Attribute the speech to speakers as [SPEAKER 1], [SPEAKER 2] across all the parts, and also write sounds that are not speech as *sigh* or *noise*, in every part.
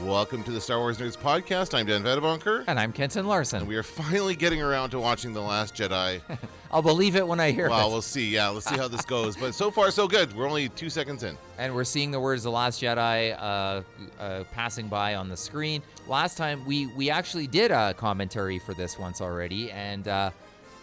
[SPEAKER 1] Welcome to the Star Wars Nerds Podcast. I'm Dan Vedabonker.
[SPEAKER 2] And I'm Kenton Larson.
[SPEAKER 1] And we are finally getting around to watching The Last Jedi.
[SPEAKER 2] I'll believe it when I hear
[SPEAKER 1] Well,
[SPEAKER 2] it.
[SPEAKER 1] we'll see. Yeah, let's see how this goes. But so far, so good. We're only two seconds in.
[SPEAKER 2] and we're seeing the words "The Last Jedi" uh, uh, passing by on the screen. Last time we we actually did a commentary for this once already, and uh,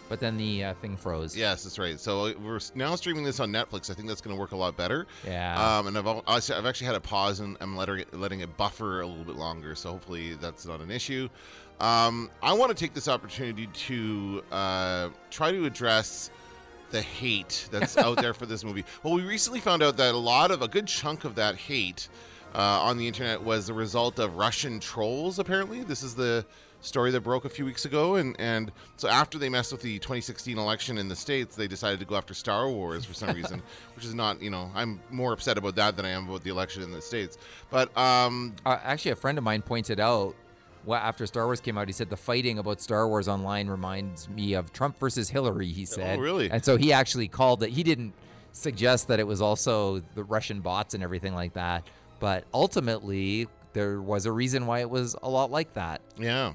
[SPEAKER 2] but then the uh, thing froze.
[SPEAKER 1] Yes, that's right. So uh, we're s- now streaming this on Netflix. I think that's going to work a lot better.
[SPEAKER 2] Yeah.
[SPEAKER 1] Um, and I've, al- also- I've actually had a pause and I'm letter- letting it buffer a little bit longer. So hopefully that's not an issue. Um, I want to take this opportunity to uh, try to address the hate that's out there for this movie. Well, we recently found out that a lot of a good chunk of that hate uh, on the internet was the result of Russian trolls. Apparently, this is the story that broke a few weeks ago, and and so after they messed with the 2016 election in the states, they decided to go after Star Wars for some reason, which is not you know I'm more upset about that than I am about the election in the states. But um,
[SPEAKER 2] Uh, actually, a friend of mine pointed out. Well, after Star Wars came out, he said the fighting about Star Wars online reminds me of Trump versus Hillary. He said,
[SPEAKER 1] Oh, really?
[SPEAKER 2] And so he actually called it. He didn't suggest that it was also the Russian bots and everything like that. But ultimately, there was a reason why it was a lot like that.
[SPEAKER 1] Yeah.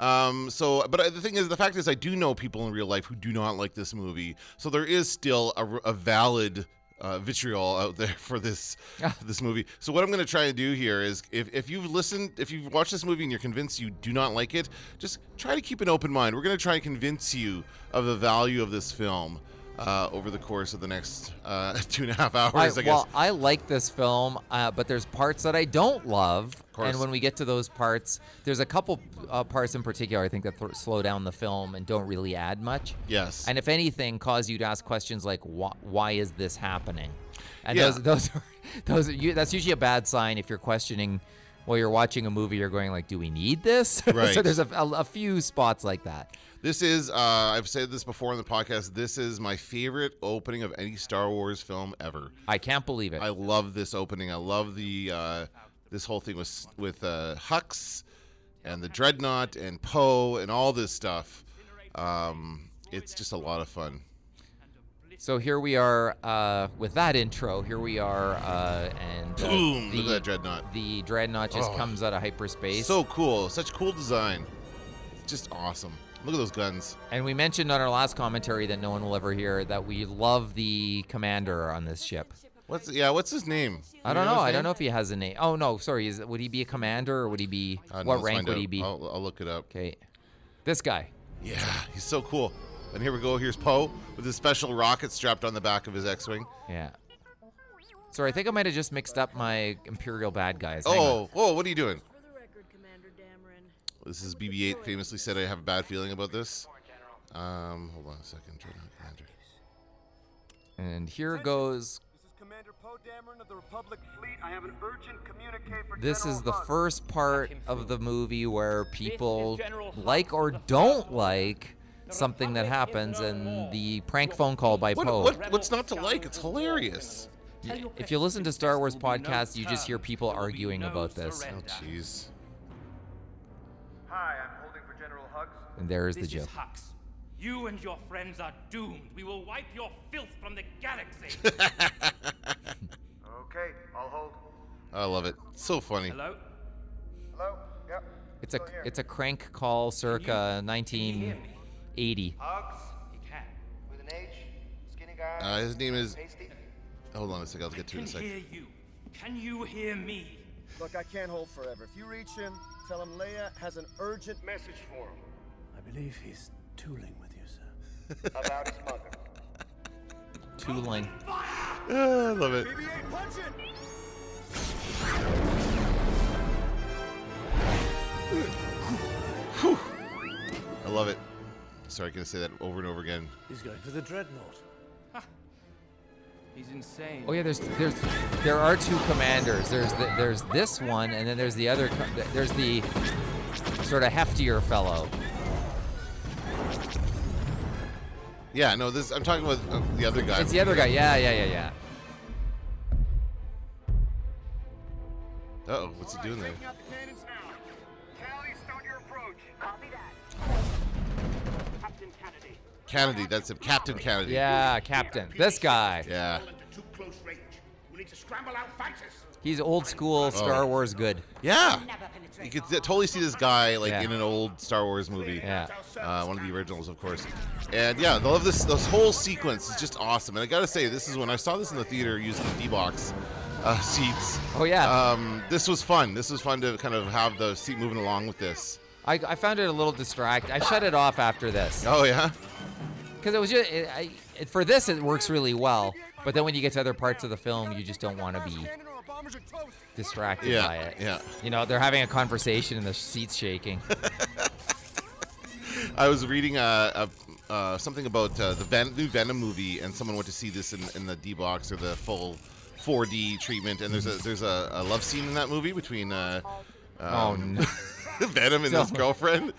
[SPEAKER 1] Um, so, but I, the thing is, the fact is, I do know people in real life who do not like this movie. So there is still a, r- a valid uh, vitriol out there *laughs* for this
[SPEAKER 2] Yeah.
[SPEAKER 1] this movie. So what I'm going to try and do here is, if, if you've listened, if you've watched this movie and you're convinced you do not like it, just try to keep an open mind. We're going to try and convince you of the value of this film. Uh, over the course of the next uh, *laughs* two and a half hours, I, guess.
[SPEAKER 2] I, well, I like this film, uh, but there's parts that I don't love.
[SPEAKER 1] course.
[SPEAKER 2] And when we get to those parts, there's a couple uh, parts in particular I think that th- slow down the film and don't really add much.
[SPEAKER 1] yes.
[SPEAKER 2] And if anything, cause you to ask questions like, "Why, why is this happening?" And
[SPEAKER 1] Yeah.
[SPEAKER 2] those, those, are, *laughs* those, are, you, that's usually a bad sign if you're questioning while you're watching a movie. You're going like, "Do we need this?" *laughs*
[SPEAKER 1] Right.
[SPEAKER 2] so there's a, a, a few spots like that.
[SPEAKER 1] This is, uh, I've said this before in the podcast, this is my favorite opening of any Star Wars film ever.
[SPEAKER 2] I can't believe it.
[SPEAKER 1] I love this opening. I love the, uh, this whole thing with, with uh, Hux and the Dreadnought and Poe and all this stuff. Um, it's just a lot of fun.
[SPEAKER 2] So here we are uh, with that intro. Here we are, uh, and uh,
[SPEAKER 1] Boom!
[SPEAKER 2] the,
[SPEAKER 1] Look at that Dreadnought.
[SPEAKER 2] the dreadnought just
[SPEAKER 1] Oh.
[SPEAKER 2] comes out of hyperspace.
[SPEAKER 1] So cool. Such cool design. Just awesome. Look at those guns.
[SPEAKER 2] and we mentioned on our last commentary that no one will ever hear that we love the commander on this ship.
[SPEAKER 1] What's yeah? What's his name?
[SPEAKER 2] I
[SPEAKER 1] You
[SPEAKER 2] don't know.
[SPEAKER 1] his
[SPEAKER 2] I don't
[SPEAKER 1] name?
[SPEAKER 2] know if he has a name. Oh no, sorry. Is would he be a commander or would he be
[SPEAKER 1] I don't know.
[SPEAKER 2] what
[SPEAKER 1] Uh, Let's
[SPEAKER 2] rank
[SPEAKER 1] find
[SPEAKER 2] would
[SPEAKER 1] out.
[SPEAKER 2] he be?
[SPEAKER 1] I'll, I'll look it up.
[SPEAKER 2] Okay, this guy.
[SPEAKER 1] Yeah, he's so cool. And here we go. Here's Poe with his special rocket strapped on the back of his X-wing.
[SPEAKER 2] Yeah. Sorry, I think I might have just mixed up my imperial bad guys. Hang on.
[SPEAKER 1] Oh, whoa! What are you doing?
[SPEAKER 3] For the record, Commander Dameron,
[SPEAKER 1] This is BB-8. Famously said, "I have a bad feeling about this." Um, hold on a second, Dreadnought Commander.
[SPEAKER 2] And here goes.
[SPEAKER 4] This is Commander Poe Dameron of the Republic Fleet. I have an urgent communique for
[SPEAKER 2] This
[SPEAKER 4] General
[SPEAKER 2] is the
[SPEAKER 4] Hunt.
[SPEAKER 2] first part of the movie where people
[SPEAKER 5] General Hux
[SPEAKER 2] like or
[SPEAKER 5] of the
[SPEAKER 2] don't
[SPEAKER 5] First
[SPEAKER 2] like something that
[SPEAKER 5] Republic is
[SPEAKER 2] happens
[SPEAKER 5] no
[SPEAKER 2] in
[SPEAKER 5] more.
[SPEAKER 2] the prank phone call by
[SPEAKER 1] What,
[SPEAKER 2] Poe.
[SPEAKER 1] what, what's not to like? It's hilarious.
[SPEAKER 2] Yeah, If you listen to Star Wars podcasts, you just hear people arguing about this.
[SPEAKER 1] Oh, jeez.
[SPEAKER 4] Hi, I'm holding for General Hugs.
[SPEAKER 2] And there's the
[SPEAKER 5] This is
[SPEAKER 2] joke.
[SPEAKER 5] Hux. You and your friends are doomed. We will wipe your filth from the
[SPEAKER 1] *laughs*
[SPEAKER 5] galaxy.
[SPEAKER 4] Okay, I'll hold.
[SPEAKER 1] I love it. So funny.
[SPEAKER 5] Hello?
[SPEAKER 4] Hello? Yep.
[SPEAKER 2] It's a
[SPEAKER 4] Still here.
[SPEAKER 2] it's a crank call circa
[SPEAKER 5] Can you hear
[SPEAKER 2] 1980.
[SPEAKER 5] me?
[SPEAKER 4] Hugs
[SPEAKER 5] He can.
[SPEAKER 4] with an H, skinny guy.
[SPEAKER 1] Uh, his name is.
[SPEAKER 4] Hasty.
[SPEAKER 1] Hold on a second. I'll get to it in a
[SPEAKER 5] Can
[SPEAKER 1] second.
[SPEAKER 5] *laughs* hear you. Can you hear me?
[SPEAKER 6] Look, I can't hold forever. If you reach him, tell him Leia has an urgent message for him.
[SPEAKER 7] I believe he's tooling with you, sir.
[SPEAKER 4] About his mother.
[SPEAKER 2] Tooling.
[SPEAKER 1] Ah, I love it.
[SPEAKER 6] BB-8, punch it!
[SPEAKER 1] I love it. Sorry, I can say that over and over again.
[SPEAKER 7] He's going for the dreadnought.
[SPEAKER 5] He's insane.
[SPEAKER 2] Oh yeah, there's there's there are two commanders. There's the, there's this one, and then there's the other. co- There's the sort of heftier fellow.
[SPEAKER 1] Yeah, no, this. I'm talking about uh, the other guy.
[SPEAKER 2] It's the other guy. Yeah, yeah, yeah, yeah.
[SPEAKER 1] Uh oh, what's he doing there?
[SPEAKER 4] out the cannons now. Cali, start your approach.
[SPEAKER 3] copy that.
[SPEAKER 4] Captain Kennedy.
[SPEAKER 1] Kennedy, that's him. Captain Kennedy.
[SPEAKER 2] Yeah, Captain. This guy.
[SPEAKER 1] Yeah.
[SPEAKER 8] We need to scramble out fighters.
[SPEAKER 2] He's old
[SPEAKER 1] Oh.
[SPEAKER 2] school Star Wars good.
[SPEAKER 1] Yeah.
[SPEAKER 8] Never penetrate
[SPEAKER 1] You could totally see this guy like
[SPEAKER 2] Yeah.
[SPEAKER 1] in an old Star Wars movie.
[SPEAKER 2] Yeah.
[SPEAKER 1] Uh, one of the originals, of course. And yeah, they love this. This whole sequence is just awesome. And I gotta say, this is when I saw this in the theater using the D-box uh, *laughs* seats.
[SPEAKER 2] Oh, yeah.
[SPEAKER 1] Um, this was fun. This was fun to kind of have the seat moving along with this.
[SPEAKER 2] I, I found it a little distract. I shut it off after this
[SPEAKER 1] Oh yeah.
[SPEAKER 2] because it was just it, I, it, for this it works really well. But then when you get to other parts of the film, you just don't want to be distracted
[SPEAKER 1] Yeah,
[SPEAKER 2] by it.
[SPEAKER 1] yeah.
[SPEAKER 2] You know, they're having a conversation and the
[SPEAKER 1] *laughs*
[SPEAKER 2] seat's shaking.
[SPEAKER 1] I was reading uh, uh, uh, something about uh, the Ven- new Venom movie, and someone went to see this in, in the D box or the full 4D treatment. And there's a there's a, a love scene in that movie between uh,
[SPEAKER 2] Oh,
[SPEAKER 1] um,
[SPEAKER 2] no.
[SPEAKER 1] *laughs* Venom and his
[SPEAKER 2] So-
[SPEAKER 1] girlfriend,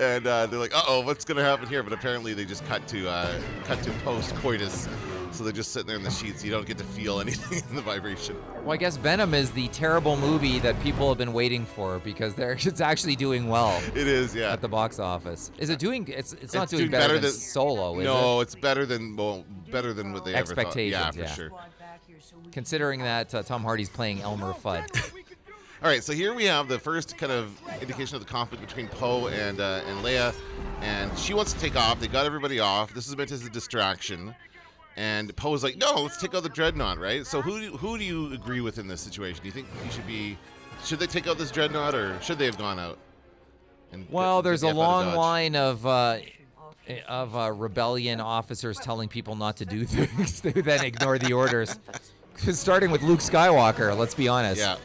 [SPEAKER 1] and uh, they're like, "Uh oh, what's gonna happen here?" But apparently they just cut to uh, cut to post coitus, so they're just sitting there in the sheets. You don't get to feel *laughs* anything in the vibration.
[SPEAKER 2] Well, I guess Venom is the terrible movie that people have been waiting for because they're, *laughs* it's actually doing well
[SPEAKER 1] It is, yeah.
[SPEAKER 2] at the box office. Is it doing? It's it's not
[SPEAKER 1] It's
[SPEAKER 2] doing,
[SPEAKER 1] doing
[SPEAKER 2] better,
[SPEAKER 1] better
[SPEAKER 2] than
[SPEAKER 1] than-
[SPEAKER 2] Solo, is
[SPEAKER 1] no, it's better than well, better than what they ever thought. Yeah,
[SPEAKER 2] Expectations,
[SPEAKER 1] for
[SPEAKER 2] yeah.
[SPEAKER 1] sure.
[SPEAKER 2] it? Considering that uh, Tom Hardy's playing
[SPEAKER 1] *laughs*
[SPEAKER 2] Elmer Fudd.
[SPEAKER 1] All right, so here we have the first kind of indication of the conflict between Poe and uh, and Leia, and she wants to take off. They got everybody off. This is meant as a distraction, and Poe's like, "No, let's take out the dreadnought." Right. So who do, who do you agree with in this situation? Do you think you should be? Should they take out this dreadnought, or should they have gone out? And
[SPEAKER 2] Well,
[SPEAKER 1] get-
[SPEAKER 2] there's
[SPEAKER 1] get
[SPEAKER 2] a
[SPEAKER 1] the F out of
[SPEAKER 2] long
[SPEAKER 1] Dodge?
[SPEAKER 2] line of uh, of uh, rebellion officers telling people not to do *laughs* things. they then ignore the orders. *laughs* Starting with Luke Skywalker, let's be honest.
[SPEAKER 1] Yeah.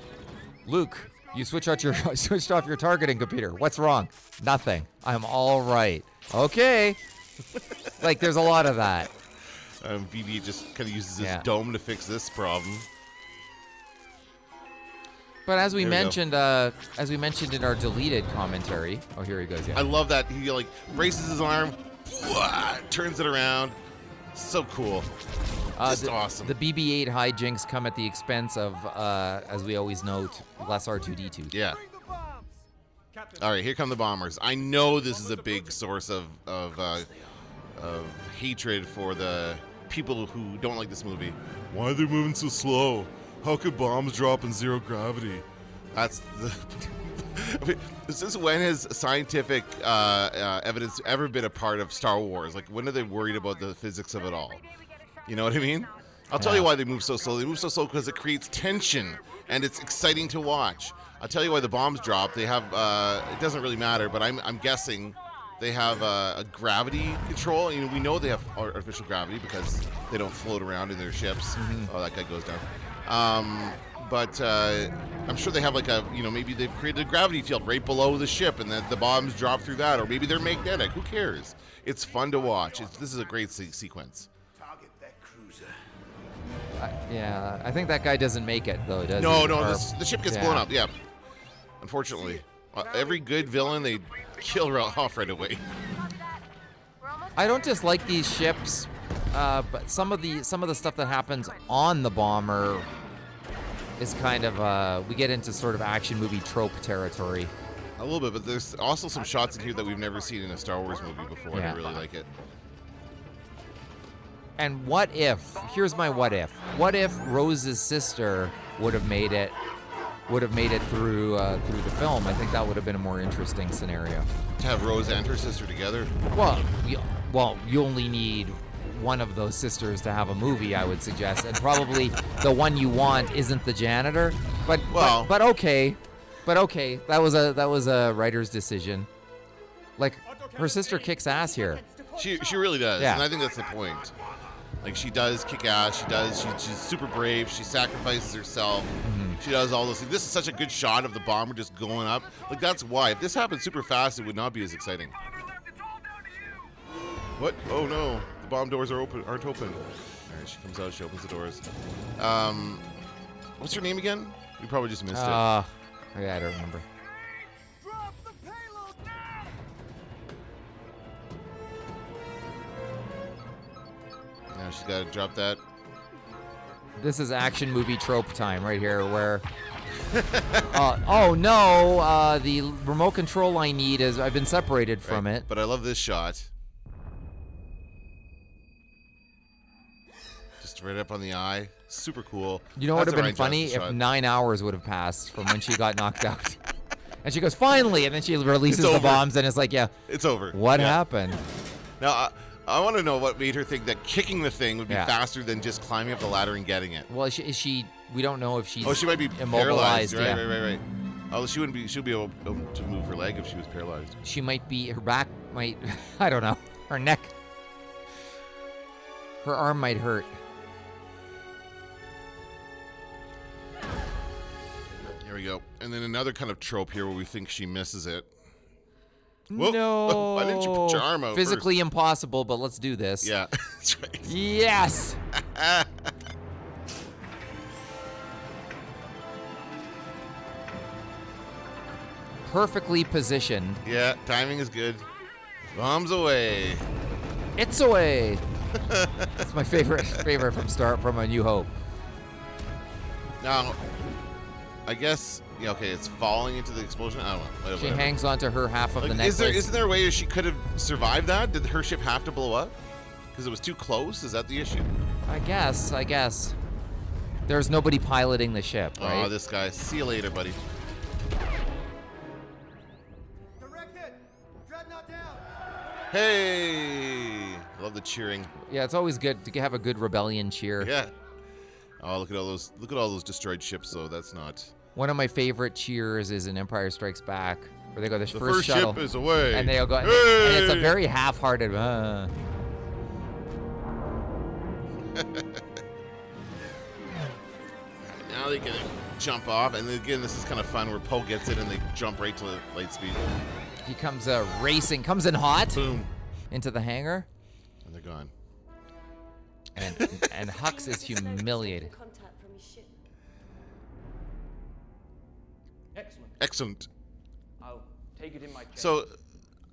[SPEAKER 2] Luke, you switch out your *laughs* switched off your targeting computer. What's wrong? Nothing. I'm all right. Okay. like there's a lot of that.
[SPEAKER 1] Um, BB just kind of uses his
[SPEAKER 2] Yeah.
[SPEAKER 1] dome to fix this problem.
[SPEAKER 2] But as we
[SPEAKER 1] There we go.
[SPEAKER 2] mentioned, uh, as we mentioned in our deleted commentary. Oh, here he goes. Yeah.
[SPEAKER 1] I love that he like braces his arm, turns it around. So cool.
[SPEAKER 2] Uh,
[SPEAKER 1] Just
[SPEAKER 2] the,
[SPEAKER 1] awesome.
[SPEAKER 2] The BB-8 hijinks come at the expense of, uh, as we always note, less R2D2.
[SPEAKER 1] Yeah.
[SPEAKER 4] Captain,
[SPEAKER 1] All right, here come the bombers. I know this is a big source of of, uh, of hatred for the people who don't like this movie. Why are they moving so slow? How could bombs drop in zero gravity? That's the. *laughs* I mean, since when has scientific uh, uh, evidence ever been a part of Star Wars? Like, when are they worried about the physics of it all? You know what I mean? I'll tell you why they move so slow. They move so slow because it creates tension and it's exciting to watch. I'll tell you why the bombs drop. They have, uh, it doesn't really matter, but I'm, I'm guessing they have uh, a gravity control. You know, we know they have ar- artificial gravity because they don't float around in their ships. Oh, that guy goes down. Um, but uh, I'm sure they have like a, you know, maybe they've created a gravity field right below the ship and that the bombs drop through that, or maybe they're magnetic. Who cares? It's fun to watch. It's, this is a great se- sequence.
[SPEAKER 8] Target that cruiser.
[SPEAKER 2] I, yeah, I think that guy doesn't make it though, does
[SPEAKER 1] No,
[SPEAKER 2] he?
[SPEAKER 1] no,
[SPEAKER 2] Or-
[SPEAKER 1] this, the ship gets
[SPEAKER 2] yeah.
[SPEAKER 1] blown up. Yeah, unfortunately, uh, every good villain they kill right *laughs* off right away.
[SPEAKER 2] I don't dislike these ships, uh, but some of the some of the stuff that happens on the bomber is kind of uh, we get into sort of action movie trope territory.
[SPEAKER 1] A little bit, but there's also some shots in here that we've never seen in a Star Wars movie before. and I
[SPEAKER 2] Yeah.
[SPEAKER 1] really like it.
[SPEAKER 2] And what if? Here's my what if. What if Rose's sister would have made it? Would have made it through uh, through the film. I think that would have been a more interesting scenario.
[SPEAKER 1] To have Rose and her sister together.
[SPEAKER 2] Well, we, well, you only need one of those sisters to have a movie, I would suggest, and probably the one you want isn't the janitor. But but-
[SPEAKER 1] Well-
[SPEAKER 2] but, okay, but okay, that was a that was a writer's decision. Like her sister kicks ass here.
[SPEAKER 1] She she really does,
[SPEAKER 2] Yeah.
[SPEAKER 1] and I think that's the point. Like she does kick ass. She does. She, she's super brave. She sacrifices herself.
[SPEAKER 2] Mm-hmm.
[SPEAKER 1] She does all those things. This is such a good shot of the bomber just going up. Like that's why. If this happened super fast, it would not be as exciting. What? Oh no! The bomb doors are open. Aren't open. All right, she comes out. She opens the doors. Um, what's her name again? You probably just missed it.
[SPEAKER 2] Uh, yeah, I don't remember.
[SPEAKER 1] Now she's got to drop that.
[SPEAKER 2] This is action movie trope time right here,
[SPEAKER 1] *laughs*
[SPEAKER 2] where. uh, oh no! Uh, the remote control I need is I've been separated from
[SPEAKER 1] Right.
[SPEAKER 2] it.
[SPEAKER 1] But I love this shot. Just just right up on the eye. Super cool.
[SPEAKER 2] You know what
[SPEAKER 1] That's
[SPEAKER 2] would
[SPEAKER 1] the Ryan
[SPEAKER 2] have been funny if
[SPEAKER 1] Johnson shot.
[SPEAKER 2] nine hours would have passed from when she got knocked out. *laughs* And she goes, finally! And then she releases
[SPEAKER 1] It's
[SPEAKER 2] the
[SPEAKER 1] over.
[SPEAKER 2] bombs, and it's like, yeah,
[SPEAKER 1] It's over.
[SPEAKER 2] what
[SPEAKER 1] Yeah.
[SPEAKER 2] happened?
[SPEAKER 1] Now, I, I want to know what made her think that kicking the thing would be
[SPEAKER 2] Yeah.
[SPEAKER 1] faster than just climbing up the ladder and getting it.
[SPEAKER 2] Well, is she, is she, we don't know if she's
[SPEAKER 1] Oh, she might be paralyzed.
[SPEAKER 2] immobilized.
[SPEAKER 1] Right,
[SPEAKER 2] yeah.
[SPEAKER 1] right, right, right. Oh, she wouldn't be. She'd be able um, to move her leg if she was paralyzed.
[SPEAKER 2] She might be, her back might, *laughs* I don't know, her neck, her arm might hurt.
[SPEAKER 1] Here we go. And then another kind of trope here where we think she misses it. Whoa.
[SPEAKER 2] No.
[SPEAKER 1] *laughs* Why didn't you put your arm out first?
[SPEAKER 2] Physically impossible, but let's do this.
[SPEAKER 1] Yeah, *laughs* that's right.
[SPEAKER 2] Yes. Perfectly positioned.
[SPEAKER 1] Yeah, timing is good. Bombs away.
[SPEAKER 2] It's away. That's my favorite favorite from Star from A New Hope.
[SPEAKER 1] Now, I guess yeah. Okay, it's falling into the explosion. I don't know. Whatever,
[SPEAKER 2] She
[SPEAKER 1] whatever.
[SPEAKER 2] hangs onto her half of the
[SPEAKER 1] Like,
[SPEAKER 2] necklace.
[SPEAKER 1] is there isn't there a way she could have survived that? Did her ship have to blow up? Because it was too close. Is that the issue?
[SPEAKER 2] I guess. I guess. There's nobody piloting the ship, right?
[SPEAKER 1] Oh, this guy. See you later, buddy.
[SPEAKER 6] Direct it! Dreadnought down!
[SPEAKER 1] Hey! I love the cheering.
[SPEAKER 2] yeah, it's always good to have a good rebellion cheer.
[SPEAKER 1] Yeah. Oh, look at all those look at all those destroyed ships though. That's not.
[SPEAKER 2] One of my favorite cheers is in Empire Strikes Back, where they go the,
[SPEAKER 1] The
[SPEAKER 2] first,
[SPEAKER 1] first,
[SPEAKER 2] shuttle,
[SPEAKER 1] ship is away.
[SPEAKER 2] and they all go, and it's a
[SPEAKER 1] Hey!
[SPEAKER 2] very half-hearted. Uh.
[SPEAKER 1] Now they get to jump off, and again, this is kind of fun where Poe gets it and they jump right to the light speed.
[SPEAKER 2] He comes uh, racing, comes in hot
[SPEAKER 1] Boom,
[SPEAKER 2] into the hangar,
[SPEAKER 1] and they're gone.
[SPEAKER 2] and and Hux is humiliated.
[SPEAKER 3] Contact from your ship.
[SPEAKER 5] Excellent.
[SPEAKER 1] Excellent.
[SPEAKER 5] I'll take it in my chest.
[SPEAKER 1] So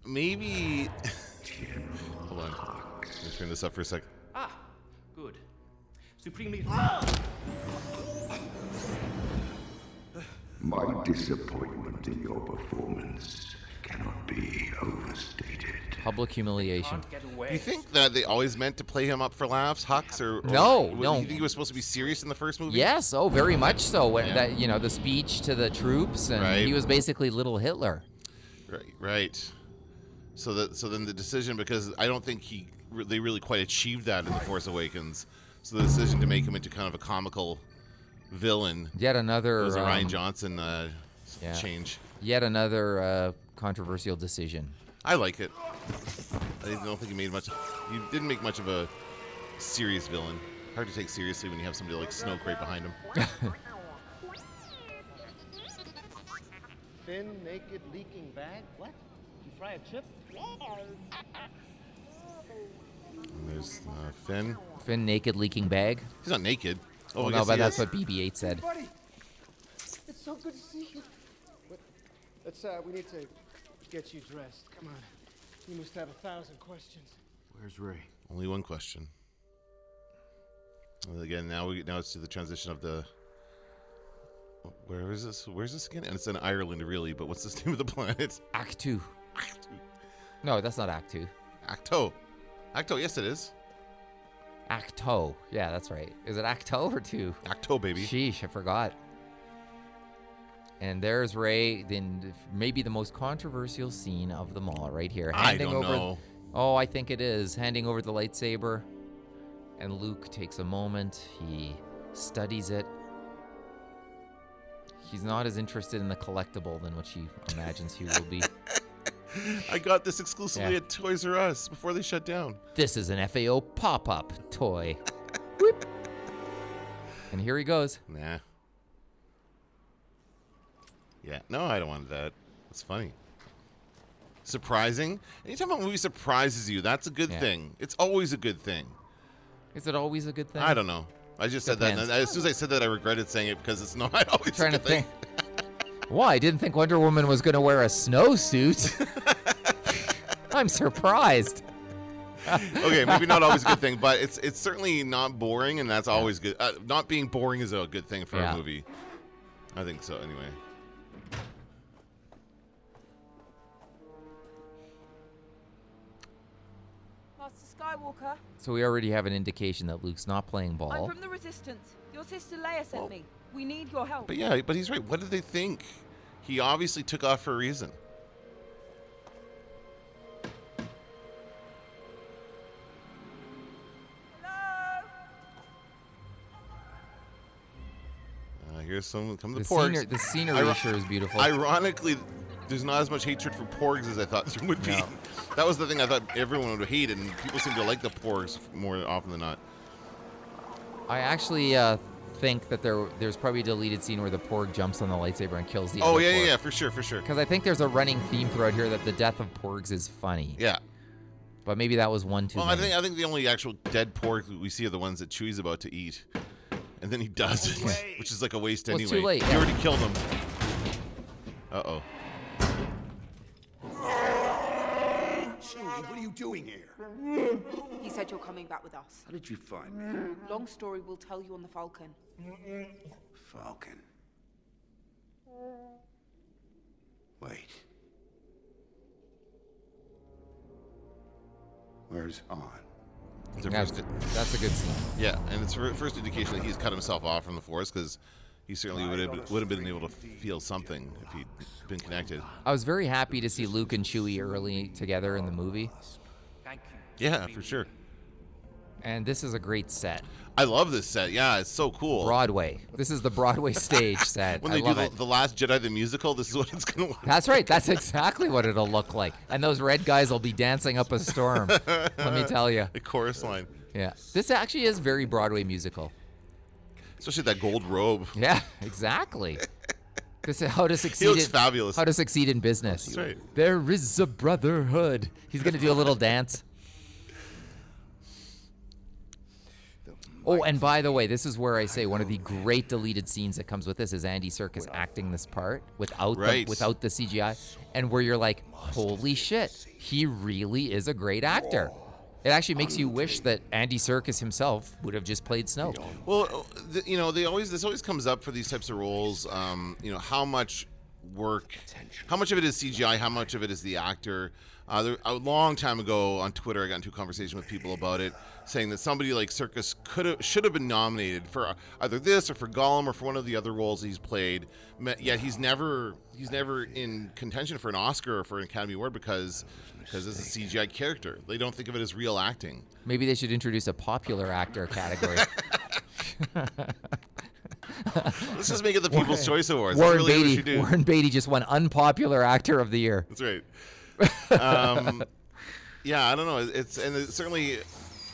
[SPEAKER 1] maybe. *laughs* Hold on. Let me turn this up for a sec.
[SPEAKER 5] Ah, good. Supremely.
[SPEAKER 1] Ah!
[SPEAKER 8] My disappointment in your performance cannot be overstated.
[SPEAKER 2] Public humiliation.
[SPEAKER 5] Can't get away.
[SPEAKER 1] Do you think that they always meant to play him up for laughs, Hux? Or, or
[SPEAKER 2] No,
[SPEAKER 1] do
[SPEAKER 2] no.
[SPEAKER 1] You think he was supposed to be serious in the first movie?
[SPEAKER 2] Yes, oh, very much so. When
[SPEAKER 1] Yeah.
[SPEAKER 2] that you know the speech to the troops, and
[SPEAKER 1] Right.
[SPEAKER 2] he was basically little Hitler.
[SPEAKER 1] Right, right. So that so then the decision because I don't think he re- they really quite achieved that in the Force Awakens. So the decision to make him into kind of a comical villain
[SPEAKER 2] Yet another
[SPEAKER 1] was a Ryan
[SPEAKER 2] um,
[SPEAKER 1] Johnson uh,
[SPEAKER 2] yeah.
[SPEAKER 1] change.
[SPEAKER 2] Yet another uh, controversial decision.
[SPEAKER 1] I like it. I don't think he made much. He didn't make much of a serious villain. Hard to take seriously when you have somebody like Snoke right behind him.
[SPEAKER 6] Thin, naked, leaking bag? What? You fry a chip?
[SPEAKER 1] And there's uh, Finn.
[SPEAKER 2] Finn naked leaking bag.
[SPEAKER 1] He's not naked. Oh,
[SPEAKER 2] Well,
[SPEAKER 1] I
[SPEAKER 2] no,
[SPEAKER 1] guess
[SPEAKER 2] but
[SPEAKER 1] he
[SPEAKER 2] that's
[SPEAKER 1] is.
[SPEAKER 2] what BB-8 said.
[SPEAKER 6] Buddy! It's so Oh, good to see you. But let's, uh, we need to get you dressed. Come on. You must have a thousand questions.
[SPEAKER 7] Where's Ray?
[SPEAKER 1] Only one question. And again, now we now it's to the transition of the. Where is this? Where's this again? And it's in Ireland, really. But what's the *laughs* name of the planet?
[SPEAKER 2] Act two. No, that's not Act two.
[SPEAKER 1] Acto. Acto. Yes, it is.
[SPEAKER 2] Acto. Yeah, that's right. Is it Acto or two?
[SPEAKER 1] Acto, baby.
[SPEAKER 2] Sheesh, I forgot. And there's Ray. Then maybe the most controversial scene of them all, right here,
[SPEAKER 1] I
[SPEAKER 2] handing
[SPEAKER 1] don't
[SPEAKER 2] over.
[SPEAKER 1] know.
[SPEAKER 2] Oh, I think it is handing over the lightsaber. And Luke takes a moment. He studies it. He's not as interested in the collectible than what she imagines he will
[SPEAKER 1] *laughs*
[SPEAKER 2] be.
[SPEAKER 1] I got this exclusively
[SPEAKER 2] Yeah.
[SPEAKER 1] at Toys R Us before they shut down.
[SPEAKER 2] This is an FAO pop up toy. Whoop. And here he goes.
[SPEAKER 1] Nah. Yeah. No, I don't want that. That's funny. Surprising. Anytime a movie surprises you, that's a good
[SPEAKER 2] Yeah.
[SPEAKER 1] thing. It's always a good thing.
[SPEAKER 2] Is it always a good thing?
[SPEAKER 1] I don't know. I just said that. And
[SPEAKER 2] Depends.
[SPEAKER 1] as soon as I said that, I regretted saying it because it's not *laughs* always
[SPEAKER 2] trying
[SPEAKER 1] a
[SPEAKER 2] to
[SPEAKER 1] good thing.
[SPEAKER 2] think. Why? I didn't think Wonder Woman was going to wear
[SPEAKER 1] *laughs*
[SPEAKER 2] a snowsuit. I'm surprised.
[SPEAKER 1] *laughs* okay, maybe not always a good thing, but it's it's certainly not boring, and that's always good. Uh, not being boring is a good thing for
[SPEAKER 2] Yeah.
[SPEAKER 1] a movie. I think so. Anyway.
[SPEAKER 3] Master
[SPEAKER 9] Skywalker.
[SPEAKER 2] So we already have an indication that Luke's not playing
[SPEAKER 9] I'm
[SPEAKER 2] ball.
[SPEAKER 9] from the Resistance. Your sister Leia sent
[SPEAKER 1] Well-
[SPEAKER 9] me. We need your help.
[SPEAKER 1] But yeah, but he's right. What did they think? He obviously took off for a reason.
[SPEAKER 9] Hello?
[SPEAKER 1] Uh, here's some come the,
[SPEAKER 2] The,
[SPEAKER 1] porgs.
[SPEAKER 2] scener- the scenery
[SPEAKER 1] Iro-
[SPEAKER 2] sure is beautiful.
[SPEAKER 1] Ironically, there's not as much hatred for porgs as I thought there would be.
[SPEAKER 2] No.
[SPEAKER 1] *laughs* That was the thing I thought everyone would hate, and people seem to like the porgs more often than not.
[SPEAKER 2] I actually uh, think that there there's probably a deleted scene where the Porg jumps on the lightsaber and kills the.
[SPEAKER 1] oh yeah, yeah, yeah, for sure, for sure.
[SPEAKER 2] Because I think there's a running theme throughout here that the death of Porgs is funny.
[SPEAKER 1] Yeah.
[SPEAKER 2] But maybe that was one too.
[SPEAKER 1] Well, I
[SPEAKER 2] many.
[SPEAKER 1] think I think the only actual dead porg that we see are the ones that Chewie's about to eat, and then he doesn't, which is like a waste
[SPEAKER 2] Well,
[SPEAKER 1] anyway.
[SPEAKER 2] it's too late,
[SPEAKER 1] He
[SPEAKER 2] yeah.
[SPEAKER 1] already killed him. Uh oh.
[SPEAKER 10] Chewie, what are you doing here?
[SPEAKER 9] He said you're coming back with us.
[SPEAKER 10] How did you find me?
[SPEAKER 9] Long story we'll tell you on the Falcon.
[SPEAKER 10] Falcon. Wait. Where's On?
[SPEAKER 1] It's the
[SPEAKER 2] that's,
[SPEAKER 1] first-
[SPEAKER 2] that's a good scene.
[SPEAKER 1] Yeah, and it's the first indication that he's cut himself off from the force because he certainly would have would have been able to feel something if he'd been connected.
[SPEAKER 2] I was very happy to see Luke and Chewie early together in the movie,
[SPEAKER 5] Thank you.
[SPEAKER 1] Yeah, for sure.
[SPEAKER 2] and this is a great set.
[SPEAKER 1] I love this set. Yeah, it's so cool.
[SPEAKER 2] Broadway. This is the Broadway stage set.
[SPEAKER 1] when
[SPEAKER 2] I
[SPEAKER 1] they do
[SPEAKER 2] love
[SPEAKER 1] the,
[SPEAKER 2] it.
[SPEAKER 1] the Last Jedi the musical, this is what it's gonna look.
[SPEAKER 2] That's right. That's exactly what it'll look like. And those red guys will be dancing up a storm. let me tell you.
[SPEAKER 1] The chorus line,
[SPEAKER 2] Yeah. This actually is very Broadway musical.
[SPEAKER 1] especially that gold robe.
[SPEAKER 2] *laughs* Yeah, exactly. This is how to succeed.
[SPEAKER 1] looks
[SPEAKER 2] in,
[SPEAKER 1] fabulous.
[SPEAKER 2] How to succeed in business.
[SPEAKER 1] That's right.
[SPEAKER 2] There is a brotherhood. He's gonna do a little dance. Oh, and by the way, this is where I say one of the great deleted scenes that comes with this is Andy Serkis acting this part without
[SPEAKER 1] Right.
[SPEAKER 2] the, without the CGI, and where you're like, holy shit, he really is a great actor. It actually makes you wish that Andy Serkis himself would have just played Snow.
[SPEAKER 1] Well, th- you know, they always this always comes up for these types of roles. Um, you know, how much work, how much of it is CGI, how much of it is the actor. Uh, there, a long time ago on Twitter, I got into a conversation with people about it, saying that somebody like Circus could have should have been nominated for uh, either this or for Gollum or for one of the other roles he's played. Me- Yet he's never he's never in contention for an Oscar or for an Academy Award because because it's a CGI character. They don't think of it as real acting.
[SPEAKER 2] Maybe they should introduce a popular
[SPEAKER 1] *laughs*
[SPEAKER 2] actor category.
[SPEAKER 1] Let's just make it the People's Choice Awards. That's
[SPEAKER 2] Warren
[SPEAKER 1] really what you
[SPEAKER 2] Beatty.
[SPEAKER 1] do.
[SPEAKER 2] Warren Beatty just won unpopular actor of the year.
[SPEAKER 1] That's right. Um, *laughs* yeah, I don't know. It's and it, certainly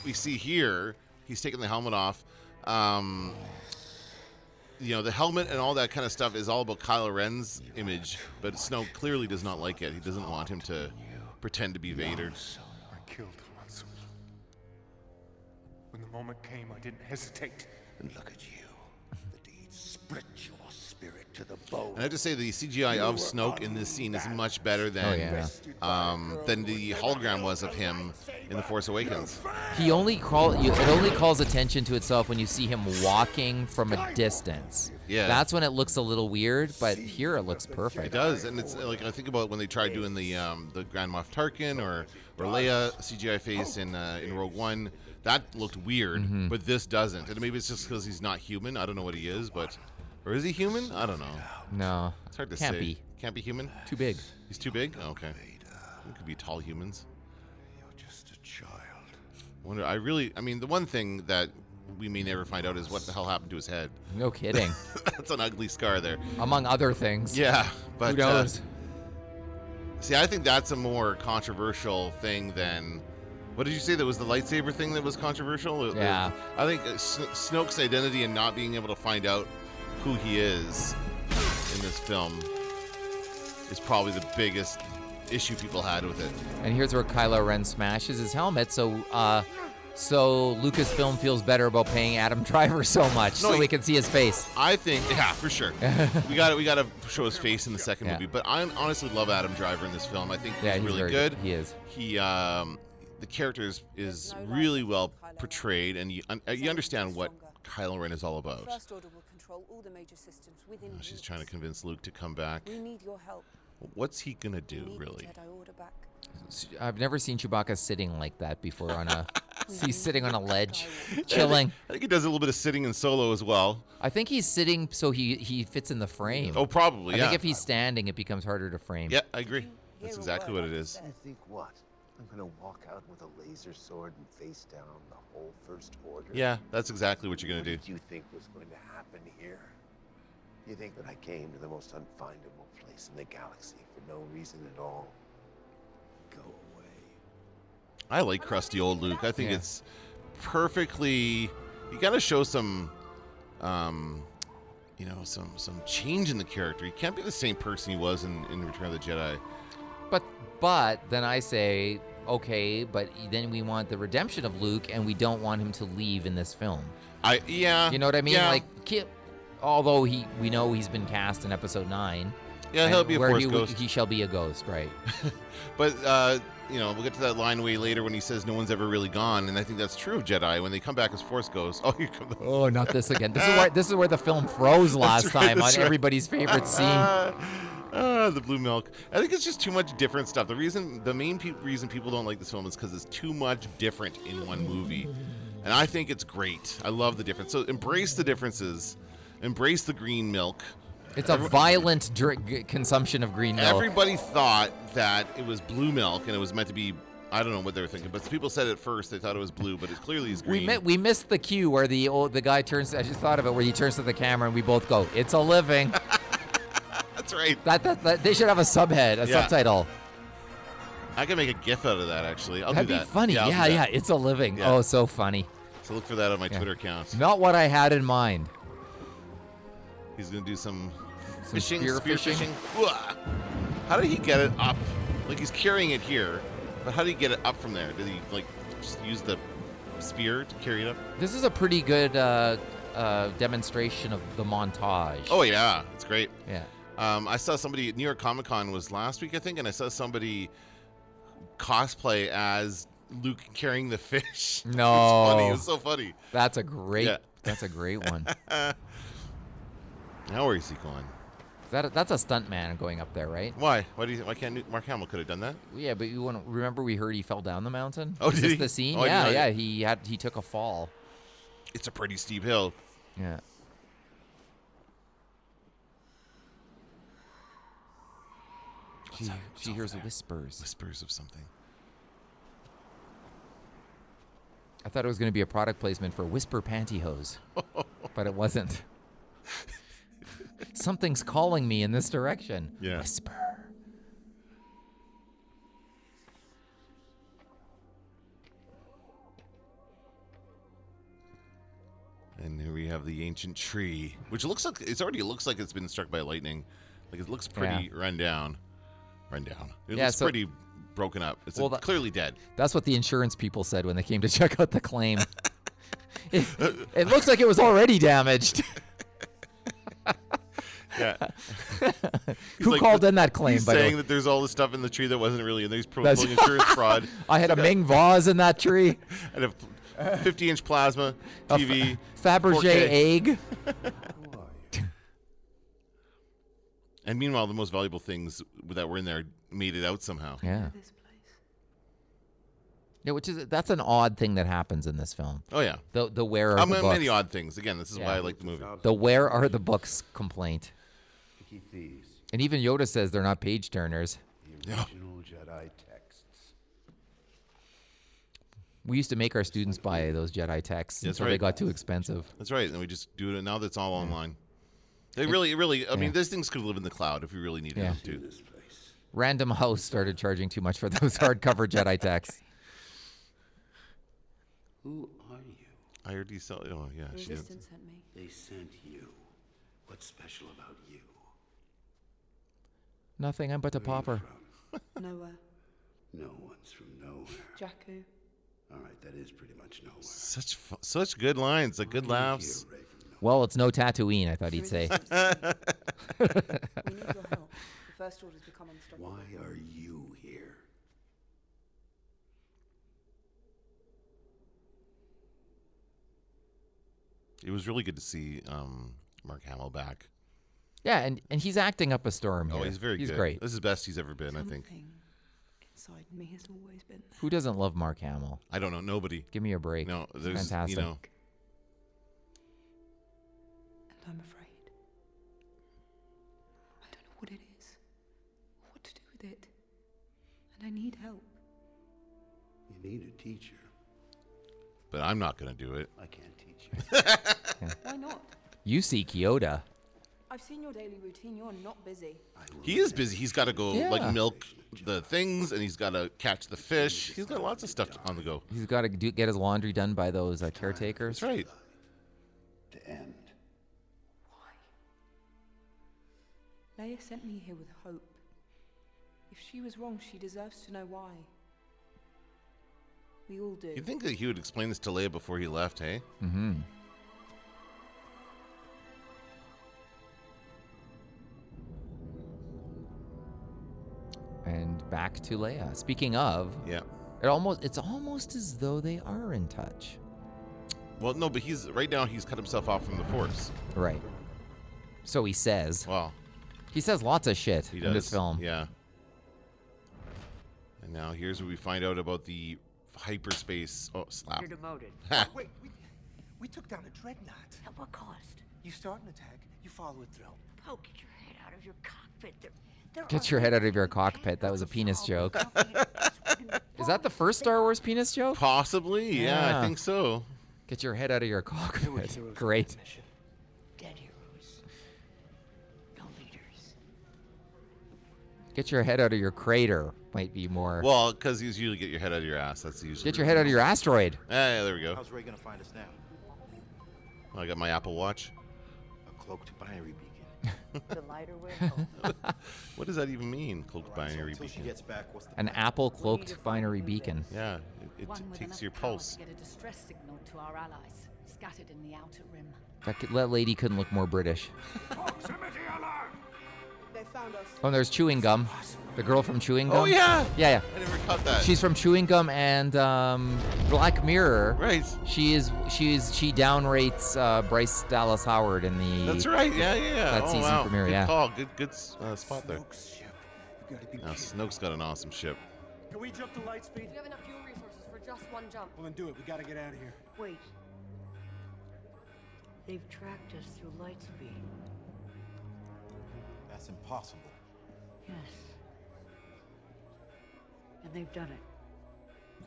[SPEAKER 1] we see here he's taking the helmet off. Um, you know, the helmet and all that kind of stuff is all about Kylo Ren's image, but Snow clearly does not like it. He doesn't want him to pretend to be Vader.
[SPEAKER 11] I killed Han Solo. When the moment came, I didn't hesitate.
[SPEAKER 10] And look at you. The deed split your spirit to the bone.
[SPEAKER 1] And I have to say, the CGI of Snoke in this scene is much better than
[SPEAKER 2] Oh, yeah.
[SPEAKER 1] um, than the hologram was of him in The Force Awakens.
[SPEAKER 2] He only call you, it only calls attention to itself when you see him walking from a distance.
[SPEAKER 1] Yeah.
[SPEAKER 2] That's when it looks a little weird, but here it looks perfect.
[SPEAKER 1] It does, and it's like I think about when they tried doing the um, the Grand Moff Tarkin or or Leia CGI face in uh, in Rogue One. That looked weird,
[SPEAKER 2] Mm-hmm.
[SPEAKER 1] but this doesn't. And maybe it's just because he's not human. I don't know what he is, but or is he human? I don't know.
[SPEAKER 2] No.
[SPEAKER 1] It's hard to
[SPEAKER 2] Can't
[SPEAKER 1] say.
[SPEAKER 2] be.
[SPEAKER 1] Can't be human.
[SPEAKER 2] Too big.
[SPEAKER 1] He's too big. Oh, okay, it could be tall humans.
[SPEAKER 10] You're just a child.
[SPEAKER 1] Wonder. I really. I mean, the one thing that we may never find out is what the hell happened to his head. *laughs*
[SPEAKER 2] No kidding.
[SPEAKER 1] That's an ugly scar there.
[SPEAKER 2] Among other things.
[SPEAKER 1] Yeah, but
[SPEAKER 2] Who
[SPEAKER 1] uh,
[SPEAKER 2] knows?
[SPEAKER 1] See, I think that's a more controversial thing than. What did you say? That was the lightsaber thing that was controversial. It- it-
[SPEAKER 2] Yeah.
[SPEAKER 1] I think uh, Sn- Snoke's identity and not being able to find out who he is in this film is probably the biggest issue people had with it.
[SPEAKER 2] and here's where Kylo Ren smashes his helmet, so uh so Lucasfilm feels better about paying Adam *laughs* Driver so much
[SPEAKER 1] No,
[SPEAKER 2] so
[SPEAKER 1] he-
[SPEAKER 2] we can see his face.
[SPEAKER 1] I think, *laughs* yeah, for
[SPEAKER 2] *laughs*
[SPEAKER 1] sure. we got to we got to show his face in the second
[SPEAKER 2] Yeah.
[SPEAKER 1] movie. But I honestly love Adam Driver in this film. I think
[SPEAKER 2] Yeah,
[SPEAKER 1] he's,
[SPEAKER 2] he's
[SPEAKER 1] really
[SPEAKER 2] very
[SPEAKER 1] good.
[SPEAKER 2] good. He is.
[SPEAKER 1] He, um, the character is, is really well portrayed, and you un- uh, you understand what Kylo Ren is all about. Ah,
[SPEAKER 9] First Order will control all the major systems within
[SPEAKER 1] She's trying to convince Luke to come back.
[SPEAKER 9] We need your help.
[SPEAKER 1] What's he gonna do, really?
[SPEAKER 2] I've never seen Chewbacca sitting like that before on a. he's sitting on a ledge,
[SPEAKER 1] I
[SPEAKER 2] chilling.
[SPEAKER 1] think, I think he does a little bit of sitting in solo as well.
[SPEAKER 2] I think he's sitting so he he fits in the frame.
[SPEAKER 1] Oh, probably,
[SPEAKER 2] I
[SPEAKER 1] yeah.
[SPEAKER 2] think if he's standing, it becomes harder to frame.
[SPEAKER 1] Yeah, I agree. That's exactly what it is.
[SPEAKER 12] I think what? I'm gonna walk out with a laser sword and face down the whole First Order.
[SPEAKER 1] Yeah, that's exactly what you're gonna
[SPEAKER 12] What
[SPEAKER 1] do.
[SPEAKER 12] did you think was going to happen here? You think that I came to the most unfindable place in the galaxy for no reason at all?
[SPEAKER 1] I like crusty old Luke. I think it's perfectly. You gotta show some, um, you know, some some change in the character. He can't be the same person he was in, in Return of the Jedi.
[SPEAKER 2] But but then I say, okay, but then we want the redemption of Luke, and we don't want him to leave in this film.
[SPEAKER 1] I yeah.
[SPEAKER 2] You know what I mean?
[SPEAKER 1] yeah.
[SPEAKER 2] Like, ki- although he we know he's been cast in Episode Nine.
[SPEAKER 1] Yeah, he'll
[SPEAKER 2] and
[SPEAKER 1] be a
[SPEAKER 2] where
[SPEAKER 1] Force
[SPEAKER 2] he, w-
[SPEAKER 1] ghost.
[SPEAKER 2] He shall be a
[SPEAKER 1] *laughs*
[SPEAKER 2] ghost, right?
[SPEAKER 1] But uh, you know, we'll get to that line way later when he says no one's ever really gone, and I think that's true of Jedi when they come back as Force ghosts. *laughs* Oh, here come the
[SPEAKER 2] oh, not this again. This is where this is where the film froze last
[SPEAKER 1] That's right,
[SPEAKER 2] time on
[SPEAKER 1] that's right.
[SPEAKER 2] everybody's favorite scene.
[SPEAKER 1] Ah, the blue milk. I think it's just too much different stuff. The reason, the main pe- reason people don't like this film is because it's too much different in one movie, and I think it's great. I love the difference. So embrace the differences, embrace the green milk.
[SPEAKER 2] It's a
[SPEAKER 1] Every-
[SPEAKER 2] violent drink, consumption of green milk.
[SPEAKER 1] Everybody thought that it was blue milk, and it was meant to be. I don't know what they were thinking, but people said at first they thought it was blue, but it clearly is green.
[SPEAKER 2] we mi- we missed the cue where the old the guy turns. I just thought of it where he turns to the camera and we both go, "It's
[SPEAKER 1] *laughs*
[SPEAKER 2] a living."
[SPEAKER 1] That's right.
[SPEAKER 2] That, that, that they should have a subhead, a
[SPEAKER 1] Yeah.
[SPEAKER 2] subtitle.
[SPEAKER 1] I can make a GIF out of that actually. I'll
[SPEAKER 2] That'd
[SPEAKER 1] do
[SPEAKER 2] be
[SPEAKER 1] that.
[SPEAKER 2] funny.
[SPEAKER 1] I'll do
[SPEAKER 2] Yeah, yeah,
[SPEAKER 1] that.
[SPEAKER 2] It's a living.
[SPEAKER 1] Yeah.
[SPEAKER 2] Oh, so funny.
[SPEAKER 1] So look for that on my
[SPEAKER 2] Yeah.
[SPEAKER 1] Twitter account.
[SPEAKER 2] Not what I had in mind.
[SPEAKER 1] He's gonna do some,
[SPEAKER 2] Some
[SPEAKER 1] fishing,
[SPEAKER 2] spear fishing.
[SPEAKER 1] Wah! How did he get it up? Like he's carrying it here, but how did he get it up from there? Did he like just use the spear to carry it up?
[SPEAKER 2] This is a pretty good uh, uh, demonstration of the montage.
[SPEAKER 1] Oh yeah, it's great.
[SPEAKER 2] Yeah.
[SPEAKER 1] Um, I saw somebody at New York Comic Con was last week, I think, and I saw somebody cosplay as Luke carrying the fish. *laughs*
[SPEAKER 2] No.
[SPEAKER 1] it's funny. It's so funny.
[SPEAKER 2] That's a great.
[SPEAKER 1] Yeah.
[SPEAKER 2] That's a great
[SPEAKER 1] *laughs*
[SPEAKER 2] one.
[SPEAKER 1] Now where is he going?
[SPEAKER 2] That that's a stunt man going up there, right?
[SPEAKER 1] Why? Why do you? Why can't Newt- Mark Hamill could have done that?
[SPEAKER 2] Yeah, but you want to remember we heard he fell down the mountain.
[SPEAKER 1] Oh,
[SPEAKER 2] Is
[SPEAKER 1] did
[SPEAKER 2] this
[SPEAKER 1] he?
[SPEAKER 2] the scene?
[SPEAKER 1] Oh, I did
[SPEAKER 2] yeah,
[SPEAKER 1] not-
[SPEAKER 2] yeah. He had he took a fall.
[SPEAKER 1] It's a pretty steep hill.
[SPEAKER 2] Yeah. She, she hears whispers.
[SPEAKER 1] Whispers of something.
[SPEAKER 2] I thought it was going to be a product placement for
[SPEAKER 1] *laughs*
[SPEAKER 2] Whisper Pantyhose, but it wasn't. Something's calling me in this direction.
[SPEAKER 1] Yeah.
[SPEAKER 2] Whisper.
[SPEAKER 1] And here we have the ancient tree, which looks like it's already looks like it's been struck by lightning. Like it looks pretty run down, run down. It
[SPEAKER 2] Yeah,
[SPEAKER 1] looks
[SPEAKER 2] so-
[SPEAKER 1] pretty broken up. It's
[SPEAKER 2] Well,
[SPEAKER 1] uh,
[SPEAKER 2] that-
[SPEAKER 1] clearly dead.
[SPEAKER 2] That's what the insurance people said when they came to check out
[SPEAKER 1] *laughs*
[SPEAKER 2] the claim. it, it looks like it was
[SPEAKER 1] *laughs*
[SPEAKER 2] already damaged.
[SPEAKER 1] Yeah. He's
[SPEAKER 2] *laughs* Who
[SPEAKER 1] like-
[SPEAKER 2] called in that claim?
[SPEAKER 1] He's
[SPEAKER 2] by the way?
[SPEAKER 1] saying that there's all this stuff in the tree that wasn't really in there. He's pro-
[SPEAKER 2] That's-
[SPEAKER 1] pulling
[SPEAKER 2] *laughs*
[SPEAKER 1] insurance fraud. *laughs*
[SPEAKER 2] I had a Ming vase in that tree,
[SPEAKER 1] And a
[SPEAKER 2] *laughs*
[SPEAKER 1] 50 inch plasma
[SPEAKER 2] a
[SPEAKER 1] TV.
[SPEAKER 2] Fa-
[SPEAKER 1] 4K.
[SPEAKER 2] Fabergé egg.
[SPEAKER 1] And meanwhile, the most valuable things that were in there made it out somehow.
[SPEAKER 2] Yeah. Yeah, which is that's an odd thing that happens in this film.
[SPEAKER 1] Oh, yeah.
[SPEAKER 2] The the where are
[SPEAKER 1] Um,
[SPEAKER 2] the books?
[SPEAKER 1] many odd things. Again, this is why I
[SPEAKER 2] Yeah.
[SPEAKER 1] like the movie.
[SPEAKER 2] The where are the books complaint.
[SPEAKER 10] Keep these
[SPEAKER 2] And even Yoda says they're not page turners.
[SPEAKER 10] original Jedi texts.
[SPEAKER 2] We used to make our students buy those Jedi texts
[SPEAKER 1] That's
[SPEAKER 2] until they
[SPEAKER 1] right.
[SPEAKER 2] got too expensive.
[SPEAKER 1] That's right. And we just do it now that's all online. They really, it really, I
[SPEAKER 2] Yeah.
[SPEAKER 1] mean, those things could live in the cloud if we really needed
[SPEAKER 2] Yeah.
[SPEAKER 1] them to.
[SPEAKER 2] Random House started charging too much for those *laughs* hardcover Jedi texts.
[SPEAKER 10] Who are you?
[SPEAKER 1] I already saw Oh, yeah. She did.
[SPEAKER 9] sent me.
[SPEAKER 10] They sent you. What's special about you?
[SPEAKER 2] Nothing, I'm but a pauper.
[SPEAKER 9] Nowhere.
[SPEAKER 10] No one's from nowhere.
[SPEAKER 9] Jakku.
[SPEAKER 10] All right, that is pretty much nowhere.
[SPEAKER 1] Such fu- such good lines, like good laughs.
[SPEAKER 2] Well, it's no Tatooine, I thought he'd say.
[SPEAKER 9] We need your help. *laughs* The First Order's become unstoppable.
[SPEAKER 10] Why are you here?
[SPEAKER 1] It was really good to see um, Mark Hamill back.
[SPEAKER 2] Yeah, and, and he's acting up a storm
[SPEAKER 1] Oh,
[SPEAKER 2] here.
[SPEAKER 1] he's very
[SPEAKER 2] He's
[SPEAKER 1] good.
[SPEAKER 2] great.
[SPEAKER 1] This is the best he's ever been, I think.
[SPEAKER 9] Inside me has always been
[SPEAKER 2] Who doesn't love Mark Hamill?
[SPEAKER 1] I don't know. Nobody.
[SPEAKER 2] Give me a break.
[SPEAKER 1] No,
[SPEAKER 2] He's
[SPEAKER 1] there's,
[SPEAKER 2] fantastic.
[SPEAKER 1] you know,
[SPEAKER 9] And I'm afraid. I don't know what it is, or what to do with it. And I need help.
[SPEAKER 10] You need a teacher.
[SPEAKER 1] but I'm not going to do it.
[SPEAKER 10] I can't teach
[SPEAKER 13] *laughs*
[SPEAKER 10] you.
[SPEAKER 9] Why not?
[SPEAKER 2] You see Kyoto.
[SPEAKER 9] I've seen your daily routine. You're not busy.
[SPEAKER 1] He is busy. He's got to go,
[SPEAKER 2] Yeah.
[SPEAKER 1] like, milk the things, and he's got to catch the fish. He's got lots of stuff on the go.
[SPEAKER 2] He's got to do, get his laundry done by those uh, caretakers.
[SPEAKER 1] That's right.
[SPEAKER 10] to end.
[SPEAKER 9] Leia sent me here with hope. If she was wrong, she deserves to know why. We all do.
[SPEAKER 1] You'd think that he would explain this to Leia before he left, hey?
[SPEAKER 2] Mm-hmm. And back to Leia. Speaking of,
[SPEAKER 1] yeah,
[SPEAKER 2] it almost it's almost as though they are in touch.
[SPEAKER 1] Well, no, but he's right now he's cut himself off from the Force.
[SPEAKER 2] Right. So he says.
[SPEAKER 1] Wow.
[SPEAKER 2] He says lots of shit
[SPEAKER 1] He
[SPEAKER 2] in this
[SPEAKER 1] does,
[SPEAKER 2] film.
[SPEAKER 1] Yeah. And now here's where we find out about the hyperspace. Oh, slap.
[SPEAKER 14] You're *laughs* demoted.
[SPEAKER 1] Ha.
[SPEAKER 14] Wait, we, we took down a dreadnought. At what cost?
[SPEAKER 11] You start an attack, you follow it through.
[SPEAKER 14] Poke your head out of your cockpit. There, there
[SPEAKER 2] Get
[SPEAKER 14] are
[SPEAKER 2] your head out of your cockpit. That was a penis joke. *laughs* Is that the first Star Wars penis joke?
[SPEAKER 1] Possibly. yeah, I think so.
[SPEAKER 2] Get your head out of your *laughs* cockpit. Great.
[SPEAKER 14] dead heroes. No
[SPEAKER 2] *laughs*
[SPEAKER 14] leaders.
[SPEAKER 2] Get your head out of your crater might be more.
[SPEAKER 1] Well, because you usually get your head out of your ass. That's usually. Eh,
[SPEAKER 2] Get your head out of your asteroid.
[SPEAKER 1] Yeah, yeah, there we go.
[SPEAKER 10] How's Ray gonna find us now?
[SPEAKER 1] I got my Apple Watch.
[SPEAKER 10] A cloaked binary beacon.
[SPEAKER 14] The lighter *laughs* way. home.
[SPEAKER 1] What does that even mean? Cloaked binary
[SPEAKER 10] Until she
[SPEAKER 1] beacon.
[SPEAKER 10] gets back, what's the
[SPEAKER 2] An apple cloaked binary beacon.
[SPEAKER 1] Yeah, it,
[SPEAKER 15] One
[SPEAKER 1] it
[SPEAKER 15] with
[SPEAKER 1] takes
[SPEAKER 15] enough
[SPEAKER 1] your
[SPEAKER 15] power
[SPEAKER 1] pulse.
[SPEAKER 15] To get a distress signal to our allies scattered in the outer rim.
[SPEAKER 2] That, c- that lady couldn't look more British.
[SPEAKER 9] They found us.
[SPEAKER 2] Oh, and there's chewing gum. The girl from Chewing Gum.
[SPEAKER 1] Oh, yeah!
[SPEAKER 2] Yeah,
[SPEAKER 1] I
[SPEAKER 2] yeah.
[SPEAKER 1] never caught that.
[SPEAKER 2] She's from Chewing Gum and um, Black Mirror.
[SPEAKER 1] Right.
[SPEAKER 2] She is. She is. She downrates uh, Bryce Dallas Howard in the.
[SPEAKER 1] That's right. Yeah, yeah, yeah.
[SPEAKER 2] That
[SPEAKER 1] oh,
[SPEAKER 2] season
[SPEAKER 1] wow.
[SPEAKER 2] premiere.
[SPEAKER 1] Good
[SPEAKER 2] yeah.
[SPEAKER 1] call. Good, good s- uh, spot there. Now Snoke's got an awesome ship.
[SPEAKER 6] Can we jump to light speed?
[SPEAKER 16] We have enough fuel resources for just one jump.
[SPEAKER 6] Well, then do it. We gotta get out of here.
[SPEAKER 16] Wait. They've tracked us through light speed.
[SPEAKER 10] That's impossible.
[SPEAKER 16] Yes. And they've done it.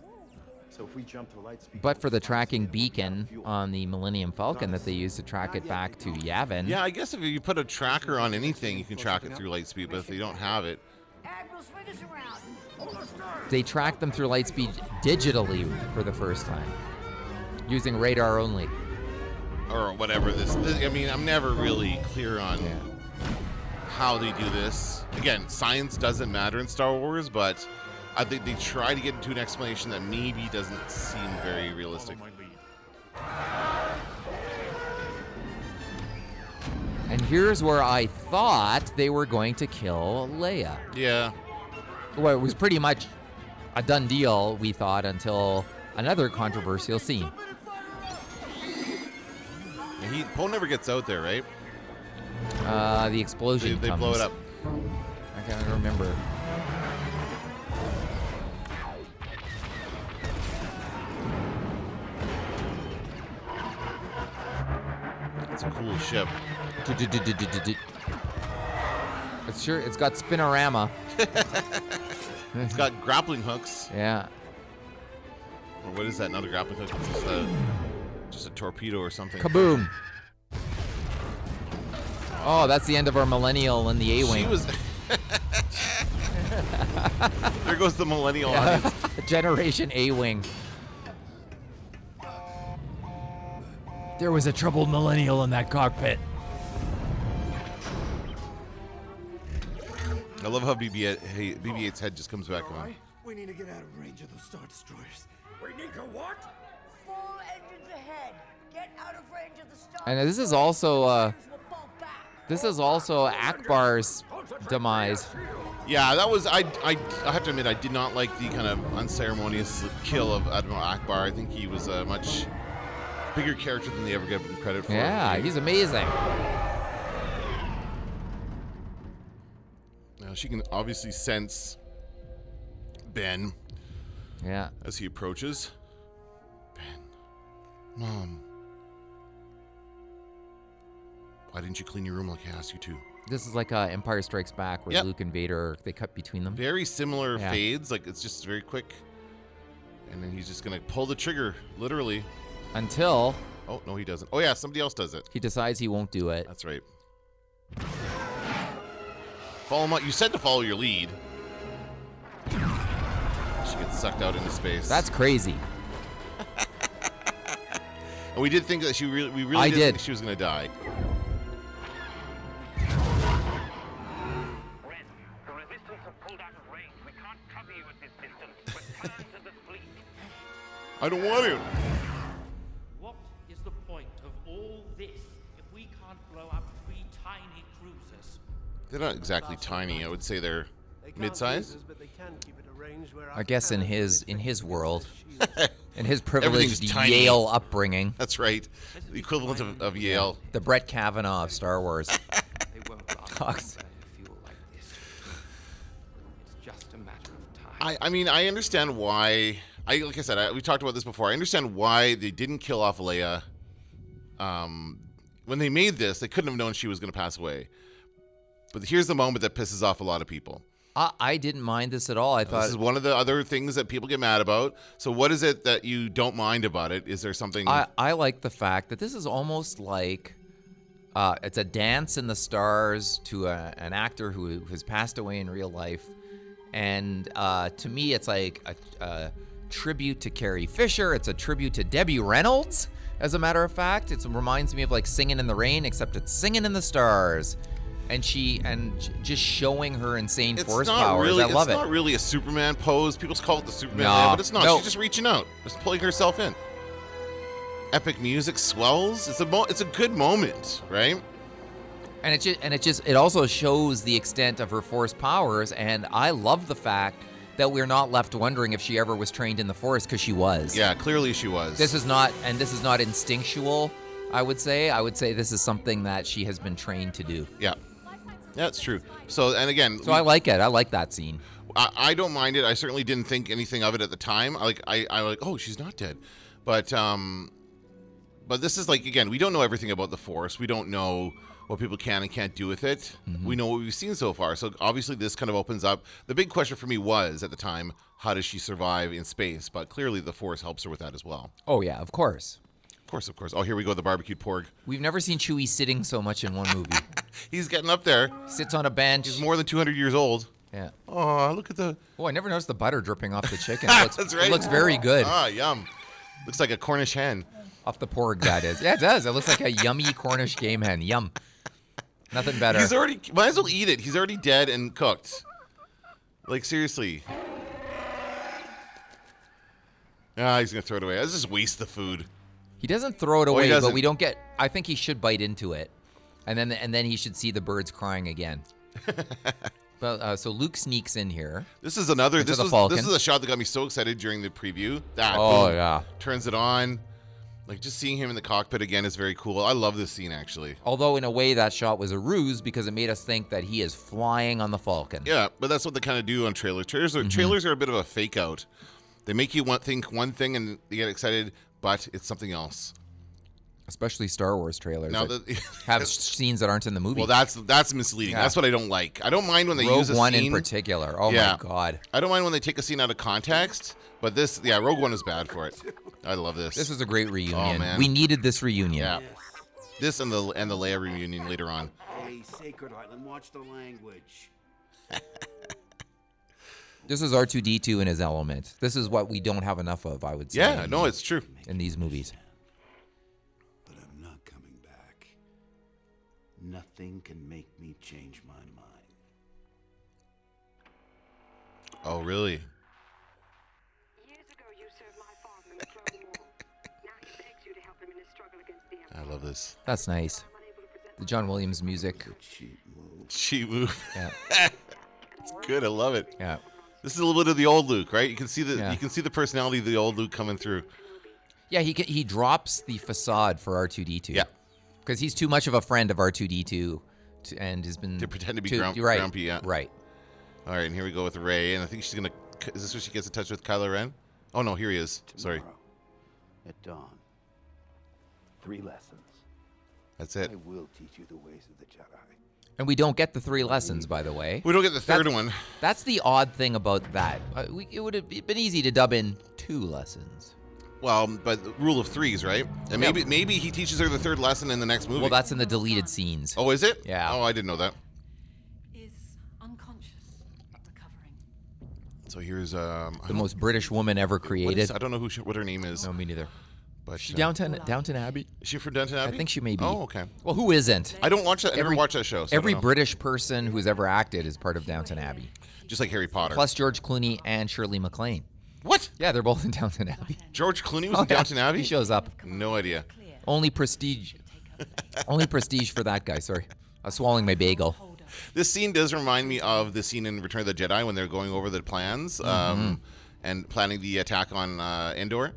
[SPEAKER 10] So if we jump to light speed,
[SPEAKER 2] But for the tracking beacon uh, on the Millennium Falcon that they used to track it back to Yavin.
[SPEAKER 1] Yeah, I guess if you put a tracker on anything, you can track it through light speed. But if they don't have it,
[SPEAKER 14] Admiral, swing us around.
[SPEAKER 2] They tracked them through lightspeed digitally for the first time, using radar only.
[SPEAKER 1] or whatever this, this I mean, I'm never really clear on how they do this. Again, science doesn't matter in Star Wars, but I think they try to get into an explanation that maybe doesn't seem very
[SPEAKER 5] Oh
[SPEAKER 1] realistic.
[SPEAKER 2] And here's where I thought they were going to kill Leia.
[SPEAKER 1] Yeah.
[SPEAKER 2] Well, it was pretty much a done deal, we thought, until another controversial scene.
[SPEAKER 1] And he Poe never gets out there, right?
[SPEAKER 2] Uh, the explosion.
[SPEAKER 1] They- they blow it up.
[SPEAKER 2] comes. I can't remember.
[SPEAKER 1] It's a cool ship.
[SPEAKER 2] It's sure it's got spinorama.
[SPEAKER 1] *laughs* It's got grappling hooks.
[SPEAKER 2] Yeah.
[SPEAKER 1] Or what is that? Another grappling hook? It's just a, just a torpedo or something.
[SPEAKER 2] Kaboom. Oh, that's the end of our millennial in the A wing.
[SPEAKER 1] She was. *laughs* there goes the millennial audience.
[SPEAKER 2] Generation A wing. There was a troubled millennial in that cockpit.
[SPEAKER 1] I love how BB, hey, BB-8's head just comes back on.
[SPEAKER 7] We need to get out of range of those Star Destroyers.
[SPEAKER 14] We need to what? Full engines ahead. Get out of range of the star.
[SPEAKER 2] And this is also uh, this is also Akbar's demise.
[SPEAKER 1] Yeah, that was I, I. I have to admit, I did not like the kind of unceremonious kill of Admiral Akbar. I think he was a much bigger character than they ever gave him credit for.
[SPEAKER 2] Yeah, he's amazing.
[SPEAKER 1] she can obviously sense Ben.
[SPEAKER 2] Yeah.
[SPEAKER 1] As he approaches. Ben. Mom. Why didn't you clean your room like I asked you to?
[SPEAKER 2] This is like uh, Empire Strikes Back, where
[SPEAKER 1] Yep.
[SPEAKER 2] Luke and Vader they cut between them.
[SPEAKER 1] Very similar
[SPEAKER 2] Yeah.
[SPEAKER 1] fades. Like it's just very quick. And then he's just gonna pull the trigger, literally.
[SPEAKER 2] Until
[SPEAKER 1] Oh no, he doesn't. Oh yeah, somebody else does it.
[SPEAKER 2] he decides he won't do it.
[SPEAKER 1] That's right. Follow my. You said to follow your lead. She gets sucked out into space.
[SPEAKER 2] That's crazy.
[SPEAKER 1] And we did think that she really, we really
[SPEAKER 2] I
[SPEAKER 1] did,
[SPEAKER 2] did.
[SPEAKER 1] think she was gonna die. I don't want to.
[SPEAKER 5] What is the point of all this if we can't blow up three tiny cruisers?
[SPEAKER 1] They're not exactly tiny. I would say they're mid-sized.
[SPEAKER 2] I guess in his in
[SPEAKER 1] *laughs*
[SPEAKER 2] his world, in
[SPEAKER 1] Everything's
[SPEAKER 2] his privileged
[SPEAKER 1] tiny.
[SPEAKER 2] Yale upbringing,
[SPEAKER 1] That's right. The equivalent of, of Yale.
[SPEAKER 2] the Brett Kavanaugh of Star Wars. *laughs* Talks.
[SPEAKER 5] It's just a matter of time.
[SPEAKER 1] I, I mean, I understand why. I like I said, I, we talked about this before. I understand why they didn't kill off Leia. Um, when they made this, they couldn't have known she was going to pass away. But here's the moment that pisses off a lot of people.
[SPEAKER 2] I, I didn't mind this at all. I thought
[SPEAKER 1] this is one of the other things that people get mad about. So, what is it that you don't mind about it? Is there something?
[SPEAKER 2] I, I like the fact that this is almost like uh, it's a dance in the stars to a, an actor who has passed away in real life. And uh, to me, it's like a, a tribute to Carrie Fisher. It's a tribute to Debbie Reynolds, as a matter of fact. It reminds me of like Singing in the Rain, except it's Singing in the Stars. And she, and j- just showing her insane
[SPEAKER 1] it's
[SPEAKER 2] force
[SPEAKER 1] not
[SPEAKER 2] powers.
[SPEAKER 1] really.
[SPEAKER 2] I love
[SPEAKER 1] it's
[SPEAKER 2] it.
[SPEAKER 1] not really a Superman pose. People call it the Superman,
[SPEAKER 2] No,
[SPEAKER 1] layout, but it's not.
[SPEAKER 2] no.
[SPEAKER 1] She's just reaching out, just pulling herself in. Epic music swells. It's a mo- it's a good moment, right?
[SPEAKER 2] And it just and it just it also shows the extent of her force powers and I love the fact that we're not left wondering if she ever was trained in the force cuz she was.
[SPEAKER 1] Yeah, clearly she was.
[SPEAKER 2] This is not and this is not instinctual, I would say. I would say this is something that she has been trained to do.
[SPEAKER 1] Yeah. That's true. So, and again,
[SPEAKER 2] So I like it. I like that scene.
[SPEAKER 1] I, I don't mind it. I certainly didn't think anything of it at the time. I like, I, I like, oh, she's not dead, but, um, but this is like again, we don't know everything about the force. We don't know what people can and can't do with it. We know what we've seen so far. So obviously, this kind of opens up. The big question for me was at the time, how does she survive in space? But clearly, the force helps her with that as well.
[SPEAKER 2] Oh yeah, of course.
[SPEAKER 1] Of course, of course. Oh, here we go. The barbecued porg.
[SPEAKER 2] We've never seen Chewie sitting so much in one
[SPEAKER 1] *laughs*
[SPEAKER 2] movie.
[SPEAKER 1] He's getting up there.
[SPEAKER 2] Sits on a bench.
[SPEAKER 1] He's more than 200 years old.
[SPEAKER 2] Yeah.
[SPEAKER 1] Oh, look at the.
[SPEAKER 2] Oh, I never noticed the butter dripping off
[SPEAKER 1] *laughs*
[SPEAKER 2] the chicken. It looks,
[SPEAKER 1] That's right.
[SPEAKER 2] It looks very good.
[SPEAKER 1] Ah, yum. Looks like a Cornish hen.
[SPEAKER 2] Off the porg that is. Yeah, it does. It looks like a yummy Cornish game hen. Yum. Nothing better.
[SPEAKER 1] He's already might as well eat it. He's already dead and cooked. Like seriously. Ah, he's gonna throw it away. Let's just waste the food.
[SPEAKER 2] He doesn't throw it
[SPEAKER 1] Oh, he
[SPEAKER 2] away, but
[SPEAKER 1] doesn't.
[SPEAKER 2] we don't get. I think he should bite into it, and then and then he should see the birds
[SPEAKER 1] *laughs*
[SPEAKER 2] crying again. but uh, so Luke sneaks in here.
[SPEAKER 1] This is another.
[SPEAKER 2] Into
[SPEAKER 1] This
[SPEAKER 2] the
[SPEAKER 1] was,
[SPEAKER 2] Falcon.
[SPEAKER 1] this is a shot that got me so excited during the preview. That
[SPEAKER 2] Oh,
[SPEAKER 1] boom,
[SPEAKER 2] yeah.
[SPEAKER 1] turns it on. Like just seeing him in the cockpit again is very cool. I love this scene actually.
[SPEAKER 2] Although in a way that shot was a ruse because it made us think that he is flying on the Falcon.
[SPEAKER 1] Yeah, but that's what they kind of do on trailers. Trailers are
[SPEAKER 2] Mm-hmm.
[SPEAKER 1] trailers are a bit of a fake out. They make you want, think one thing and you get excited, but it's something else.
[SPEAKER 2] Especially Star Wars trailers
[SPEAKER 1] Now
[SPEAKER 2] that
[SPEAKER 1] that- *laughs*
[SPEAKER 2] have scenes that aren't in the movie.
[SPEAKER 1] Well, that's that's misleading.
[SPEAKER 2] Yeah.
[SPEAKER 1] That's what I don't like. I don't mind when they
[SPEAKER 2] Rogue
[SPEAKER 1] use a
[SPEAKER 2] One
[SPEAKER 1] scene.
[SPEAKER 2] in particular. Oh
[SPEAKER 1] Yeah.
[SPEAKER 2] my god,
[SPEAKER 1] I don't mind when they take a scene out of context, but this, yeah, Rogue One is bad for it. I love this.
[SPEAKER 2] this was a great reunion.
[SPEAKER 1] Oh, man.
[SPEAKER 2] We needed this reunion.
[SPEAKER 1] yeah. This and the and the Leia reunion later on.
[SPEAKER 13] Hey, Sacred Island, watch the language.
[SPEAKER 2] This is R two D two in his element. This is what we don't have enough of. I would say.
[SPEAKER 1] Yeah, no, it's true.
[SPEAKER 2] In these movies.
[SPEAKER 13] Nothing can make me change my mind.
[SPEAKER 1] Oh, really? I love this.
[SPEAKER 2] That's nice. The John Williams music.
[SPEAKER 1] She *laughs* move.
[SPEAKER 2] Yeah.
[SPEAKER 1] it's good. I love it.
[SPEAKER 2] Yeah.
[SPEAKER 1] This is a little bit of the old Luke, right? You can see the
[SPEAKER 2] Yeah.
[SPEAKER 1] you can see the personality of the old Luke coming through.
[SPEAKER 2] Yeah, he ca- he drops the facade for R2D2. Yeah. Because he's too much of a friend of R2D2 to, and has been
[SPEAKER 1] To pretend to be
[SPEAKER 2] too-
[SPEAKER 1] grump-
[SPEAKER 2] right,
[SPEAKER 1] grumpy, yeah.
[SPEAKER 2] Right.
[SPEAKER 1] All right, and here we go with Ray, and I think she's gonna. Is this where she gets in touch with Kylo Ren? Oh no, here he is. Sorry.
[SPEAKER 13] At dawn.
[SPEAKER 12] Three lessons.
[SPEAKER 1] That's it.
[SPEAKER 12] I will teach you the ways of the Jedi.
[SPEAKER 2] And we don't get the three lessons, by the way.
[SPEAKER 1] We don't get the third
[SPEAKER 2] That's-
[SPEAKER 1] one.
[SPEAKER 2] That's the odd thing about that. Uh, we, it would have been easy to dub in two lessons.
[SPEAKER 1] Well, but the rule of threes, right? And
[SPEAKER 2] Yeah.
[SPEAKER 1] maybe maybe he teaches her the third lesson in the next movie.
[SPEAKER 2] Well, that's in the deleted scenes.
[SPEAKER 1] Oh, is it?
[SPEAKER 2] Yeah.
[SPEAKER 1] Oh, I didn't know that.
[SPEAKER 16] Is unconscious, but recovering.
[SPEAKER 1] So here's um I
[SPEAKER 2] The
[SPEAKER 1] don't-
[SPEAKER 2] most British woman ever
[SPEAKER 1] what is-
[SPEAKER 2] created.
[SPEAKER 1] I don't know who she, what her name is.
[SPEAKER 2] No, me neither.
[SPEAKER 1] But
[SPEAKER 2] She
[SPEAKER 1] uh,
[SPEAKER 2] Downton Downton Abbey.
[SPEAKER 1] Is she from Downton Abbey?
[SPEAKER 2] I think she may be.
[SPEAKER 1] Oh, okay.
[SPEAKER 2] Well, who isn't?
[SPEAKER 1] I don't watch that. I never watched that show. So I
[SPEAKER 2] every
[SPEAKER 1] don't know.
[SPEAKER 2] British person who's ever acted is part of Downton Abbey.
[SPEAKER 1] Just like Harry Potter.
[SPEAKER 2] Plus George Clooney and Shirley MacLaine.
[SPEAKER 1] What?
[SPEAKER 2] Yeah, they're both in Downton Abbey.
[SPEAKER 1] George Clooney was
[SPEAKER 2] Oh,
[SPEAKER 1] in
[SPEAKER 2] yeah.
[SPEAKER 1] Downton Abbey.
[SPEAKER 2] He shows up.
[SPEAKER 1] No idea. Oh.
[SPEAKER 2] Only prestige.
[SPEAKER 1] *laughs*
[SPEAKER 2] Only prestige for that guy. Sorry, I was swallowing my bagel.
[SPEAKER 1] This scene does remind me of the scene in Return of the Jedi when they're going over the plans
[SPEAKER 2] Mm-hmm.
[SPEAKER 1] um, and planning the attack on uh, Endor.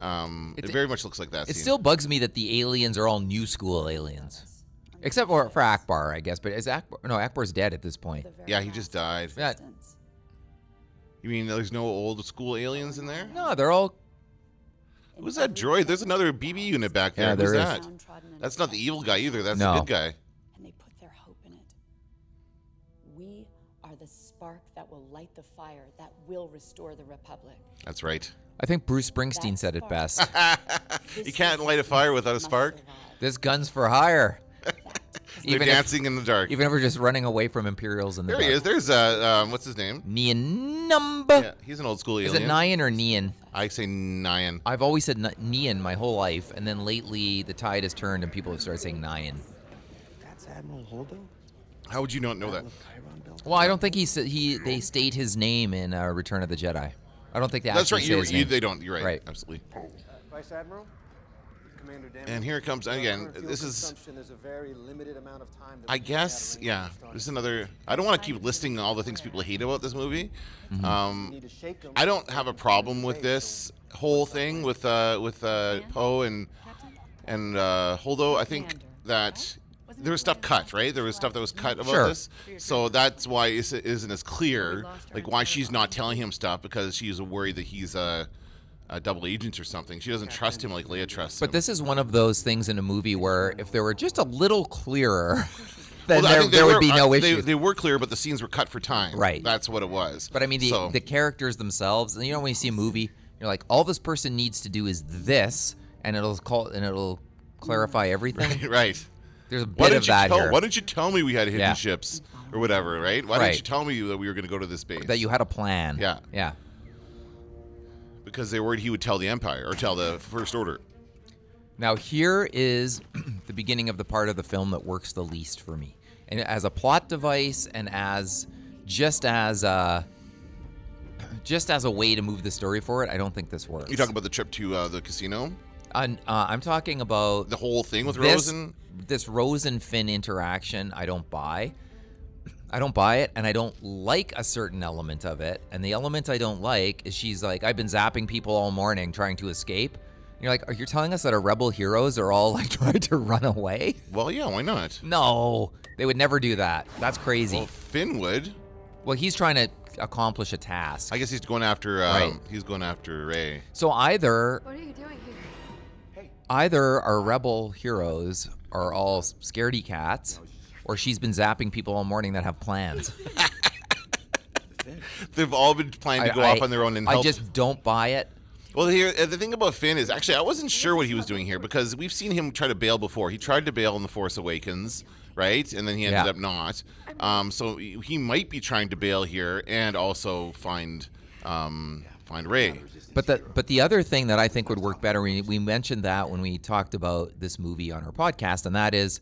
[SPEAKER 1] Um, it
[SPEAKER 2] It's-
[SPEAKER 1] very much looks like that.
[SPEAKER 2] It
[SPEAKER 1] scene.
[SPEAKER 2] still bugs me that the aliens are all new school aliens, except for for Akbar, I guess. But is Akbar? No, Akbar's dead at this point.
[SPEAKER 1] Yeah, he just died.
[SPEAKER 2] Yeah.
[SPEAKER 1] You mean there's no old school aliens in there?
[SPEAKER 2] No, they're all.
[SPEAKER 1] Who's that droid? There's another BB unit back there.
[SPEAKER 2] Yeah,
[SPEAKER 1] Who's
[SPEAKER 2] there is.
[SPEAKER 1] that? That's not the evil guy either. That's the
[SPEAKER 2] No.
[SPEAKER 1] good guy.
[SPEAKER 17] and they put their hope in it. We are the spark that will light the fire that will restore the Republic.
[SPEAKER 1] That's right. *laughs*
[SPEAKER 2] I think Bruce Springsteen said it best.
[SPEAKER 1] you can't light a fire without a spark.
[SPEAKER 2] this gun's for hire.
[SPEAKER 1] They're
[SPEAKER 2] if-
[SPEAKER 1] dancing in *laughs* the dark.
[SPEAKER 2] Even if we're just running away from Imperials in the
[SPEAKER 1] There
[SPEAKER 2] dark.
[SPEAKER 1] he is. There's uh, um, what's his name?
[SPEAKER 2] Nian
[SPEAKER 1] Yeah, he's an old school
[SPEAKER 2] Is
[SPEAKER 1] alien.
[SPEAKER 2] it Nyan or Nian?
[SPEAKER 1] I say Nyan.
[SPEAKER 2] I've always said Ni- Nian my whole life, and then lately the tide has turned and people have started saying Nyan.
[SPEAKER 12] That's Admiral Holdo?
[SPEAKER 1] How would you not know that?
[SPEAKER 2] Well, I don't think he said he. They state his name in uh, Return of the Jedi. I don't think they.
[SPEAKER 1] That's
[SPEAKER 2] actually
[SPEAKER 1] right.
[SPEAKER 2] say
[SPEAKER 1] You,
[SPEAKER 2] his
[SPEAKER 1] you,
[SPEAKER 2] name.
[SPEAKER 1] they don't. You're right.
[SPEAKER 2] Right.
[SPEAKER 1] Absolutely.
[SPEAKER 6] Vice Admiral? Commander Damron.
[SPEAKER 1] And here it comes again.
[SPEAKER 6] Current fuel
[SPEAKER 1] This is,
[SPEAKER 6] consumption, There's a very limited amount of time that
[SPEAKER 1] I
[SPEAKER 6] we can
[SPEAKER 1] guess,
[SPEAKER 6] gather
[SPEAKER 1] yeah.
[SPEAKER 6] any started.
[SPEAKER 1] This is another. I don't want to keep listing all the things people hate about this movie.
[SPEAKER 2] Mhm.
[SPEAKER 1] Um,
[SPEAKER 6] Need to shake 'em.
[SPEAKER 1] I don't have a problem with this whole thing with uh, with uh, Poe and and uh, Holdo. I think that there was stuff cut, right? There was stuff that was cut about
[SPEAKER 2] Sure.
[SPEAKER 1] this, so that's why it isn't as clear, like why she's not telling him stuff because she's worried that he's a, a double agent or something. She doesn't trust him like Leia trusts him.
[SPEAKER 2] But this is one of those things in a movie where if there were just a little clearer, *laughs* then
[SPEAKER 1] Well, I
[SPEAKER 2] there,
[SPEAKER 1] think they
[SPEAKER 2] there
[SPEAKER 1] were-
[SPEAKER 2] would be no
[SPEAKER 1] uh, they-
[SPEAKER 2] issue.
[SPEAKER 1] They were clear, but the scenes were cut for time.
[SPEAKER 2] Right.
[SPEAKER 1] That's what it was.
[SPEAKER 2] But I mean, the,
[SPEAKER 1] So-
[SPEAKER 2] the characters themselves. You know, when you see a movie, you're like, all this person needs to do is this, and it'll call and it'll clarify everything.
[SPEAKER 1] Right, *laughs* right.
[SPEAKER 2] *laughs* There's a
[SPEAKER 1] Why
[SPEAKER 2] bit
[SPEAKER 1] didn't
[SPEAKER 2] of
[SPEAKER 1] you
[SPEAKER 2] that
[SPEAKER 1] tell,
[SPEAKER 2] here.
[SPEAKER 1] Why didn't you tell me we had hidden
[SPEAKER 2] Yeah.
[SPEAKER 1] ships or whatever, right? Why
[SPEAKER 2] Right.
[SPEAKER 1] didn't you tell me that we were going to go to this base?
[SPEAKER 2] that you had a plan.
[SPEAKER 1] Yeah.
[SPEAKER 2] Yeah.
[SPEAKER 1] Because they worried he would tell the Empire or tell the First Order.
[SPEAKER 2] Now here is *clears throat* the beginning of the part of the film that works the least for me, and as a plot device, and as just as a just as a way to move the story forward, I don't think this works.
[SPEAKER 1] You talking about the trip to uh, the casino?
[SPEAKER 2] I'm, uh, I'm talking about
[SPEAKER 1] the whole thing with
[SPEAKER 2] this,
[SPEAKER 1] Rose and
[SPEAKER 2] This Rose and Finn interaction, I don't buy. I don't buy it, and I don't like a certain element of it. And the element I don't like is she's like, I've been zapping people all morning trying to escape. And you're like, are you telling us that our rebel heroes are all like *laughs* trying to run away?
[SPEAKER 1] Well, yeah, why not?
[SPEAKER 2] No, they would never do that. That's crazy. Well,
[SPEAKER 1] Finn would.
[SPEAKER 2] Well, he's trying to accomplish a task.
[SPEAKER 1] I guess he's going after. Um,
[SPEAKER 2] Right.
[SPEAKER 1] He's going after Ray.
[SPEAKER 2] So either
[SPEAKER 18] What are you doing here?
[SPEAKER 2] either our rebel heroes are all scaredy cats, or she's been zapping people all morning that have
[SPEAKER 1] *laughs*
[SPEAKER 2] plans.
[SPEAKER 1] They've all been planning to
[SPEAKER 2] I-
[SPEAKER 1] go
[SPEAKER 2] I-
[SPEAKER 1] off on their own and
[SPEAKER 2] I
[SPEAKER 1] help.
[SPEAKER 2] just don't buy it.
[SPEAKER 1] Well, here uh, the thing about Finn is actually I wasn't sure what he was doing here because we've seen him try to bail before. He tried to bail in The Force Awakens, right? And then he ended
[SPEAKER 2] Yeah.
[SPEAKER 1] up not. Um, so he he might be trying to bail here and also find um, find Ray.
[SPEAKER 2] But the but the other thing that I think would work better, we, we mentioned that when we talked about this movie on our podcast, and that is,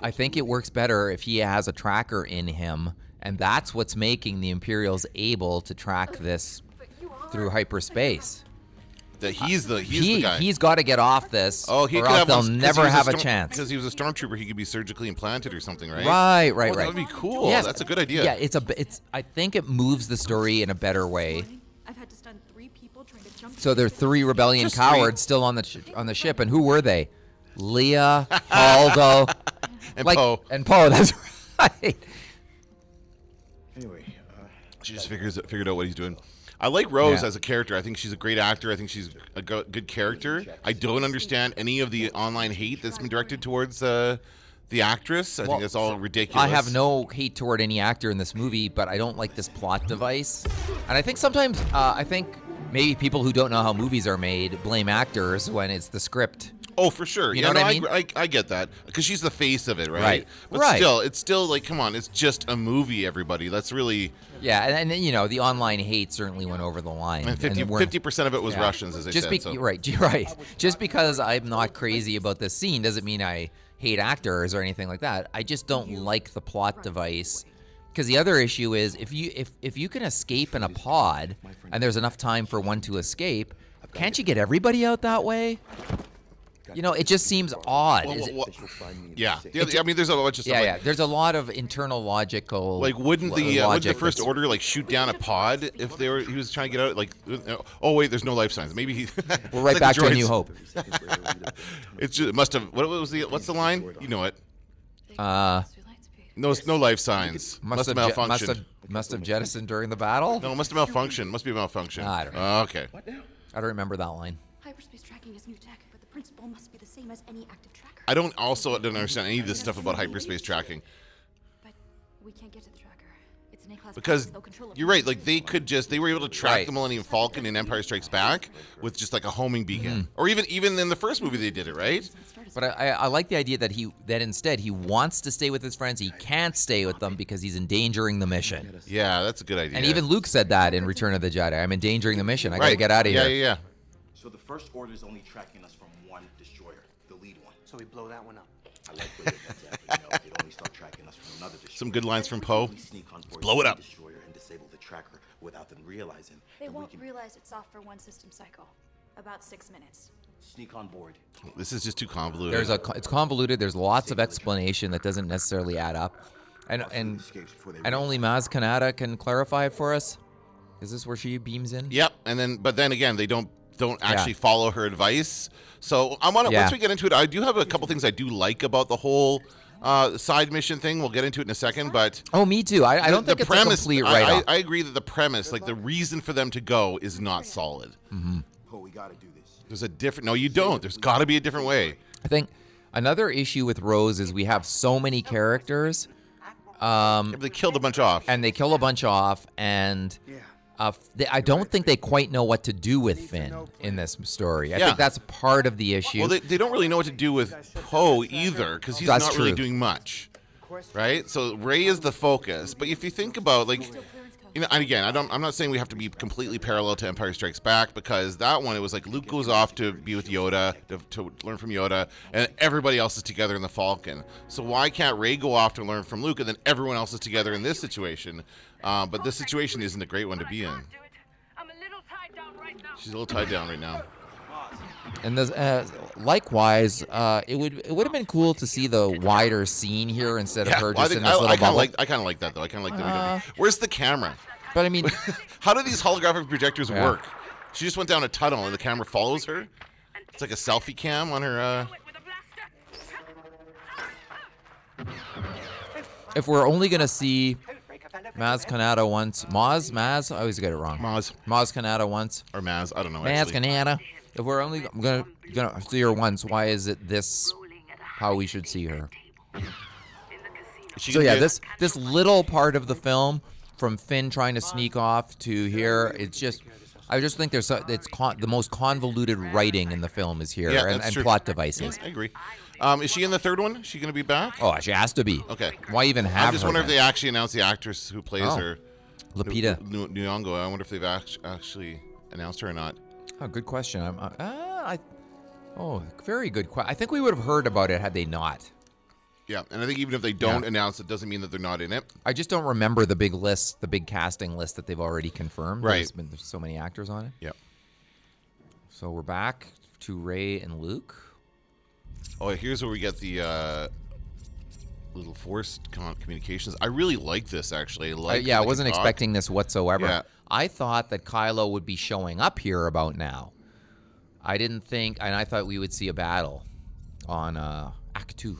[SPEAKER 2] I think it works better if he has a tracker in him, and that's what's making the Imperials able to track this through hyperspace.
[SPEAKER 1] That he's the he's
[SPEAKER 2] he
[SPEAKER 1] the guy.
[SPEAKER 2] has got to get off this,
[SPEAKER 1] oh, he
[SPEAKER 2] or
[SPEAKER 1] could
[SPEAKER 2] else
[SPEAKER 1] have
[SPEAKER 2] they'll never have a chance.
[SPEAKER 1] because he was a stormtrooper. He could be surgically implanted or something, right?
[SPEAKER 2] Right, right,
[SPEAKER 1] Oh,
[SPEAKER 2] right.
[SPEAKER 1] That would be cool.
[SPEAKER 2] Yes.
[SPEAKER 1] That's a good idea.
[SPEAKER 2] Yeah, it's a b- it's. I think it moves the story in a better way.
[SPEAKER 18] I've had to stun three people trying to jump.
[SPEAKER 2] So there are three rebellion
[SPEAKER 18] Just three.
[SPEAKER 2] cowards still on the sh- on the ship, and who were they? Leah, Aldo,
[SPEAKER 1] *laughs* And
[SPEAKER 2] like, *laughs*
[SPEAKER 1] Poe.
[SPEAKER 2] And Poe. That's right.
[SPEAKER 12] Anyway, uh,
[SPEAKER 1] She just figures figured out what he's doing. I like Rose as a character. I think she's a great actor. I think she's a go- good character. I don't understand any of the online hate that's been directed towards uh, the actress. I
[SPEAKER 2] Well,
[SPEAKER 1] think that's all ridiculous.
[SPEAKER 2] I have no hate toward any actor in this movie, but I don't like this plot device. And I think sometimes, uh, I think maybe people who don't know how movies are made blame actors when it's the script.
[SPEAKER 1] Oh, for sure.
[SPEAKER 2] You
[SPEAKER 1] Yeah,
[SPEAKER 2] know
[SPEAKER 1] no,
[SPEAKER 2] what I mean?
[SPEAKER 1] I, I get that because she's the face of it, right?
[SPEAKER 2] Right.
[SPEAKER 1] But
[SPEAKER 2] Right.
[SPEAKER 1] still, it's still like, come on, it's just a movie. Everybody, that's really
[SPEAKER 2] Yeah, and, and then, you know the online hate certainly went over the line.
[SPEAKER 1] And 50
[SPEAKER 2] we're-
[SPEAKER 1] 50% of it was Russians, as I
[SPEAKER 2] just
[SPEAKER 1] said, so-
[SPEAKER 2] Right, *laughs* j- right. Just because I'm not crazy about this scene doesn't mean I hate actors or anything like that. I just don't like the plot device. Because the other issue is if you if if you can escape in a pod and there's enough time for one to escape, can't you get everybody out that way? You know, it just seems odd.
[SPEAKER 1] Well,
[SPEAKER 2] Is
[SPEAKER 1] well,
[SPEAKER 2] it-
[SPEAKER 1] yeah. The
[SPEAKER 2] It
[SPEAKER 1] other-
[SPEAKER 2] ju-
[SPEAKER 1] I mean, there's a bunch of stuff
[SPEAKER 2] Yeah,
[SPEAKER 1] like-
[SPEAKER 2] yeah. There's a lot of internal logical.
[SPEAKER 1] like wouldn't
[SPEAKER 2] lo-
[SPEAKER 1] the uh, wouldn't the
[SPEAKER 2] logic
[SPEAKER 1] first
[SPEAKER 2] that's-
[SPEAKER 1] order like shoot down a pod if they were he was trying to get out? Like, uh, oh wait, there's no life signs. Maybe he. *laughs*
[SPEAKER 2] We're right
[SPEAKER 1] Like the
[SPEAKER 2] back to A
[SPEAKER 1] droids.
[SPEAKER 2] New Hope.
[SPEAKER 1] it's just, it must have. What was the what's the line? You know it.
[SPEAKER 2] Uh,
[SPEAKER 1] No, no life signs. Must, have
[SPEAKER 2] je-
[SPEAKER 1] malfunctioned.
[SPEAKER 2] Must have, must have jettisoned during the battle.
[SPEAKER 1] No, must have malfunctioned. Must be a malfunction.
[SPEAKER 2] I don't know.
[SPEAKER 1] Okay.
[SPEAKER 2] I don't remember that line.
[SPEAKER 18] Hyperspace tracking is new tech, but the principle must be the same as any active tracker.
[SPEAKER 1] I don't also don't understand any of this stuff about hyperspace tracking
[SPEAKER 18] But we can't get to the tracker. It's an A-class
[SPEAKER 1] because
[SPEAKER 18] no control of
[SPEAKER 1] you're right. Like they could just they were able to track
[SPEAKER 2] Right.
[SPEAKER 1] the Millennium Falcon in Empire Strikes Back with just like a homing beacon,
[SPEAKER 2] Mm-hmm.
[SPEAKER 1] or even even in the first movie they did it right.
[SPEAKER 2] But I, I, I like the idea that he that instead he wants to stay with his friends. He can't stay with them because he's endangering the mission.
[SPEAKER 1] Yeah, that's a good idea.
[SPEAKER 2] And even Luke said that in Return of the Jedi. I'm endangering the mission. I gotta
[SPEAKER 1] Right.
[SPEAKER 2] get out of
[SPEAKER 1] Yeah,
[SPEAKER 2] here.
[SPEAKER 1] yeah, yeah.
[SPEAKER 19] So the first order is only tracking us from one destroyer, the lead one.
[SPEAKER 11] So we blow that one up.
[SPEAKER 19] I like where that's at, but no, they'd only start tracking us from another destroyer.
[SPEAKER 1] Some good lines from Poe.
[SPEAKER 19] We sneak on board
[SPEAKER 1] Blow it
[SPEAKER 19] the
[SPEAKER 1] up.
[SPEAKER 19] Destroyer and disable the tracker without them realizing.
[SPEAKER 18] They
[SPEAKER 19] and we
[SPEAKER 18] won't
[SPEAKER 19] can
[SPEAKER 18] realize it's off for one system cycle. About six minutes.
[SPEAKER 19] sneak on board.
[SPEAKER 1] This is just too convoluted.
[SPEAKER 2] There's a co- it's convoluted. There's lots of explanation that doesn't necessarily add up. And and and only Maz Kanata can clarify it for us. Is this where she beams in?
[SPEAKER 1] Yep, and then but then again, they don't don't
[SPEAKER 2] Yeah.
[SPEAKER 1] actually follow her advice. So I want to
[SPEAKER 2] Yeah.
[SPEAKER 1] once we get into it, I do have a couple things I do like about the whole uh, side mission thing. We'll get into it in a second, but
[SPEAKER 2] Oh, me too. I, I don't think it's a complete
[SPEAKER 1] I-
[SPEAKER 2] write-off.
[SPEAKER 1] I, I agree that the premise, like the reason for them to go, is not solid.
[SPEAKER 2] Mhm.
[SPEAKER 19] Oh, we gotta do this.
[SPEAKER 1] There's a different. No, you don't. There's got to be a different way.
[SPEAKER 2] I think another issue with Rose is we have so many characters. Um,
[SPEAKER 1] they killed a bunch off,
[SPEAKER 2] and they kill a bunch off, and uh, f- they, I don't think they quite know what to do with Finn in this story. I
[SPEAKER 1] Yeah.
[SPEAKER 2] think that's part of the issue.
[SPEAKER 1] Well, they, they don't really know what to do with Poe either, because he's
[SPEAKER 2] That's
[SPEAKER 1] not really
[SPEAKER 2] true.
[SPEAKER 1] doing much, right? So Ray is the focus, but if you think about like, you know, and again, I don't, I'm not saying we have to be completely parallel to Empire Strikes Back because that one it was like Luke goes off to be with Yoda to, to learn from Yoda, and everybody else is together in the Falcon. So why can't Ray go off to learn from Luke, and then everyone else is together in this situation? Um, but this situation isn't a great one to be in. She's a little tied down right now.
[SPEAKER 2] And this, uh, likewise, uh, it would it would have been cool to see the wider scene here instead of her
[SPEAKER 1] Well, I
[SPEAKER 2] just
[SPEAKER 1] think
[SPEAKER 2] in
[SPEAKER 1] I,
[SPEAKER 2] this little
[SPEAKER 1] I kind of
[SPEAKER 2] bubble.
[SPEAKER 1] like I kind of like that though. I kind of like that. we don't-
[SPEAKER 2] Uh,
[SPEAKER 1] Where's the camera?
[SPEAKER 2] But
[SPEAKER 1] *laughs*
[SPEAKER 2] I mean,
[SPEAKER 1] how do these holographic projectors
[SPEAKER 2] Yeah.
[SPEAKER 1] work? She just went down a tunnel and the camera follows her. It's like a selfie cam on her. Uh,
[SPEAKER 2] if we're only gonna see Maz Kanata once, Maz Maz, I always get it wrong.
[SPEAKER 1] Maz
[SPEAKER 2] Maz Kanata once,
[SPEAKER 1] or Maz, I don't know.
[SPEAKER 2] Maz
[SPEAKER 1] actually.
[SPEAKER 2] Kanata. If we're only gonna gonna see her once, why is it this? How we should see her?
[SPEAKER 1] She
[SPEAKER 2] so
[SPEAKER 1] could
[SPEAKER 2] yeah,
[SPEAKER 1] be a-
[SPEAKER 2] this this little part of the film, from Finn trying to sneak off to here, it's just. I just think there's so, it's con- the most convoluted writing in the film is here
[SPEAKER 1] Yeah,
[SPEAKER 2] and,
[SPEAKER 1] that's
[SPEAKER 2] and
[SPEAKER 1] true.
[SPEAKER 2] plot devices.
[SPEAKER 1] I agree. Um, is she in the third one? Is she gonna be back?
[SPEAKER 2] Oh, she has to be.
[SPEAKER 1] Okay.
[SPEAKER 2] Why even have
[SPEAKER 1] I just
[SPEAKER 2] her
[SPEAKER 1] wonder if
[SPEAKER 2] then?
[SPEAKER 1] they actually announced the actress who plays
[SPEAKER 2] Oh.
[SPEAKER 1] her.
[SPEAKER 2] Lupita.
[SPEAKER 1] Nu- Nu- Nyong'o. I wonder if they've act- actually announced her or not.
[SPEAKER 2] Oh, good question. I'm, uh, I, oh, very good question. I think we would have heard about it had they not.
[SPEAKER 1] Yeah, and I think even if they don't
[SPEAKER 2] Yeah.
[SPEAKER 1] announce it, doesn't mean that they're not in it.
[SPEAKER 2] I just don't remember the big list, the big casting list that they've already confirmed.
[SPEAKER 1] Right.
[SPEAKER 2] There's been there's so many actors on it.
[SPEAKER 1] Yep.
[SPEAKER 2] So we're back to Ray and Luke.
[SPEAKER 1] Oh, here's where we get the uh, little forced con- communications. I really like this actually. I
[SPEAKER 2] I-
[SPEAKER 1] like
[SPEAKER 2] Uh, yeah,
[SPEAKER 1] how they
[SPEAKER 2] I
[SPEAKER 1] can
[SPEAKER 2] wasn't
[SPEAKER 1] talk.
[SPEAKER 2] expecting this whatsoever.
[SPEAKER 1] Yeah.
[SPEAKER 2] I thought that Kylo would be showing up here about now. I didn't think, and I thought we would see a battle on uh, Act Two.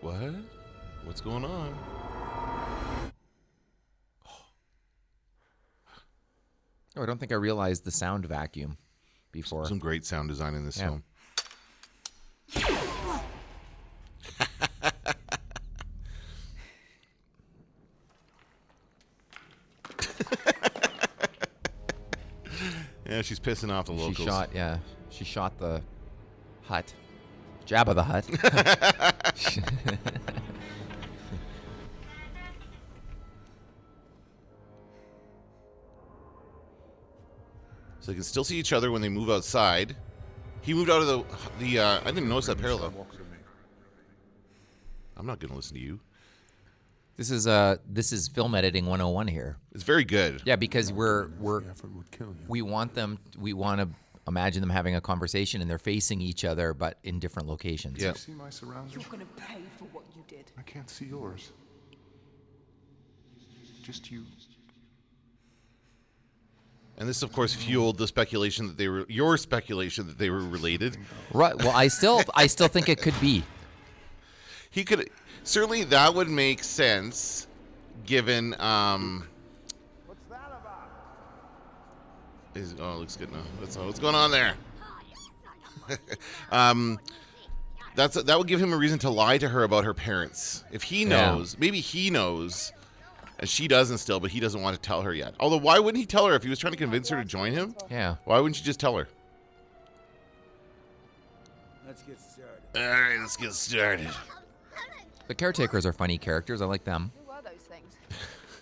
[SPEAKER 1] What? What's going on?
[SPEAKER 2] Oh, I don't think I realized the sound vacuum before.
[SPEAKER 1] Some great sound design in this
[SPEAKER 2] Yeah. *laughs*
[SPEAKER 1] film. *laughs* yeah, she's pissing off the locals.
[SPEAKER 2] She shot, yeah. She shot the hut. Jabba
[SPEAKER 1] *laughs*
[SPEAKER 2] the hut.
[SPEAKER 1] So they can still see each other when they move outside. He moved out of the the. Uh, I didn't notice that parallel. I'm not gonna listen to you.
[SPEAKER 2] This is uh this is film editing 101 here.
[SPEAKER 1] It's very good.
[SPEAKER 2] Yeah, because we're we're we want them we want to imagine them having a conversation and they're facing each other but in different locations.
[SPEAKER 1] Yeah.
[SPEAKER 7] See my surroundings?
[SPEAKER 18] You're gonna pay for what you did.
[SPEAKER 7] I can't see yours. Just you.
[SPEAKER 1] And this, of course, fueled the speculation that they were your speculation that they were related.
[SPEAKER 2] Right. Well,
[SPEAKER 1] *laughs*
[SPEAKER 2] I still I still think it could be.
[SPEAKER 1] He could certainly that would make sense, given um. What's that about? Is, oh, it looks good now. That's all. What's going on there? *laughs* um, that's that would give him a reason to lie to her about her parents. If he
[SPEAKER 2] Yeah.
[SPEAKER 1] knows, maybe he knows, and she doesn't still, but he doesn't want to tell her yet. Although, why wouldn't he tell her if he was trying to convince her to join him?
[SPEAKER 2] Yeah.
[SPEAKER 1] Why wouldn't you just tell her?
[SPEAKER 10] Let's get started.
[SPEAKER 1] All right, let's get started.
[SPEAKER 2] The caretakers are funny characters. I like them.
[SPEAKER 14] Who are those things?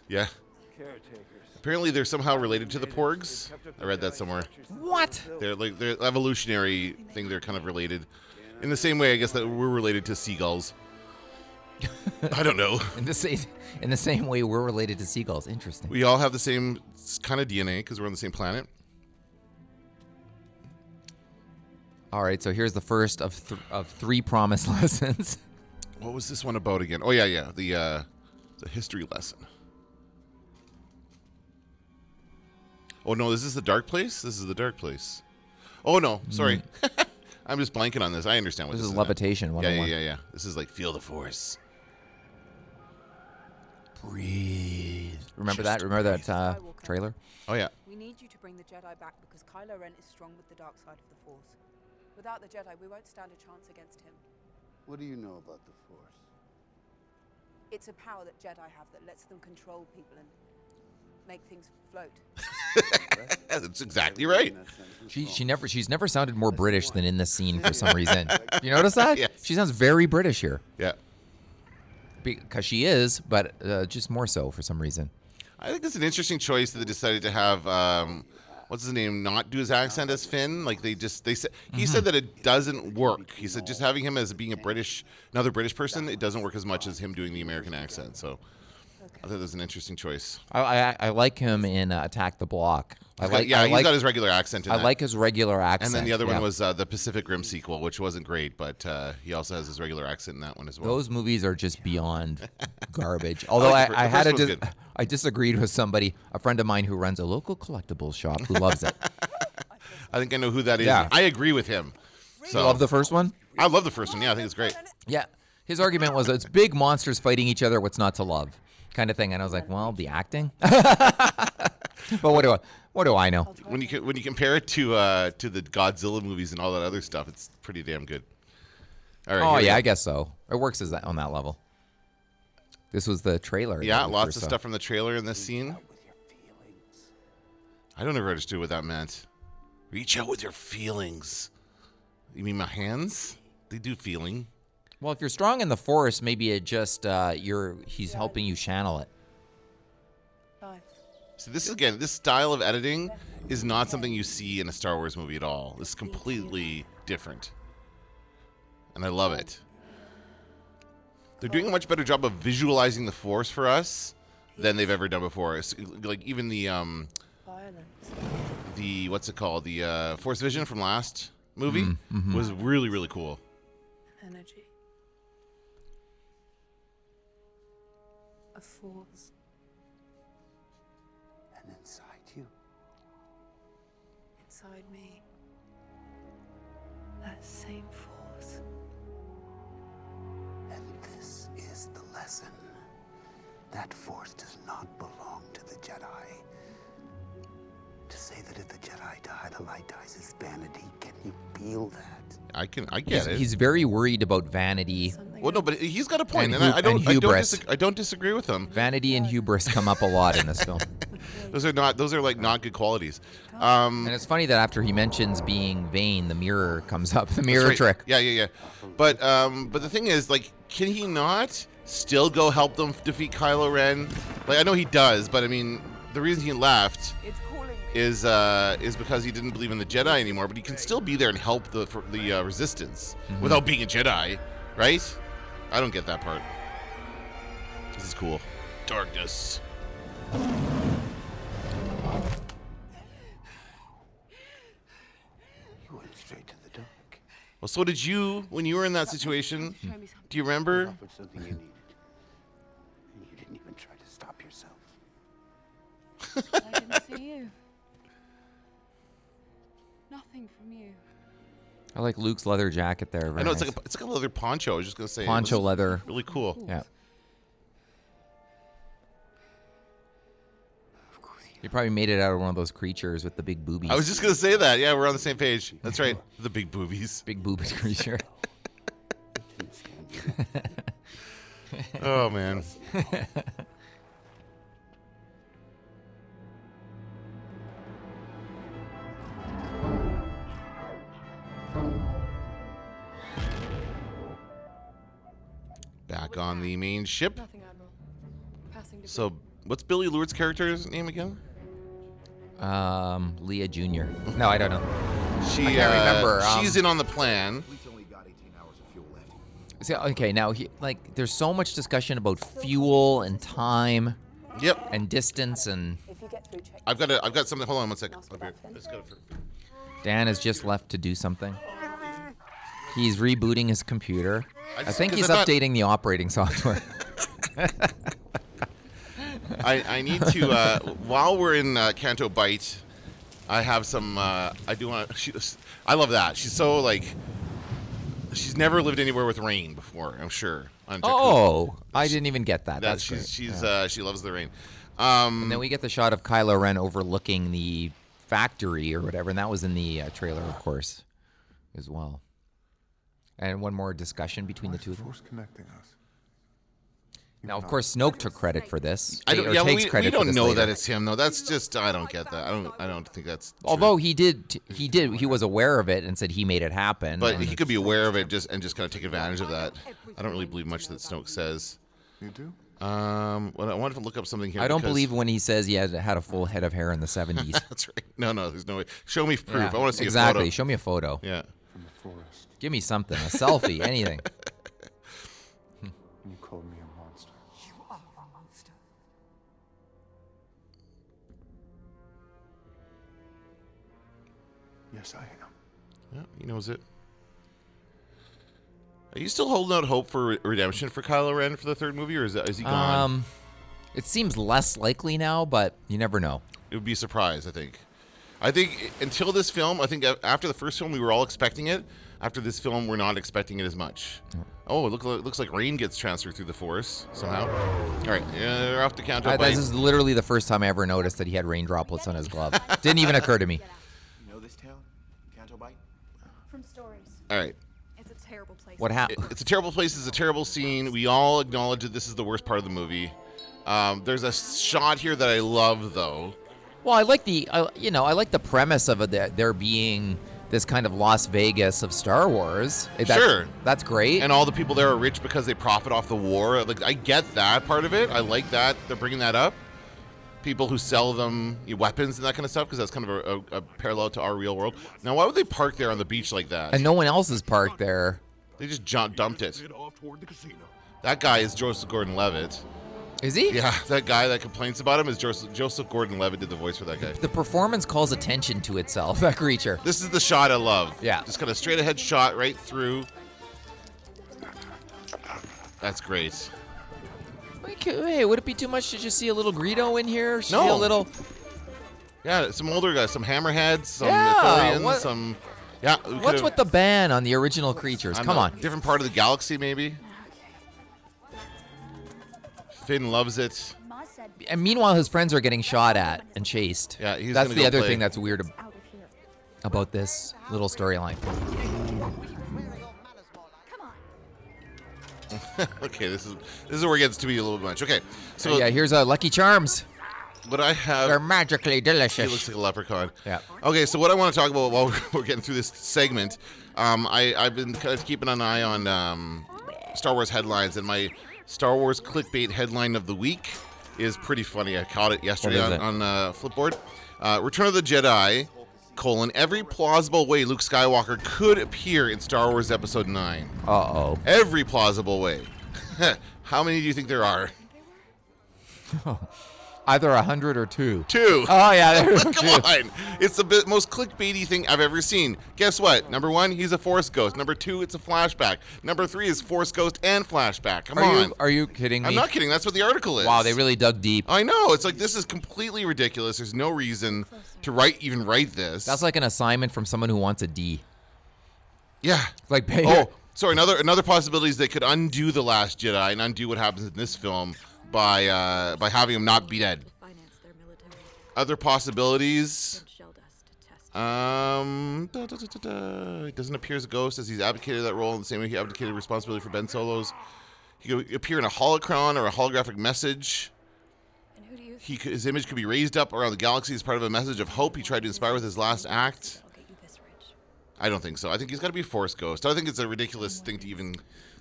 [SPEAKER 1] Yeah.
[SPEAKER 10] Caretakers.
[SPEAKER 1] Apparently, they're somehow related to the porgs. I read that somewhere.
[SPEAKER 2] What?
[SPEAKER 1] They're like they're evolutionary thing. They're kind of related, in the same way I guess that we're related to seagulls. *laughs* I don't know.
[SPEAKER 2] In the same in the same way we're related to seagulls. Interesting.
[SPEAKER 1] We all have the same s- kind of DNA because we're on the same planet.
[SPEAKER 2] All right, so here's the first of th- of three promise *laughs* lessons.
[SPEAKER 1] What was this one about again? Oh yeah, yeah. The uh, the history lesson. Oh no, this is the dark place. This is the dark place. Oh no, sorry. *laughs* I'm just blanking on this. I understand what
[SPEAKER 2] Mm. This
[SPEAKER 1] this,
[SPEAKER 2] is
[SPEAKER 1] now.
[SPEAKER 2] levitation
[SPEAKER 1] Yeah, yeah,
[SPEAKER 2] 101.
[SPEAKER 1] yeah, yeah. This is like feel the force. Breathe.
[SPEAKER 2] Remember that? Remember that uh, trailer?
[SPEAKER 1] Oh yeah.
[SPEAKER 20] We need you to bring the Jedi back because Kylo Ren is strong with the dark side of the Force. Without the Jedi, we won't stand a chance against him.
[SPEAKER 13] What do you know about the Force?
[SPEAKER 20] It's a power that Jedi have that lets them control people and make things float.
[SPEAKER 1] That's exactly right.
[SPEAKER 2] She she never she's never sounded more British than in this scene
[SPEAKER 1] *laughs*
[SPEAKER 2] for some reason. you notice that? She sounds very British here.
[SPEAKER 1] Yeah.
[SPEAKER 2] Because she is, but uh, just more so for some reason.
[SPEAKER 1] I think it's an interesting choice that they decided to have. Um, what's his name? Not do his accent as Finn. Like they just they said he
[SPEAKER 2] Mm-hmm.
[SPEAKER 1] said that it doesn't work. He said just having him as being a British another British person, it doesn't work as much as him doing the American accent. So I thought that was an interesting choice.
[SPEAKER 2] I I, I like him in uh, Attack the Block. I
[SPEAKER 1] He's got-
[SPEAKER 2] like
[SPEAKER 1] yeah,
[SPEAKER 2] I
[SPEAKER 1] he's
[SPEAKER 2] like,
[SPEAKER 1] got his regular accent. In
[SPEAKER 2] I
[SPEAKER 1] that.
[SPEAKER 2] like his regular accent.
[SPEAKER 1] And then the other
[SPEAKER 2] yeah.
[SPEAKER 1] one was uh, the Pacific Rim sequel, which wasn't great, but uh, he also has his regular accent in that one as well.
[SPEAKER 2] Those movies are
[SPEAKER 1] *laughs*
[SPEAKER 2] just beyond garbage. Although
[SPEAKER 1] like
[SPEAKER 2] I,
[SPEAKER 1] the fir-
[SPEAKER 2] I,
[SPEAKER 1] the
[SPEAKER 2] had a
[SPEAKER 1] first one's
[SPEAKER 2] dis- I disagreed with somebody, a friend of mine who runs a local collectibles shop who loves it.
[SPEAKER 1] I think I know who that is.
[SPEAKER 2] Yeah.
[SPEAKER 1] I agree with him. *laughs* So
[SPEAKER 2] You love the first one?
[SPEAKER 1] I love the first one. Yeah, I think it's great.
[SPEAKER 2] Yeah. His argument was it's big monsters fighting each other, what's not to love? Kind of thing. And I was like, well, the acting? *laughs* but what do I what do I know?
[SPEAKER 1] When you co- when you compare it to uh, to the Godzilla movies and all that other stuff, it's pretty damn good. All right.
[SPEAKER 2] oh
[SPEAKER 1] here we
[SPEAKER 2] yeah,
[SPEAKER 1] go.
[SPEAKER 2] I guess so. It works as that on that level. This was the trailer.
[SPEAKER 1] Yeah,
[SPEAKER 2] that we
[SPEAKER 1] lots
[SPEAKER 2] first
[SPEAKER 1] of
[SPEAKER 2] saw.
[SPEAKER 1] stuff from the trailer in this scene. I don't ever understood what that meant. Reach out with your feelings. You mean my hands? They do feeling.
[SPEAKER 2] Well, if you're strong in the forest, maybe it just uh, you're he's helping you channel it.
[SPEAKER 1] So this is again, this style of editing is not something you see in a Star Wars movie at all. It's completely different, and I love it. They're doing a much better job of visualizing the Force for us than they've ever done before. It's like even the um, the what's it called, the uh, Force Vision from last movie
[SPEAKER 2] Mm, mhm.
[SPEAKER 1] was really really cool.
[SPEAKER 20] Energy. A force.
[SPEAKER 7] And inside you.
[SPEAKER 20] inside me. That same force.
[SPEAKER 7] This is the lesson. lesson. That force does not belong to the Jedi. To say that if the Jedi die, the light dies is vanity. Can you feel that?
[SPEAKER 1] I can. I
[SPEAKER 2] he's,
[SPEAKER 1] get it.
[SPEAKER 2] he's very worried about vanity.
[SPEAKER 1] well, no, but he's got a point,
[SPEAKER 2] And
[SPEAKER 1] and, I,
[SPEAKER 2] hu-
[SPEAKER 1] I don't.
[SPEAKER 2] and
[SPEAKER 1] I don't,
[SPEAKER 2] hubris.
[SPEAKER 1] disag- I don't disagree with him.
[SPEAKER 2] Vanity and hubris come up a lot in this
[SPEAKER 1] *laughs*
[SPEAKER 2] film.
[SPEAKER 1] Those are not. Those are like not good qualities. Um,
[SPEAKER 2] and it's funny that after he mentions being vain, the mirror comes up. The mirror
[SPEAKER 1] That's right.
[SPEAKER 2] trick.
[SPEAKER 1] Yeah, yeah, yeah. But um, but the thing is, like, can he not still go help them defeat Kylo Ren? Like, I know he does, but I mean, the reason he left is uh is because he didn't believe in the Jedi anymore. But he can still be there and help the for the uh, Resistance
[SPEAKER 2] Mhm.
[SPEAKER 1] without being a Jedi, right? I don't get that part. This is cool. Darkness.
[SPEAKER 7] You went straight to the dark.
[SPEAKER 1] Well, so did you when you were in that situation. Do you remember?
[SPEAKER 7] Offered something you needed, and you didn't even try to stop yourself.
[SPEAKER 9] I didn't see you. Nothing from you.
[SPEAKER 2] I like Luke's leather jacket there.
[SPEAKER 1] I
[SPEAKER 2] very
[SPEAKER 1] know it's
[SPEAKER 2] nice.
[SPEAKER 1] like a, it's like a leather poncho. I was just gonna say it
[SPEAKER 2] Poncho
[SPEAKER 1] was *laughs*
[SPEAKER 2] leather.
[SPEAKER 1] Really cool.
[SPEAKER 2] Yeah. He probably made it out of one of those creatures with the big boobies.
[SPEAKER 1] I was just gonna say that. Yeah, we're on the same page. That's
[SPEAKER 2] *laughs*
[SPEAKER 1] right. The big boobies.
[SPEAKER 2] Big boobies creature. *laughs*
[SPEAKER 1] oh man. Back on the main ship.
[SPEAKER 21] Nothing, Admiral. Passing debris.
[SPEAKER 1] So, what's Billy Lord's character's name again?
[SPEAKER 2] Um, Leah Jr. No, I don't know.
[SPEAKER 1] She.
[SPEAKER 2] I can't
[SPEAKER 1] uh,
[SPEAKER 2] remember. um,
[SPEAKER 1] she's in on the plan.
[SPEAKER 2] See, okay, now he, like there's so much discussion about fuel and time.
[SPEAKER 1] Yep.
[SPEAKER 2] And distance and
[SPEAKER 20] If you get through, check.
[SPEAKER 1] I've got a. I've got something. Hold on one second. Up here. Let's go for-
[SPEAKER 2] Dan has just left to do something. He's rebooting his computer.
[SPEAKER 1] I
[SPEAKER 2] I,
[SPEAKER 1] just-
[SPEAKER 2] think
[SPEAKER 1] 'cause
[SPEAKER 2] he's
[SPEAKER 1] I thought-
[SPEAKER 2] updating the
[SPEAKER 1] *laughs*
[SPEAKER 2] operating *laughs* software.
[SPEAKER 1] I, I need to uh, while we're in uh, Canto Bite, I have some. Uh, I do want. She, I love that. She's so like. She's never lived anywhere with rain before. I'm sure. on Jakku.
[SPEAKER 2] oh, I didn't even get
[SPEAKER 1] that
[SPEAKER 2] that. That's
[SPEAKER 1] she's
[SPEAKER 2] great.
[SPEAKER 1] she's
[SPEAKER 2] Yeah.
[SPEAKER 1] uh, she loves the rain. Um,
[SPEAKER 2] and then we get the shot of Kylo Ren overlooking the factory or whatever, and that was in the uh, trailer, of course, as well. And one more discussion between the two of them.
[SPEAKER 7] Connecting us.
[SPEAKER 2] Now, of course, Snoke took credit for this.
[SPEAKER 1] I
[SPEAKER 2] ta-
[SPEAKER 1] don't,
[SPEAKER 2] or
[SPEAKER 1] yeah,
[SPEAKER 2] takes
[SPEAKER 1] we, we
[SPEAKER 2] credit for
[SPEAKER 1] don't
[SPEAKER 2] this
[SPEAKER 1] know
[SPEAKER 2] later.
[SPEAKER 1] that it's him though. That's just I don't get that. I don't I don't think that's.
[SPEAKER 2] Although he did, he did, he was aware of it and said he made it happen.
[SPEAKER 1] But
[SPEAKER 2] and-
[SPEAKER 1] he could be aware of it just and just kind of take advantage of that. I don't really believe much that Snoke says.
[SPEAKER 7] You do?
[SPEAKER 1] Um, well, I wanted to look up something here.
[SPEAKER 2] I don't
[SPEAKER 1] because-
[SPEAKER 2] believe when he says he had had a full head of hair in the seventies.
[SPEAKER 1] *laughs* That's right. No, no, there's no way. Show me *laughs* proof. I want to see
[SPEAKER 2] exactly.
[SPEAKER 1] a photo.
[SPEAKER 2] Show me a photo.
[SPEAKER 1] Yeah.
[SPEAKER 7] From the forest.
[SPEAKER 2] Give me something, a
[SPEAKER 1] *laughs*
[SPEAKER 2] selfie, anything.
[SPEAKER 7] You called me a monster.
[SPEAKER 10] You are a monster.
[SPEAKER 7] Yes, I am.
[SPEAKER 1] Yeah, he knows it. Are you still holding out hope for re- redemption for Kylo Ren for the third movie, or is, that, is he gone?
[SPEAKER 2] Um, it seems less likely now, but you never know.
[SPEAKER 1] it would be a surprise, I think. I think i- until this film, I think a- after the first film, we were all expecting it. After this film, we're not expecting it as much. Oh, it look, it looks like rain gets transferred through the forest somehow. All right, yeah, we're off the count.
[SPEAKER 2] I, this is literally the first time I ever noticed that he had rain droplets on his
[SPEAKER 1] *laughs*
[SPEAKER 2] glove. Didn't even occur to me.
[SPEAKER 19] You know this town? Canto Bite?
[SPEAKER 18] From stories.
[SPEAKER 1] All right.
[SPEAKER 18] It's a terrible place.
[SPEAKER 2] What hap-
[SPEAKER 1] It- It's a terrible place. It's a terrible scene. We all acknowledge that this is the worst part of the movie. Um, there's a shot here that I love, though.
[SPEAKER 2] Well, I like the, I, you know, I like the premise of it, there, there being this kind of Las Vegas of Star Wars. That-
[SPEAKER 1] Sure.
[SPEAKER 2] that's great.
[SPEAKER 1] And all the people there are rich because they profit off the war. Like I get that part of it. I like that they're bringing that up. People who sell them you know, weapons and that kind of stuff because that's kind of a, a, a parallel to our real world. Now, why would they park there on the beach like that?
[SPEAKER 2] and no one else is parked there.
[SPEAKER 1] They just jump, dumped it. That guy is Joseph Gordon-Levitt.
[SPEAKER 2] Is he?
[SPEAKER 1] Yeah, that guy that complains about him is Joseph, Joseph Gordon-Levitt did the voice for that guy.
[SPEAKER 2] The performance calls attention to itself. *laughs* That creature.
[SPEAKER 1] This is the shot I love.
[SPEAKER 2] Yeah.
[SPEAKER 1] Just kind of straight ahead shot right through. That's great.
[SPEAKER 2] Wait, c- Hey, would it be too much to just see a little Greedo in here? See
[SPEAKER 1] No.
[SPEAKER 2] a little.
[SPEAKER 1] Yeah, some older guys, some hammerheads, some
[SPEAKER 2] Yeah,
[SPEAKER 1] Ithorians,
[SPEAKER 2] what-
[SPEAKER 1] some. Yeah. we
[SPEAKER 2] What's
[SPEAKER 1] could've-
[SPEAKER 2] with the ban on the original
[SPEAKER 1] I
[SPEAKER 2] creatures?
[SPEAKER 1] don't
[SPEAKER 2] Come
[SPEAKER 1] know,
[SPEAKER 2] on.
[SPEAKER 1] Different part of the galaxy, maybe. Finn loves it.
[SPEAKER 2] And meanwhile, his friends are getting shot at and chased.
[SPEAKER 1] Yeah, he's
[SPEAKER 2] that's
[SPEAKER 1] gonna
[SPEAKER 2] the
[SPEAKER 1] go
[SPEAKER 2] other
[SPEAKER 1] play.
[SPEAKER 2] thing that's weird ab- about this little storyline.
[SPEAKER 1] okay, this is this is where it gets to be a little bit much. Okay, so
[SPEAKER 2] yeah, here's uh, Lucky Charms.
[SPEAKER 1] What I have.
[SPEAKER 2] They're magically delicious.
[SPEAKER 1] uh, He looks like a leprechaun.
[SPEAKER 2] Yeah.
[SPEAKER 1] Okay, so what I want to talk about while *laughs* we're- we're getting through this segment, um, I, I've been kind of keeping an eye on um, Star Wars headlines, and my Star Wars clickbait headline of the week is pretty funny. I caught it yesterday
[SPEAKER 2] is
[SPEAKER 1] on,
[SPEAKER 2] it?
[SPEAKER 1] on uh, Flipboard. Uh, Return of the Jedi, colon, every plausible way Luke Skywalker could appear in Star Wars Episode 9.
[SPEAKER 2] Uh oh.
[SPEAKER 1] Every plausible way. *laughs* How many do you think there are?
[SPEAKER 2] Either a hundred or two.
[SPEAKER 1] Two.
[SPEAKER 2] Oh yeah, *laughs* there
[SPEAKER 1] Come on. It's the bi- most clickbaity thing I've ever seen. Guess what? Number one, he's a Force ghost. Number two, it's a flashback. Number three is Force ghost and flashback. Come
[SPEAKER 2] Are
[SPEAKER 1] on.
[SPEAKER 2] you are you kidding me?
[SPEAKER 1] I'm not kidding. That's what the article is.
[SPEAKER 2] Wow, they really dug deep.
[SPEAKER 1] I know. It's like this is completely ridiculous. There's no reason to write even write this.
[SPEAKER 2] That's like an assignment from someone who wants a D.
[SPEAKER 1] Yeah.
[SPEAKER 2] Like *laughs* pay.
[SPEAKER 1] Oh, sorry. Another another possibility is they could undo the Last Jedi and undo what happens in this film by uh, by having him not be dead. Other possibilities. Um, da, da, da, da, da. He doesn't appear as a ghost as he's abdicated that role in the same way he abdicated responsibility for Ben Solo's. He could appear in a holocron or a holographic message. He could, his image could be raised up around the galaxy as part of a message of hope he tried to inspire with his last act. I don't think so. I think he's got to be a Force Ghost. I think it's a ridiculous thing to even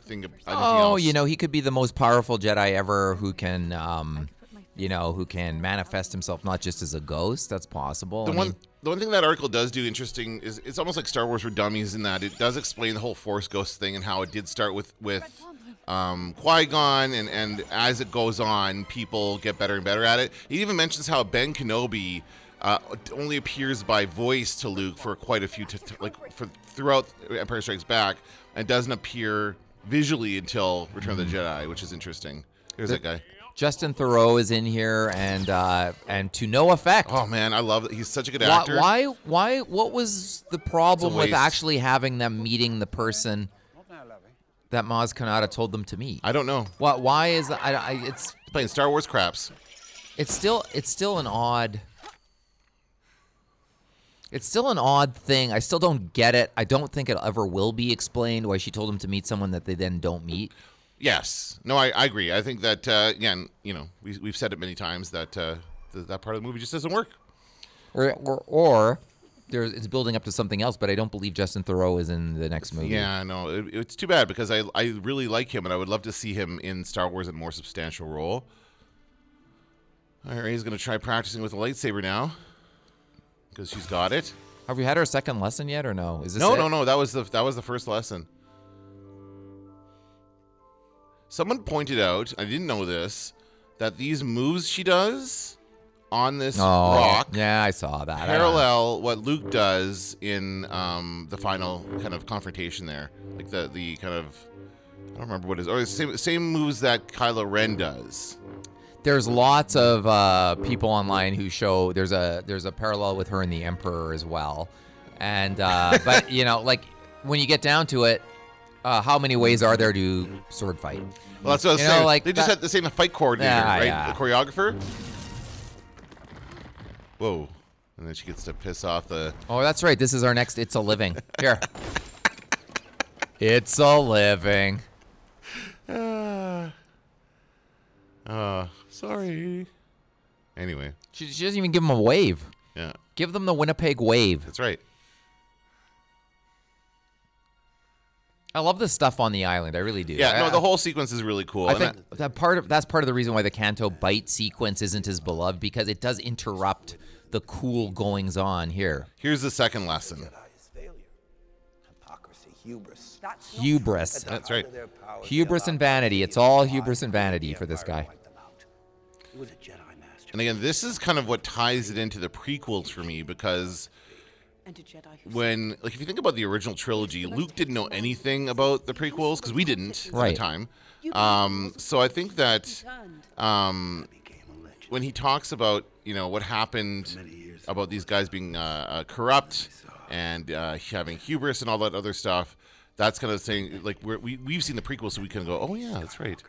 [SPEAKER 1] think of anything
[SPEAKER 2] Oh,
[SPEAKER 1] else.
[SPEAKER 2] you know, he could be the most powerful Jedi ever who can, um, you know, who can manifest himself not just as a ghost. That's possible.
[SPEAKER 1] The
[SPEAKER 2] I
[SPEAKER 1] one,
[SPEAKER 2] mean,
[SPEAKER 1] the one thing that article does do interesting is it's almost like Star Wars for Dummies in that it does explain the whole Force Ghost thing and how it did start with with um, Qui Gon and and as it goes on, people get better and better at it. It even mentions how Ben Kenobi. Uh, only appears by voice to Luke for quite a few, t- t- like for throughout Empire Strikes Back, and doesn't appear visually until Return
[SPEAKER 2] Mm-hmm.
[SPEAKER 1] of the Jedi, which is interesting. Here's that guy.
[SPEAKER 2] Justin Thoreau is in here, and uh, and to no effect.
[SPEAKER 1] Oh man, I love that. He's such a good
[SPEAKER 2] Why,
[SPEAKER 1] actor.
[SPEAKER 2] why? Why? What was the problem with
[SPEAKER 1] waste.
[SPEAKER 2] actually having them meeting the person that Maz Kanata told them to meet?
[SPEAKER 1] I don't know.
[SPEAKER 2] What? Why is that? I, I, it's
[SPEAKER 1] playing Star Wars craps.
[SPEAKER 2] It's still. It's still an odd. It's still an odd thing. I still don't get it. I don't think it ever will be explained why she told him to meet someone that they then don't meet.
[SPEAKER 1] Yes. No, I, I agree. I think that uh, again, you know, we, we've said it many times that uh, th- that part of the movie just doesn't work.
[SPEAKER 2] Or or, or there's, it's building up to something else, but I don't believe Justin Thoreau is in the next movie.
[SPEAKER 1] Yeah, no, it, it's too bad because I I really like him and I would love to see him in Star Wars in a more substantial role. All right, he's gonna try practicing with a lightsaber now because she's got it.
[SPEAKER 2] Have we had our second lesson yet, or no? Is this
[SPEAKER 1] no,
[SPEAKER 2] it?
[SPEAKER 1] no, no. That was the that was the first lesson. Someone pointed out, I didn't know this, that these moves she does on this
[SPEAKER 2] Oh,
[SPEAKER 1] rock
[SPEAKER 2] yeah, I saw that. I-
[SPEAKER 1] parallel what Luke does in um, the final kind of confrontation there, like the the kind of I don't remember what it is, or the same same moves that Kylo Ren does.
[SPEAKER 2] There's lots of uh, people online who show there's a there's a parallel with her and the Emperor as well,
[SPEAKER 1] *laughs*
[SPEAKER 2] and uh, but you know like when you get down to it, uh, how many ways are there to sword fight?
[SPEAKER 1] Well, that's what I was
[SPEAKER 2] you
[SPEAKER 1] saying.
[SPEAKER 2] Know, like
[SPEAKER 1] they just had the same fight coordinator,
[SPEAKER 2] Yeah,
[SPEAKER 1] right?
[SPEAKER 2] yeah.
[SPEAKER 1] The choreographer. Whoa! And then she gets to piss off the.
[SPEAKER 2] Oh, that's right. This is our next. It's a living. Here. it's a living.
[SPEAKER 1] Uh, uh, sorry. Anyway,
[SPEAKER 2] She, she doesn't even give them a wave.
[SPEAKER 1] Yeah.
[SPEAKER 2] Give them the Winnipeg wave.
[SPEAKER 1] That's right.
[SPEAKER 2] I love the stuff on the island. I really do.
[SPEAKER 1] yeah,
[SPEAKER 2] I-
[SPEAKER 1] no, the whole sequence is really cool.
[SPEAKER 2] I
[SPEAKER 1] and
[SPEAKER 2] think that part of that's part of the reason why the Canto bite sequence isn't as beloved because it does interrupt the cool goings on here.
[SPEAKER 1] Here's the second lesson.
[SPEAKER 12] Hypocrisy, hubris.
[SPEAKER 2] Hubris.
[SPEAKER 12] At the
[SPEAKER 1] That's
[SPEAKER 12] heart
[SPEAKER 1] right.
[SPEAKER 12] of their power, the
[SPEAKER 2] Hubris and vanity. It's all hubris and vanity for this guy.
[SPEAKER 12] He was a Jedi master.
[SPEAKER 1] And again, this is kind of what ties it into the prequels for me because
[SPEAKER 12] And a Jedi who
[SPEAKER 1] when, like, if you think about the original trilogy, Luke didn't know anything about the prequels because we didn't at
[SPEAKER 2] Right.
[SPEAKER 1] the time. Um, so I think that um, when he talks about, you know, what happened about these guys being uh, uh, corrupt and uh, having hubris and all that other stuff, that's kind of saying, like, we're, we, we've seen the prequels, so we can go, oh, yeah, that's right.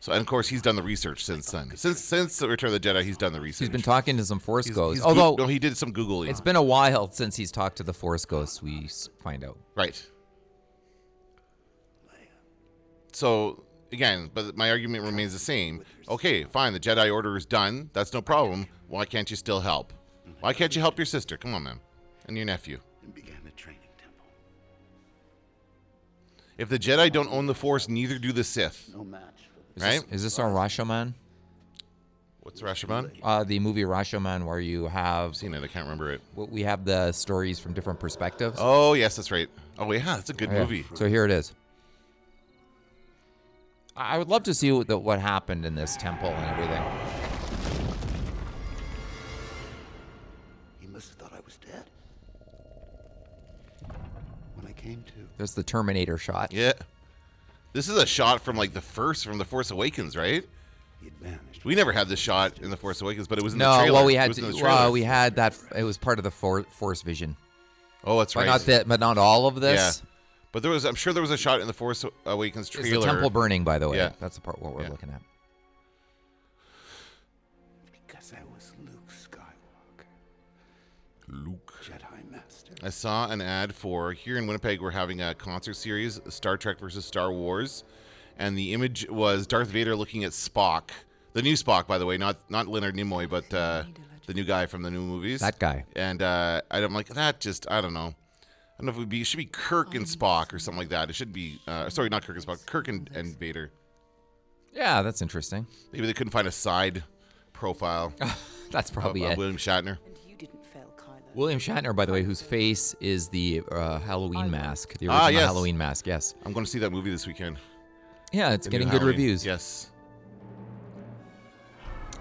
[SPEAKER 1] So and of course he's done the research since then. Since since the Return of the Jedi, he's done the research.
[SPEAKER 2] He's been talking to some Force
[SPEAKER 1] He's-
[SPEAKER 2] Ghosts.
[SPEAKER 1] he's
[SPEAKER 2] Although
[SPEAKER 1] Goog- no, he did some googling.
[SPEAKER 2] It's been a while since he's talked to the Force Ghosts. We s- find out.
[SPEAKER 1] Right. So again, but my argument remains the same. Okay, fine. The Jedi Order is done. That's no problem. Why can't you still help? Why can't you help your sister? Come on, man, and your nephew.
[SPEAKER 8] and began the training temple.
[SPEAKER 1] If the Jedi don't own the Force, neither do the Sith.
[SPEAKER 13] No match. For
[SPEAKER 2] Is
[SPEAKER 1] Right?
[SPEAKER 2] This, is this on Rashomon?
[SPEAKER 1] What's Rashomon?
[SPEAKER 2] Uh, the movie Rashomon, where you have
[SPEAKER 1] seen it. I can't remember it.
[SPEAKER 2] We have the stories from different perspectives.
[SPEAKER 1] Oh yes, that's right. Oh yeah, that's a good
[SPEAKER 2] Yeah.
[SPEAKER 1] movie.
[SPEAKER 2] So here it is. I I would love to see what, the, what happened in this temple and everything.
[SPEAKER 10] He must have thought I was dead.
[SPEAKER 13] When I came to,
[SPEAKER 2] There's the Terminator shot.
[SPEAKER 1] Yeah. This is a shot from like the first from the Force Awakens, right? We never had this shot in the Force Awakens, but it was in the
[SPEAKER 2] No,
[SPEAKER 1] trailer.
[SPEAKER 2] well, we
[SPEAKER 1] It
[SPEAKER 2] had
[SPEAKER 1] was in
[SPEAKER 2] to,
[SPEAKER 1] the
[SPEAKER 2] well,
[SPEAKER 1] trailer.
[SPEAKER 2] we had that. It was part of the for, Force Vision.
[SPEAKER 1] Oh, that's
[SPEAKER 2] but
[SPEAKER 1] right.
[SPEAKER 2] Not that, but not all of this.
[SPEAKER 1] Yeah. But there was, I'm sure there was a shot in the Force Awakens
[SPEAKER 2] It's
[SPEAKER 1] trailer.
[SPEAKER 2] the temple burning, by the way.
[SPEAKER 1] Yeah.
[SPEAKER 2] That's the part what we're
[SPEAKER 1] Yeah.
[SPEAKER 2] looking at.
[SPEAKER 13] because I was Luke Skywalker,
[SPEAKER 1] Luke
[SPEAKER 13] Jedi Master.
[SPEAKER 1] I saw an ad for here in Winnipeg. We're having a concert series, Star Trek versus Star Wars, and the image was Darth Vader looking at Spock, the new Spock, by the way, not not Leonard Nimoy, but uh, the new guy from the new movies.
[SPEAKER 2] That guy.
[SPEAKER 1] And uh, and I'm like, that just I don't know. I don't know if it would be. It should be Kirk and Spock or something like that. It should be. Uh, sorry, not Kirk and Spock. Kirk and, and Vader.
[SPEAKER 2] Yeah, that's interesting. *laughs*
[SPEAKER 1] Maybe they couldn't find a side profile.
[SPEAKER 2] That's
[SPEAKER 1] of-
[SPEAKER 2] probably
[SPEAKER 1] of
[SPEAKER 2] it.
[SPEAKER 1] William Shatner.
[SPEAKER 2] William Shatner, by the way, whose face is the uh, Halloween mask, the original
[SPEAKER 1] Ah, yes.
[SPEAKER 2] Halloween mask. Yes.
[SPEAKER 1] I'm going to see that movie this weekend.
[SPEAKER 2] Yeah, it's
[SPEAKER 1] The new
[SPEAKER 2] getting good
[SPEAKER 1] Halloween.
[SPEAKER 2] reviews.
[SPEAKER 1] Yes.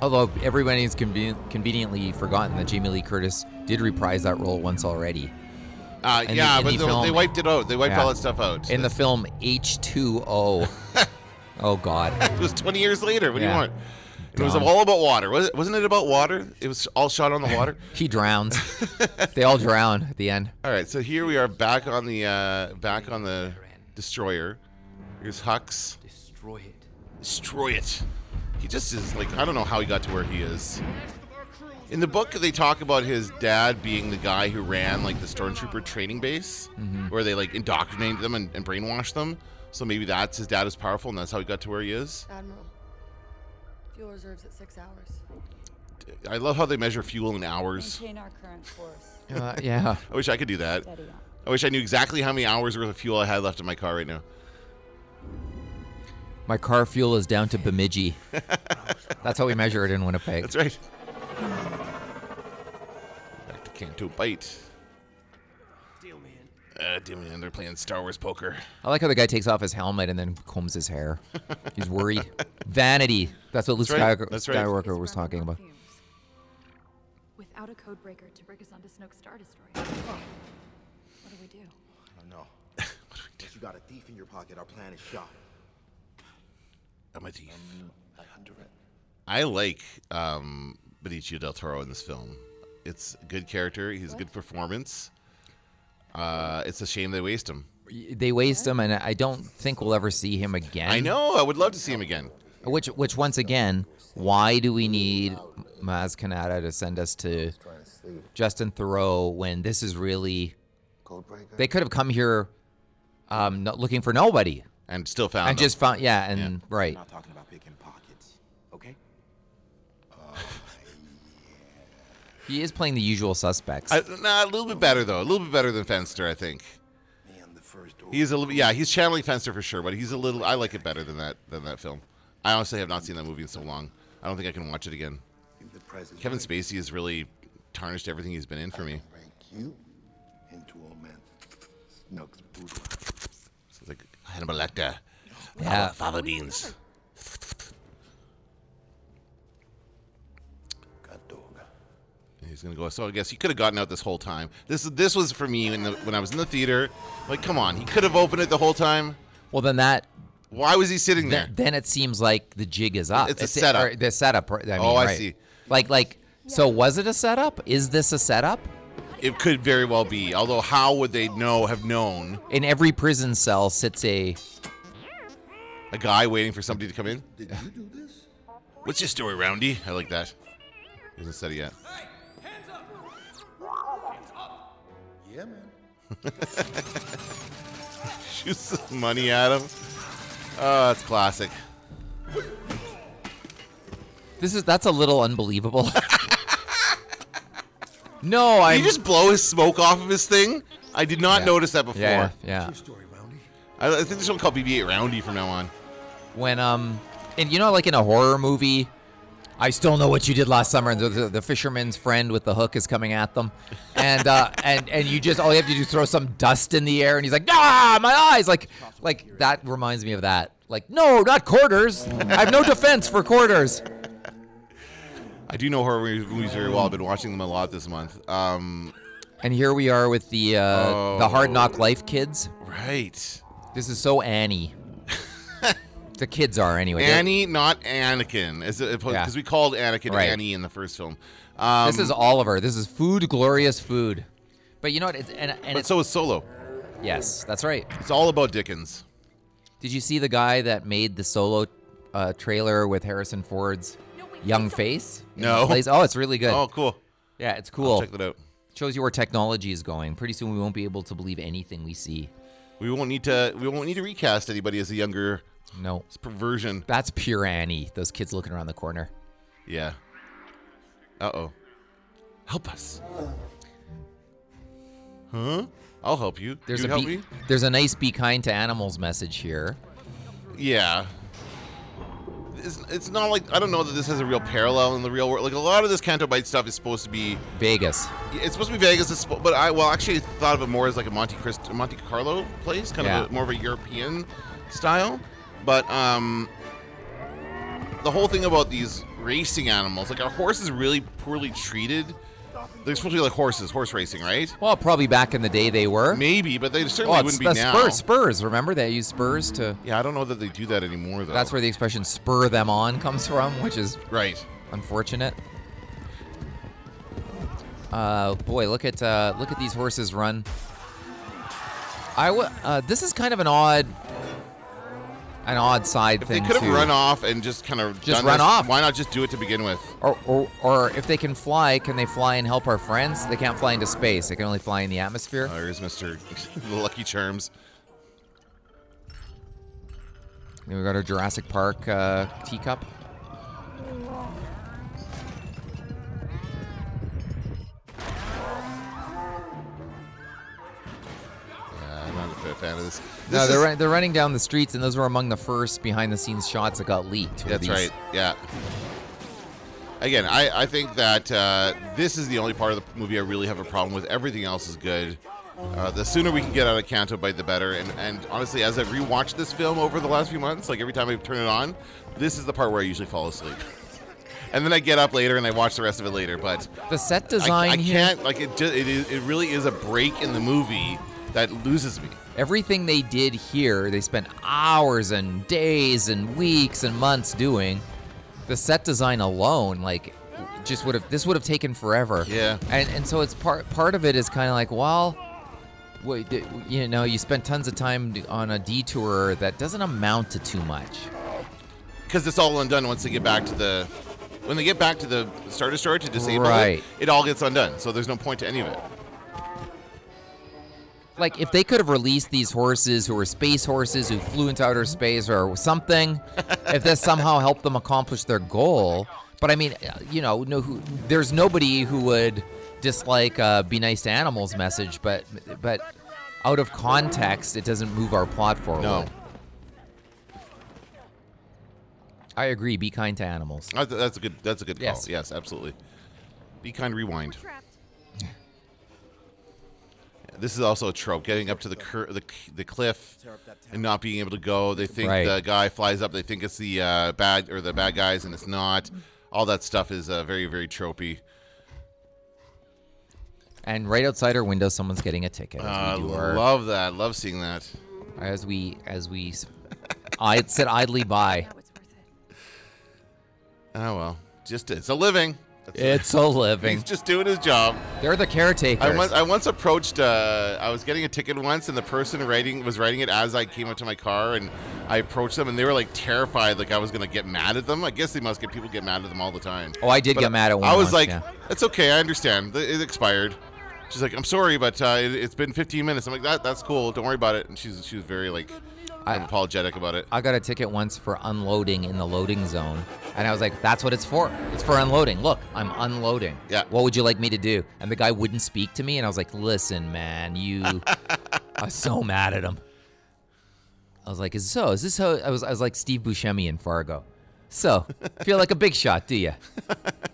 [SPEAKER 2] Although everybody's conven- conveniently forgotten that Jamie Lee Curtis did reprise that role once already.
[SPEAKER 1] Uh,
[SPEAKER 2] In the-
[SPEAKER 1] yeah,
[SPEAKER 2] in
[SPEAKER 1] but
[SPEAKER 2] the
[SPEAKER 1] they-
[SPEAKER 2] film-
[SPEAKER 1] they wiped it out. They wiped
[SPEAKER 2] Yeah.
[SPEAKER 1] all that stuff out.
[SPEAKER 2] In the film H2O. oh, God.
[SPEAKER 1] *laughs* it was 20 years later. What
[SPEAKER 2] Yeah.
[SPEAKER 1] do you want? It was
[SPEAKER 2] Dumb.
[SPEAKER 1] all about water. Was it, wasn't it about water? It was all shot on the
[SPEAKER 2] *laughs*
[SPEAKER 1] water.
[SPEAKER 2] He drowns. they all drown at the end.
[SPEAKER 1] all right, so here we are back on the uh, back on the destroyer. Here's Hux.
[SPEAKER 5] Destroy it.
[SPEAKER 1] Destroy it. He just is like I don't know how he got to where he is. In the book, they talk about his dad being the guy who ran like the stormtrooper training base,
[SPEAKER 2] Mhm.
[SPEAKER 1] where they like indoctrinated them and, and brainwashed them. So maybe that's his dad is powerful, and that's how he got to where he is.
[SPEAKER 4] Admiral, fuel reserves at six hours.
[SPEAKER 1] I love how they measure fuel in hours.
[SPEAKER 4] Maintain our current course.
[SPEAKER 2] Uh, yeah.
[SPEAKER 1] I wish I could do that. I wish I knew exactly how many hours worth of fuel I had left in my car right now.
[SPEAKER 2] My car fuel is down to Bemidji. That's how we measure it in Winnipeg.
[SPEAKER 1] That's right. Back to Canto Bite.
[SPEAKER 11] Deal me in.
[SPEAKER 1] Uh, damn it, they're playing Star Wars poker.
[SPEAKER 2] I like how the guy takes off his helmet and then combs his hair. He's worried. Vanity. That's what Luke
[SPEAKER 1] That's right.
[SPEAKER 2] Skywalker,
[SPEAKER 1] That's right.
[SPEAKER 2] Skywalker was talking about.
[SPEAKER 16] Without a code breaker to break us onto Snoke's Star Destroyer. What do we do?
[SPEAKER 19] I
[SPEAKER 21] *laughs*
[SPEAKER 19] don't know. Once Oh, you got a thief in your pocket, our plan is shot.
[SPEAKER 1] I'm a thief.
[SPEAKER 19] I under it.
[SPEAKER 1] I like um, Benicio del Toro in this film. It's a good character. He's a good performance. Uh, it's a shame they waste him.
[SPEAKER 2] They waste him, and I don't think we'll ever see him again.
[SPEAKER 1] I know. I would love to see him again.
[SPEAKER 2] Which, which once again, why do we need Maz Kanata to send us to Justin Thoreau when this is really? They could have come here, um, not looking for nobody,
[SPEAKER 1] and still found
[SPEAKER 2] and
[SPEAKER 1] them.
[SPEAKER 2] just found. Yeah, and right.
[SPEAKER 19] We're not talking about picking pockets, okay?
[SPEAKER 2] He is playing the usual suspects.
[SPEAKER 1] I, nah, a little bit better though. A little bit better than Fenster, I think. He's a little, yeah, he's channeling Fenster for sure, but he's a little. I like it better than that than that film. I honestly have not seen that movie in so long. I don't think I can watch it again. Kevin Spacey has really tarnished everything he's been in for me.
[SPEAKER 12] You into old man Snoke's boudoir.
[SPEAKER 1] So it's like Hannibal Lecter,
[SPEAKER 2] Yeah.
[SPEAKER 1] Fava- fava beans. He's gonna go. So I guess he could have gotten out this whole time. This this was for me when the, when I was in the theater. Like, come on, he could have opened it the whole time.
[SPEAKER 2] Well, then that.
[SPEAKER 1] Why was he sitting there?
[SPEAKER 2] Then, then it seems like the jig is up.
[SPEAKER 1] It's a setup.
[SPEAKER 2] or The setup. right, I mean,
[SPEAKER 1] Oh, I
[SPEAKER 2] right.
[SPEAKER 1] see.
[SPEAKER 2] Like, like. So was it a setup? Is this a setup?
[SPEAKER 1] It could very well be. Although, how would they know? Have known?
[SPEAKER 2] In every prison cell sits a
[SPEAKER 1] A guy waiting for somebody to come in?
[SPEAKER 10] Did you do this?
[SPEAKER 1] What's your story, Roundy? I like that. He hasn't said it
[SPEAKER 2] *laughs*
[SPEAKER 1] yet. *laughs*
[SPEAKER 10] Yeah, man.
[SPEAKER 1] Shoots his money at him. Oh, that's classic.
[SPEAKER 2] This is that's a little unbelievable. *laughs* no, I
[SPEAKER 1] Did he just blow his smoke off of his thing? I did not
[SPEAKER 2] Yeah.
[SPEAKER 1] notice that before.
[SPEAKER 2] Yeah,
[SPEAKER 1] Ah.
[SPEAKER 2] yeah.
[SPEAKER 1] I, I think this one called BB-8 Roundy from now on.
[SPEAKER 2] when um and you know like in a horror movie i still know what you did last summer and the, the, the fisherman's friend with the hook is coming at them and uh *laughs* and and you just all you have to do is throw some dust in the air and he's like ah my eyes like like that reminds me of that like no not quarters i have no defense for quarters
[SPEAKER 1] I do know horror movies very well. I've been watching them a lot this month. Um,
[SPEAKER 2] and here we are with the uh the hard knock life kids
[SPEAKER 1] right
[SPEAKER 2] this is
[SPEAKER 1] *laughs*
[SPEAKER 2] so annie the kids are anyway They're-
[SPEAKER 1] Annie, not Anakin, as because
[SPEAKER 2] Yeah.
[SPEAKER 1] we called Anakin
[SPEAKER 2] Right.
[SPEAKER 1] Annie in the first film. Um,
[SPEAKER 2] this is Oliver. This is food, glorious food. But you know what? It's, and and
[SPEAKER 1] But
[SPEAKER 2] it's,
[SPEAKER 1] so is Solo.
[SPEAKER 2] Yes, that's right.
[SPEAKER 1] It's all about Dickens.
[SPEAKER 2] Did you see the guy that made the solo uh, trailer with Harrison Ford's young face? in
[SPEAKER 1] No.
[SPEAKER 2] the place? Oh, it's really good.
[SPEAKER 1] Oh, cool.
[SPEAKER 2] Yeah, it's cool.
[SPEAKER 1] check that out.
[SPEAKER 2] Shows you where technology is going. Pretty soon we won't be able to believe anything we see.
[SPEAKER 1] We won't need to. We won't need to recast anybody as a younger.
[SPEAKER 2] No.
[SPEAKER 1] It's perversion.
[SPEAKER 2] That's pure Annie. Those kids looking around the corner.
[SPEAKER 1] Yeah. Uh oh. Help us. Huh? I'll help you.
[SPEAKER 2] There's
[SPEAKER 1] you
[SPEAKER 2] a
[SPEAKER 1] help
[SPEAKER 2] be,
[SPEAKER 1] me?
[SPEAKER 2] there's a nice be kind to animals message here.
[SPEAKER 1] Yeah. It's, it's not like I don't know that this has a real parallel in the real world. Like a lot of this Canto Bite stuff is supposed to be
[SPEAKER 2] Vegas.
[SPEAKER 1] It's supposed to be Vegas, it's spo- but I well actually thought of it more as like a Monte Cristo, Monte Carlo place, kind
[SPEAKER 2] Yeah.
[SPEAKER 1] of a, more of a European style. But um, the whole thing about these racing animals, like are horses really poorly treated? They're supposed to be like horses, horse racing, right?
[SPEAKER 2] Well, probably back in the day they were.
[SPEAKER 1] Maybe, but they certainly
[SPEAKER 2] oh,
[SPEAKER 1] wouldn't
[SPEAKER 2] it's
[SPEAKER 1] be
[SPEAKER 2] the
[SPEAKER 1] now.
[SPEAKER 2] Spurs. Spurs. Remember they used Spurs to.
[SPEAKER 1] Yeah, I don't know that they do that anymore though.
[SPEAKER 2] That's where the expression "spur them on" comes from, which is
[SPEAKER 1] right.
[SPEAKER 2] Unfortunate. Uh, boy, look at uh, look at these horses run. I w- uh, this is kind of an odd, an odd side
[SPEAKER 1] If they
[SPEAKER 2] thing.
[SPEAKER 1] could have
[SPEAKER 2] too.
[SPEAKER 1] run off and just kind of
[SPEAKER 2] Just
[SPEAKER 1] done
[SPEAKER 2] run
[SPEAKER 1] this,
[SPEAKER 2] off.
[SPEAKER 1] Why not just do it to begin with?
[SPEAKER 2] Or, or, or if they can fly, can they fly and help our friends? They can't fly into space. They can only fly in the atmosphere.
[SPEAKER 1] There's Oh, Mister *laughs* the Lucky Charms.
[SPEAKER 2] Then we got our Jurassic Park uh, teacup.
[SPEAKER 1] Yeah, Uh, I'm not a fa- fan of this. this
[SPEAKER 2] no, they're
[SPEAKER 1] is-
[SPEAKER 2] run- they're running down the streets, and those were among the first behind-the-scenes shots that got leaked. were
[SPEAKER 1] That's
[SPEAKER 2] these.
[SPEAKER 1] right. Yeah. Again, I, I think that uh, this is the only part of the movie I really have a problem with. Everything else is good. Uh, the sooner we can get out of Canto Bite, the better. And, and honestly, as I've rewatched this film over the last few months, like every time I turn it on, this is the part where I usually fall asleep. *laughs* and then I get up later and I watch the rest of it later. But
[SPEAKER 2] The set
[SPEAKER 1] I-
[SPEAKER 2] design
[SPEAKER 1] I,
[SPEAKER 2] here.
[SPEAKER 1] can't like it. Just, it is. It really is a break in the movie that loses me.
[SPEAKER 2] Everything they did here, they spent hours and days and weeks and months doing. The set design alone, like, just would have this would have taken forever.
[SPEAKER 1] Yeah.
[SPEAKER 2] And and so it's part part of it is kind of like, well, wait, th- you know, you spent tons of time d- on a detour that doesn't amount to too much.
[SPEAKER 1] because it's all undone once they get back to the when they get back to the star destroyer to disable
[SPEAKER 2] Right.
[SPEAKER 1] it it all gets undone so there's no point to any of it
[SPEAKER 2] Like if they could have released these horses who were space horses who flew into outer space or something, if this somehow helped them accomplish their goal. But I mean, uh, you know, no, who, there's nobody who would dislike uh, "Be Nice to Animals" message, but but out of context, it doesn't move our plot forward.
[SPEAKER 1] No.
[SPEAKER 2] I agree. Be kind to animals.
[SPEAKER 1] That's- that's a good that's a good call
[SPEAKER 2] Yes.
[SPEAKER 1] yes, absolutely be kind rewind this is also a trope getting up to the cur- the, the cliff and not being able to go they think
[SPEAKER 2] Right.
[SPEAKER 1] the guy flies up they think it's the uh, bad or the bad guys and it's not all that stuff is uh, very very tropey
[SPEAKER 2] And right outside our window, someone's getting a ticket. as we
[SPEAKER 1] uh,
[SPEAKER 2] do our-
[SPEAKER 1] love that love seeing that
[SPEAKER 2] as we as we s- I sit idly by.
[SPEAKER 1] oh well just it's a living
[SPEAKER 2] It's a living.
[SPEAKER 1] He's just doing his job.
[SPEAKER 2] They're the caretakers.
[SPEAKER 1] I once, I once approached. Uh, I was getting a ticket once, and the person writing was writing it as I came up to my car, and I approached them, and they were like terrified, like I was gonna get mad at them. I guess they must get people get mad at them all the time.
[SPEAKER 2] Oh, I did
[SPEAKER 1] But
[SPEAKER 2] get mad at one.
[SPEAKER 1] I was
[SPEAKER 2] once,
[SPEAKER 1] like,
[SPEAKER 2] yeah.
[SPEAKER 1] "It's okay, I understand. It it expired." She's like, "I'm sorry, but uh, it, it's been 15 minutes." I'm like, "That that's cool. Don't worry about it." And she's she was very like apologetic about it.
[SPEAKER 2] I got a ticket once for unloading in the loading zone, and I was like, "That's what it's for. It's for unloading. Look, I'm unloading.
[SPEAKER 1] Yeah.
[SPEAKER 2] What would you like me to do?" And the guy wouldn't speak to me, and I was like, "Listen, man, you."
[SPEAKER 1] *laughs*
[SPEAKER 2] I was so mad at him. I was like, "Is so? Is this how?" I was. I was like Steve Buscemi in Fargo. So, feel like a big shot, do you?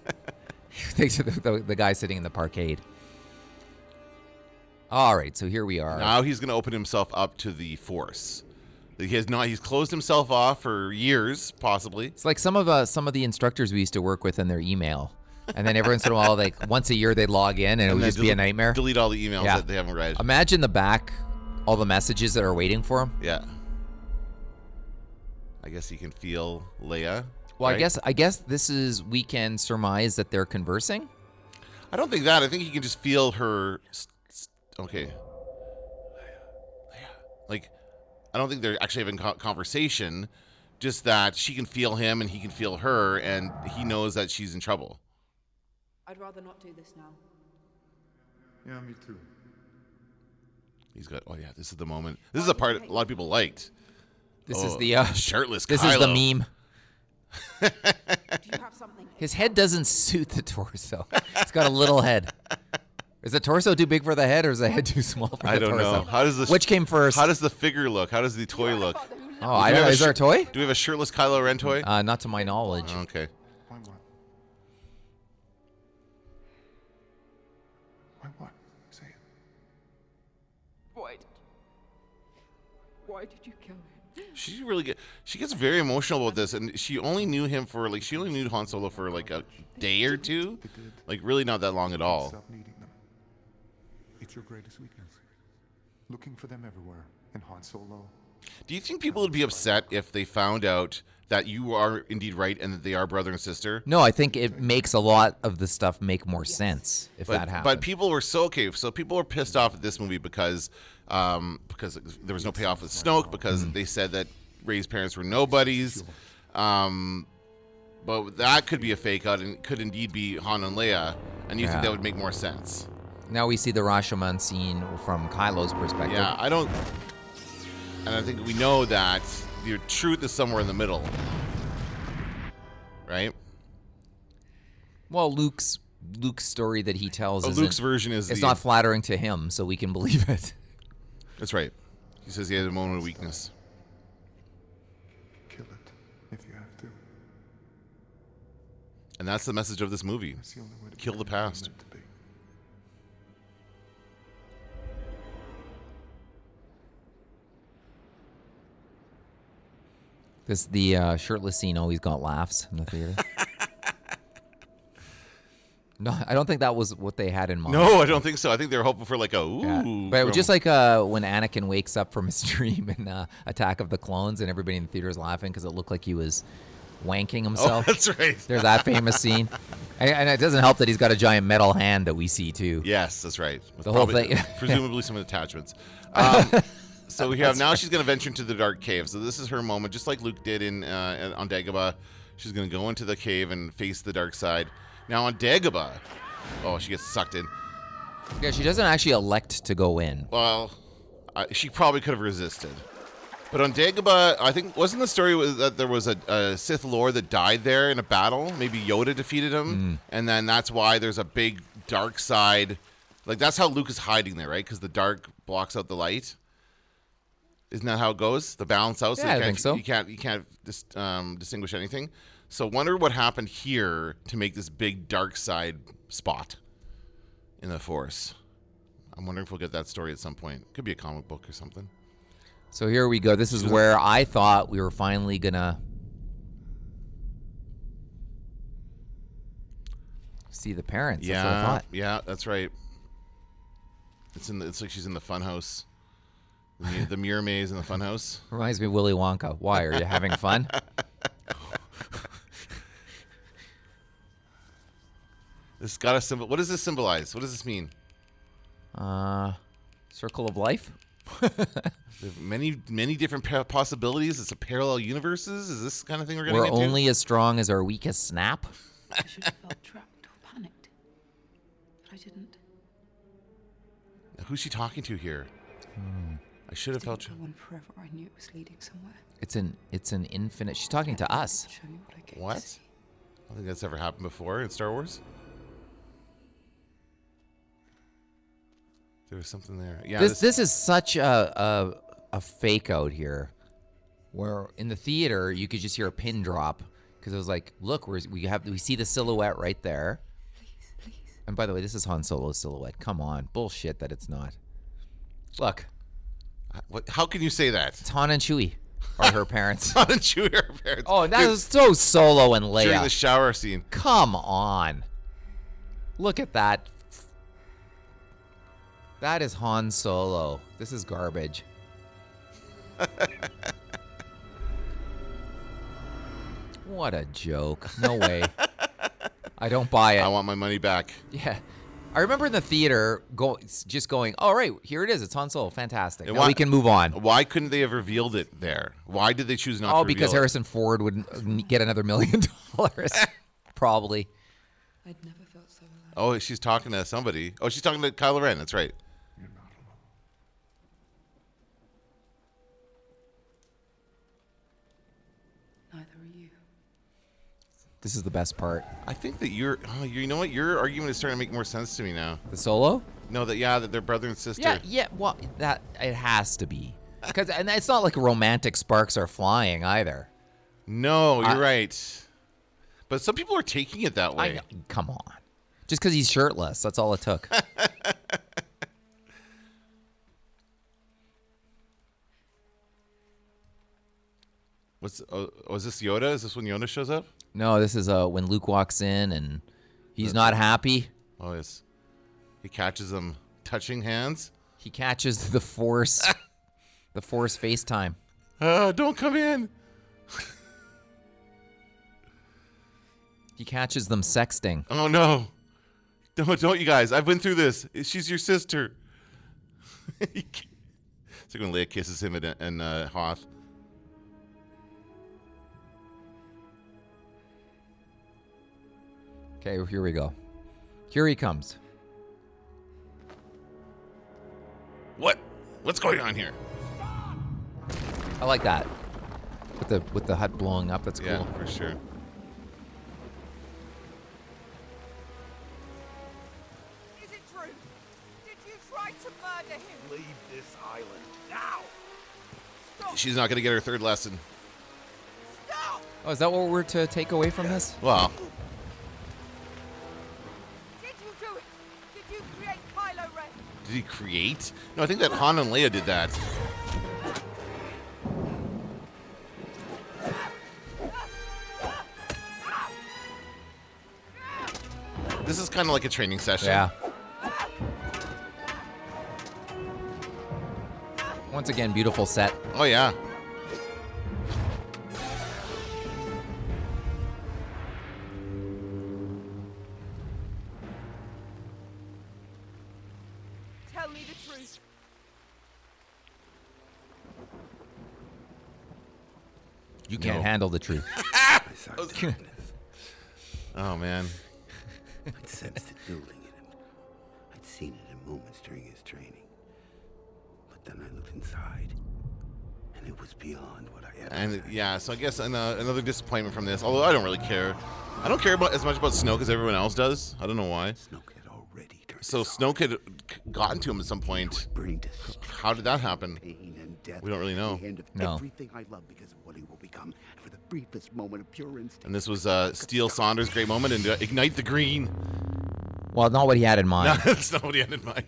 [SPEAKER 2] *laughs* Thanks to the, the, the guy sitting in the parkade. All right, so here we are.
[SPEAKER 1] Now he's going to open himself up to the force. He has not. He's closed himself off for years, possibly.
[SPEAKER 2] It's like some of uh, some of the instructors we used to work with in their email, and then every once in a while, like once a year, they'd log in, and, it would
[SPEAKER 1] then
[SPEAKER 2] just be a
[SPEAKER 1] delete-
[SPEAKER 2] nightmare. Um,
[SPEAKER 1] Delete all the emails that they haven't read.
[SPEAKER 2] Imagine the back, all the messages that are waiting for him.
[SPEAKER 1] Yeah. I guess he can feel Leia.
[SPEAKER 2] Well, I
[SPEAKER 1] right?
[SPEAKER 2] guess I guess this is we can surmise that they're conversing.
[SPEAKER 1] I don't think that. I think he can just feel her. St- st- okay. Like, I don't think they're actually having co- conversation. Just that she can feel him and he can feel her, and he knows that she's in trouble.
[SPEAKER 20] I'd rather not do this now.
[SPEAKER 3] Yeah, me too.
[SPEAKER 1] He's got. Oh yeah, this is the moment. This is a part a lot of people liked.
[SPEAKER 2] This
[SPEAKER 1] Oh,
[SPEAKER 2] is the uh,
[SPEAKER 1] shirtless.
[SPEAKER 2] This is
[SPEAKER 1] Kylo.
[SPEAKER 2] the meme. His head doesn't suit the torso. It's got a little head. Is the torso too big for the head, or is the head too small for
[SPEAKER 1] I
[SPEAKER 2] the
[SPEAKER 1] don't
[SPEAKER 2] torso?
[SPEAKER 1] know. How does the
[SPEAKER 2] which came first?
[SPEAKER 1] How does the figure look? How does the toy look?
[SPEAKER 2] Oh, I
[SPEAKER 1] Do we
[SPEAKER 2] don't
[SPEAKER 1] have
[SPEAKER 2] know. Is there
[SPEAKER 1] shir-
[SPEAKER 2] a toy?
[SPEAKER 1] Do we have a shirtless Kylo Ren toy?
[SPEAKER 2] Uh, not to my knowledge.
[SPEAKER 1] Okay.
[SPEAKER 3] Why what? Say it.
[SPEAKER 22] Why did Why did you kill him?
[SPEAKER 1] She really get, she gets very emotional about this, and she only knew him for like she only knew Han Solo for like a day or two, like really not that long at all.
[SPEAKER 3] Stop needing them. It's your greatest weakness. Looking for them everywhere. In Han Solo.
[SPEAKER 1] Do you think people would be upset if they found out that you are indeed right and that they are brother and sister?
[SPEAKER 2] No, I think it makes a lot of the stuff make more sense if
[SPEAKER 1] but,
[SPEAKER 2] that happens.
[SPEAKER 1] but people were so okay. So people were pissed off at this movie because um, because there was no payoff with Snoke because
[SPEAKER 2] Mm.
[SPEAKER 1] they said that Ray's parents were nobodies. Um, but that could be a fake out and could indeed be Han and Leia. And you
[SPEAKER 2] Yeah.
[SPEAKER 1] think that would make more sense?
[SPEAKER 2] now we see the Rashomon scene from Kylo's perspective.
[SPEAKER 1] Yeah, I don't. And I think we know that the truth is somewhere in the middle, right?
[SPEAKER 2] well, Luke's Luke's story that he tells
[SPEAKER 1] Oh,
[SPEAKER 2] isn't-
[SPEAKER 1] Luke's version is
[SPEAKER 2] it's
[SPEAKER 1] the-
[SPEAKER 2] not flattering to him, so we can believe it. *laughs*
[SPEAKER 1] That's right. He says he had a moment of weakness.
[SPEAKER 3] Kill it. If you have to.
[SPEAKER 1] And that's the message of this movie kill the past.
[SPEAKER 2] This the uh, shirtless scene always got laughs in the theater.
[SPEAKER 1] *laughs*
[SPEAKER 2] no, I don't think that was what they had in mind.
[SPEAKER 1] No, I don't think so. I think they were hoping for like a ooh.
[SPEAKER 2] But it
[SPEAKER 1] from- *laughs*
[SPEAKER 2] was just like uh, when Anakin wakes up from his *laughs* dream in uh, Attack of the Clones, and everybody in the theater is laughing because it looked like he was wanking himself.
[SPEAKER 1] Oh, that's right.
[SPEAKER 2] There's that famous scene, and, and it doesn't help that he's got a giant metal hand that we see too.
[SPEAKER 1] Yes, that's right. With
[SPEAKER 2] The whole
[SPEAKER 1] probably-
[SPEAKER 2] thing.
[SPEAKER 1] *laughs* presumably some
[SPEAKER 2] *laughs*
[SPEAKER 1] attachments. Um, so we have
[SPEAKER 2] That's
[SPEAKER 1] now
[SPEAKER 2] right.
[SPEAKER 1] she's going to venture into the dark cave. So this is her moment, just like Luke did in uh, on Dagobah. She's going to go into the cave and face the dark side. Now on Dagobah, oh, she gets sucked in.
[SPEAKER 2] Yeah, she doesn't actually elect to go in.
[SPEAKER 1] Well, uh, she probably could have resisted. But on Dagobah, I think wasn't the story was that there was a, a Sith Lord that died there in a battle. Maybe Yoda defeated
[SPEAKER 2] Mm.
[SPEAKER 1] him, and then that's why there's a big dark side. Like that's how Luke is hiding there, right? Because the dark blocks out the light. Isn't that how it goes? The balance out.
[SPEAKER 2] Yeah,
[SPEAKER 1] you
[SPEAKER 2] I
[SPEAKER 1] can't-
[SPEAKER 2] think so.
[SPEAKER 1] You can't you can't dis- um, distinguish anything. So wonder what happened here to make this big dark side spot in the Force. I'm wondering if we'll get that story at some point. Could be a comic book or something.
[SPEAKER 2] So here we go. This is where I thought we were finally gonna see the parents.
[SPEAKER 1] yeah,
[SPEAKER 2] That's what I thought.
[SPEAKER 1] yeah, that's right. It's in. The, it's like she's in the funhouse, the, mu- the mirror maze in the funhouse.
[SPEAKER 2] Reminds me of Willy Wonka. Why are you having fun?
[SPEAKER 1] This got a symbol. What does this symbolize? What does this mean?
[SPEAKER 2] Uh, circle of life.
[SPEAKER 1] There's many, many different pa- possibilities. It's a parallel universes. Is this kind of thing we're getting
[SPEAKER 2] We're
[SPEAKER 1] into?
[SPEAKER 2] only as strong as our weakest snap.
[SPEAKER 21] I should have felt trapped or panicked, but I didn't.
[SPEAKER 1] Who's she talking to here? I should have felt.
[SPEAKER 21] No one forever. I knew it was leading somewhere.
[SPEAKER 2] It's an it's an infinite. She's talking to us.
[SPEAKER 1] What? I don't think that's ever happened before in Star Wars. There was something there. Yeah.
[SPEAKER 2] this, this is such a, a a fake out here, where in the theater you could just hear a pin drop because it was like, look, we're, we have we see the silhouette right there. And by the way, this is Han Solo's silhouette. Come on, bullshit that it's not. Look.
[SPEAKER 1] What, how can you say that? *laughs*
[SPEAKER 2] It's Han and Chewie are her parents.
[SPEAKER 1] Han and Chewie are her parents.
[SPEAKER 2] Oh, and that was so Solo and Leia.
[SPEAKER 1] During the shower scene.
[SPEAKER 2] Come on. Look at that. That is Han Solo. This is garbage. *laughs* what a joke. No way. I don't buy it. I
[SPEAKER 1] want my money back.
[SPEAKER 2] *laughs* Yeah. I remember in the theater go, just going, all right, here it is. It's Han Solo. Fantastic.
[SPEAKER 1] And
[SPEAKER 2] Now we can move on.
[SPEAKER 1] Why couldn't they have revealed it there? Why did they choose not to
[SPEAKER 2] Oh,
[SPEAKER 1] reveal
[SPEAKER 2] because
[SPEAKER 1] it?
[SPEAKER 2] Harrison Ford would n- get another million *laughs*
[SPEAKER 1] *laughs*
[SPEAKER 2] dollars. Probably.
[SPEAKER 21] I'd never felt so alive.
[SPEAKER 1] Oh, she's talking to somebody. Oh, she's talking to Kylo Ren. That's right.
[SPEAKER 21] Neither are you.
[SPEAKER 2] This is the best part.
[SPEAKER 1] I think that you're, oh, you know what? Your argument is starting to make more sense to me now.
[SPEAKER 2] The Solo?
[SPEAKER 1] No, that, yeah, that they're brother and sister.
[SPEAKER 2] Yeah, yeah. Well, that it has to be because, and it's not like romantic sparks are flying either.
[SPEAKER 1] No, you're
[SPEAKER 2] I-
[SPEAKER 1] right. But some people are taking it that way.
[SPEAKER 2] know. Come on, just because he's shirtless, that's all it took.
[SPEAKER 1] What's, oh, oh, is this Yoda? Is this when Yoda shows up?
[SPEAKER 2] no, this is uh when Luke walks in and he's not happy.
[SPEAKER 1] Oh, yes. He catches them touching hands.
[SPEAKER 2] He catches *laughs* the Force, the Force FaceTime.
[SPEAKER 1] Uh, don't come in.
[SPEAKER 2] He catches them sexting.
[SPEAKER 1] Oh no. Don't don't you guys. I've been through this. She's your sister. *laughs* so when Leia kisses him and, and uh, Hoth.
[SPEAKER 2] Okay, here we go. Here he comes.
[SPEAKER 1] What? What's going on here?
[SPEAKER 2] I like that with the with the hut blowing up. That's cool.
[SPEAKER 1] Yeah, for sure.
[SPEAKER 14] Is it true? Did you try to murder him?
[SPEAKER 10] Leave this island now.
[SPEAKER 1] She's not gonna get her third lesson.
[SPEAKER 2] Oh, is that what we're to take away from this?
[SPEAKER 1] Well,
[SPEAKER 14] Did you do it? Did you create Kylo Ren?
[SPEAKER 1] did he create? No, I think that Han and Leia did that. This is kind of like a training session.
[SPEAKER 2] Yeah. Once again, beautiful set.
[SPEAKER 1] Oh yeah.
[SPEAKER 14] Tell me the truth.
[SPEAKER 2] You can't
[SPEAKER 1] No.
[SPEAKER 2] handle the truth.
[SPEAKER 1] oh man.
[SPEAKER 13] I'd sensed it building in him. I'd seen it in moments during his training. But then I looked inside, and it was beyond what I ever.
[SPEAKER 1] And yeah, so I guess an, uh, another disappointment from this. Although I don't really care. I don't care about as much about Snoke as everyone else does. I don't know why. Snoke had already So Snoke had gotten to him at some point. How did that happen? We don't really know.
[SPEAKER 13] The end of everything I love because of what he will become. And for the briefest moment of pure instinct,
[SPEAKER 1] And this was uh, Steele Saunders' great moment and uh, ignite the green.
[SPEAKER 2] Well, not what he had in
[SPEAKER 1] No, *laughs*
[SPEAKER 2] mind.
[SPEAKER 1] that's not what he had in mind.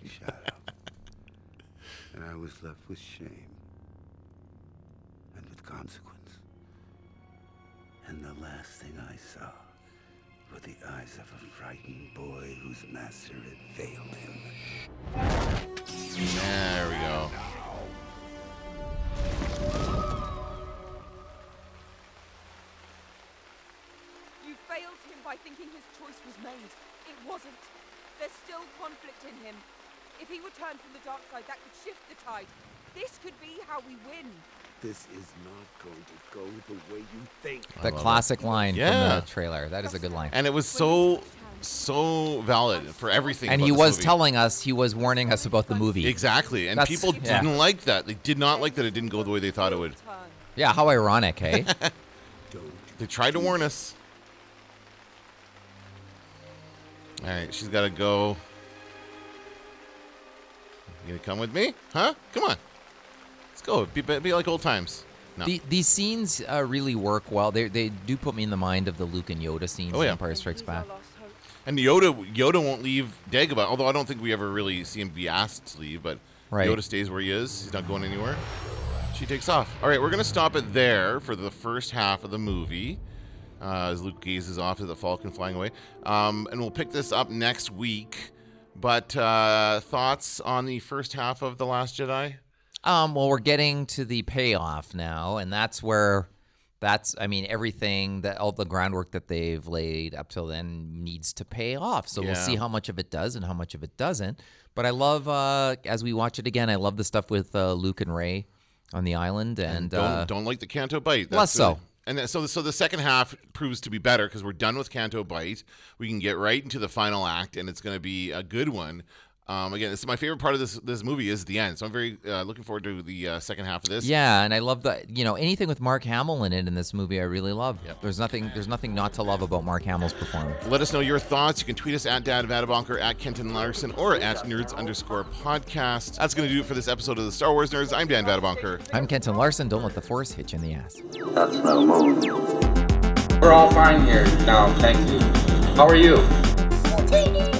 [SPEAKER 13] and I was left with shame and with consequence. And the last thing I saw were the eyes of a frightened boy whose master had failed him.
[SPEAKER 1] There we go.
[SPEAKER 14] You
[SPEAKER 20] failed him by thinking his choice was made. It wasn't. There's still conflict in him. If he were turned from the dark side, that could shift the tide. This could be how we win.
[SPEAKER 13] This is not going to go the way you think.
[SPEAKER 2] The classic line
[SPEAKER 1] Yeah.
[SPEAKER 2] from the trailer. That is a good line.
[SPEAKER 1] And it was so so valid for everything.
[SPEAKER 2] And
[SPEAKER 1] about
[SPEAKER 2] he
[SPEAKER 1] this
[SPEAKER 2] was
[SPEAKER 1] movie.
[SPEAKER 2] telling us, he was warning us about the movie.
[SPEAKER 1] Exactly. And
[SPEAKER 2] That's-
[SPEAKER 1] people
[SPEAKER 2] yeah.
[SPEAKER 1] didn't like that. They did not like that it didn't go the way they thought it would.
[SPEAKER 2] Yeah, how ironic, eh?
[SPEAKER 1] *laughs*
[SPEAKER 2] hey?
[SPEAKER 1] They tried to warn us. All right, she's got to go. You gonna come with me? Huh? Come on. Let's go. Be, be like old times. No.
[SPEAKER 2] The, these scenes uh, really work well. They, they do put me in the mind of the Luke and Yoda scenes
[SPEAKER 1] Oh,
[SPEAKER 2] in
[SPEAKER 1] yeah.
[SPEAKER 2] Empire Strikes Back.
[SPEAKER 1] and Yoda, Yoda won't leave Dagobah. Although I don't think we ever really see him be asked to leave, but
[SPEAKER 2] Right.
[SPEAKER 1] Yoda stays where he is. He's not going anywhere. She takes off. All right, we're gonna stop it there for the first half of the movie. Uh, as Luke gazes off to the Falcon flying away, um, and we'll pick this up next week. But uh, thoughts on the first half of the Last Jedi?
[SPEAKER 2] Um, well, we're getting to the payoff now, and that's where that's I mean everything that all the groundwork that they've laid up till then needs to pay off. So we'll
[SPEAKER 15] Yeah.
[SPEAKER 2] see how much of it does and how much of it doesn't. But I love uh, as we watch it again. I love the stuff with uh, Luke and Ray on the island, and,
[SPEAKER 1] don't,
[SPEAKER 2] uh,
[SPEAKER 1] don't like the Canto Bite.
[SPEAKER 2] less so.
[SPEAKER 1] the- and then, so, so the second half proves to be better because we're done with Canto Bite. We can get right into the final act, and it's going to be a good one. Um, again, this is my favorite part of this this movie is the end. So I'm very uh, looking forward to the uh, second half of this.
[SPEAKER 2] Yeah, and I love that. You know, anything with Mark Hamill in it in this movie, I really love. There's nothing. There's nothing not to love about Mark Hamill's performance.
[SPEAKER 1] Let us know your thoughts. You can tweet us at Dad Vadabonker, at Kenton Larson, or at nerds underscore podcast. That's going to do it for this episode of the Star Wars Nerds. I'm Dan Vadabonker.
[SPEAKER 2] I'm Kenton Larson. Don't let the force hit you in the ass.
[SPEAKER 13] That's no move.
[SPEAKER 17] We're all fine here. No, thank you. How are you?
[SPEAKER 13] Tiny.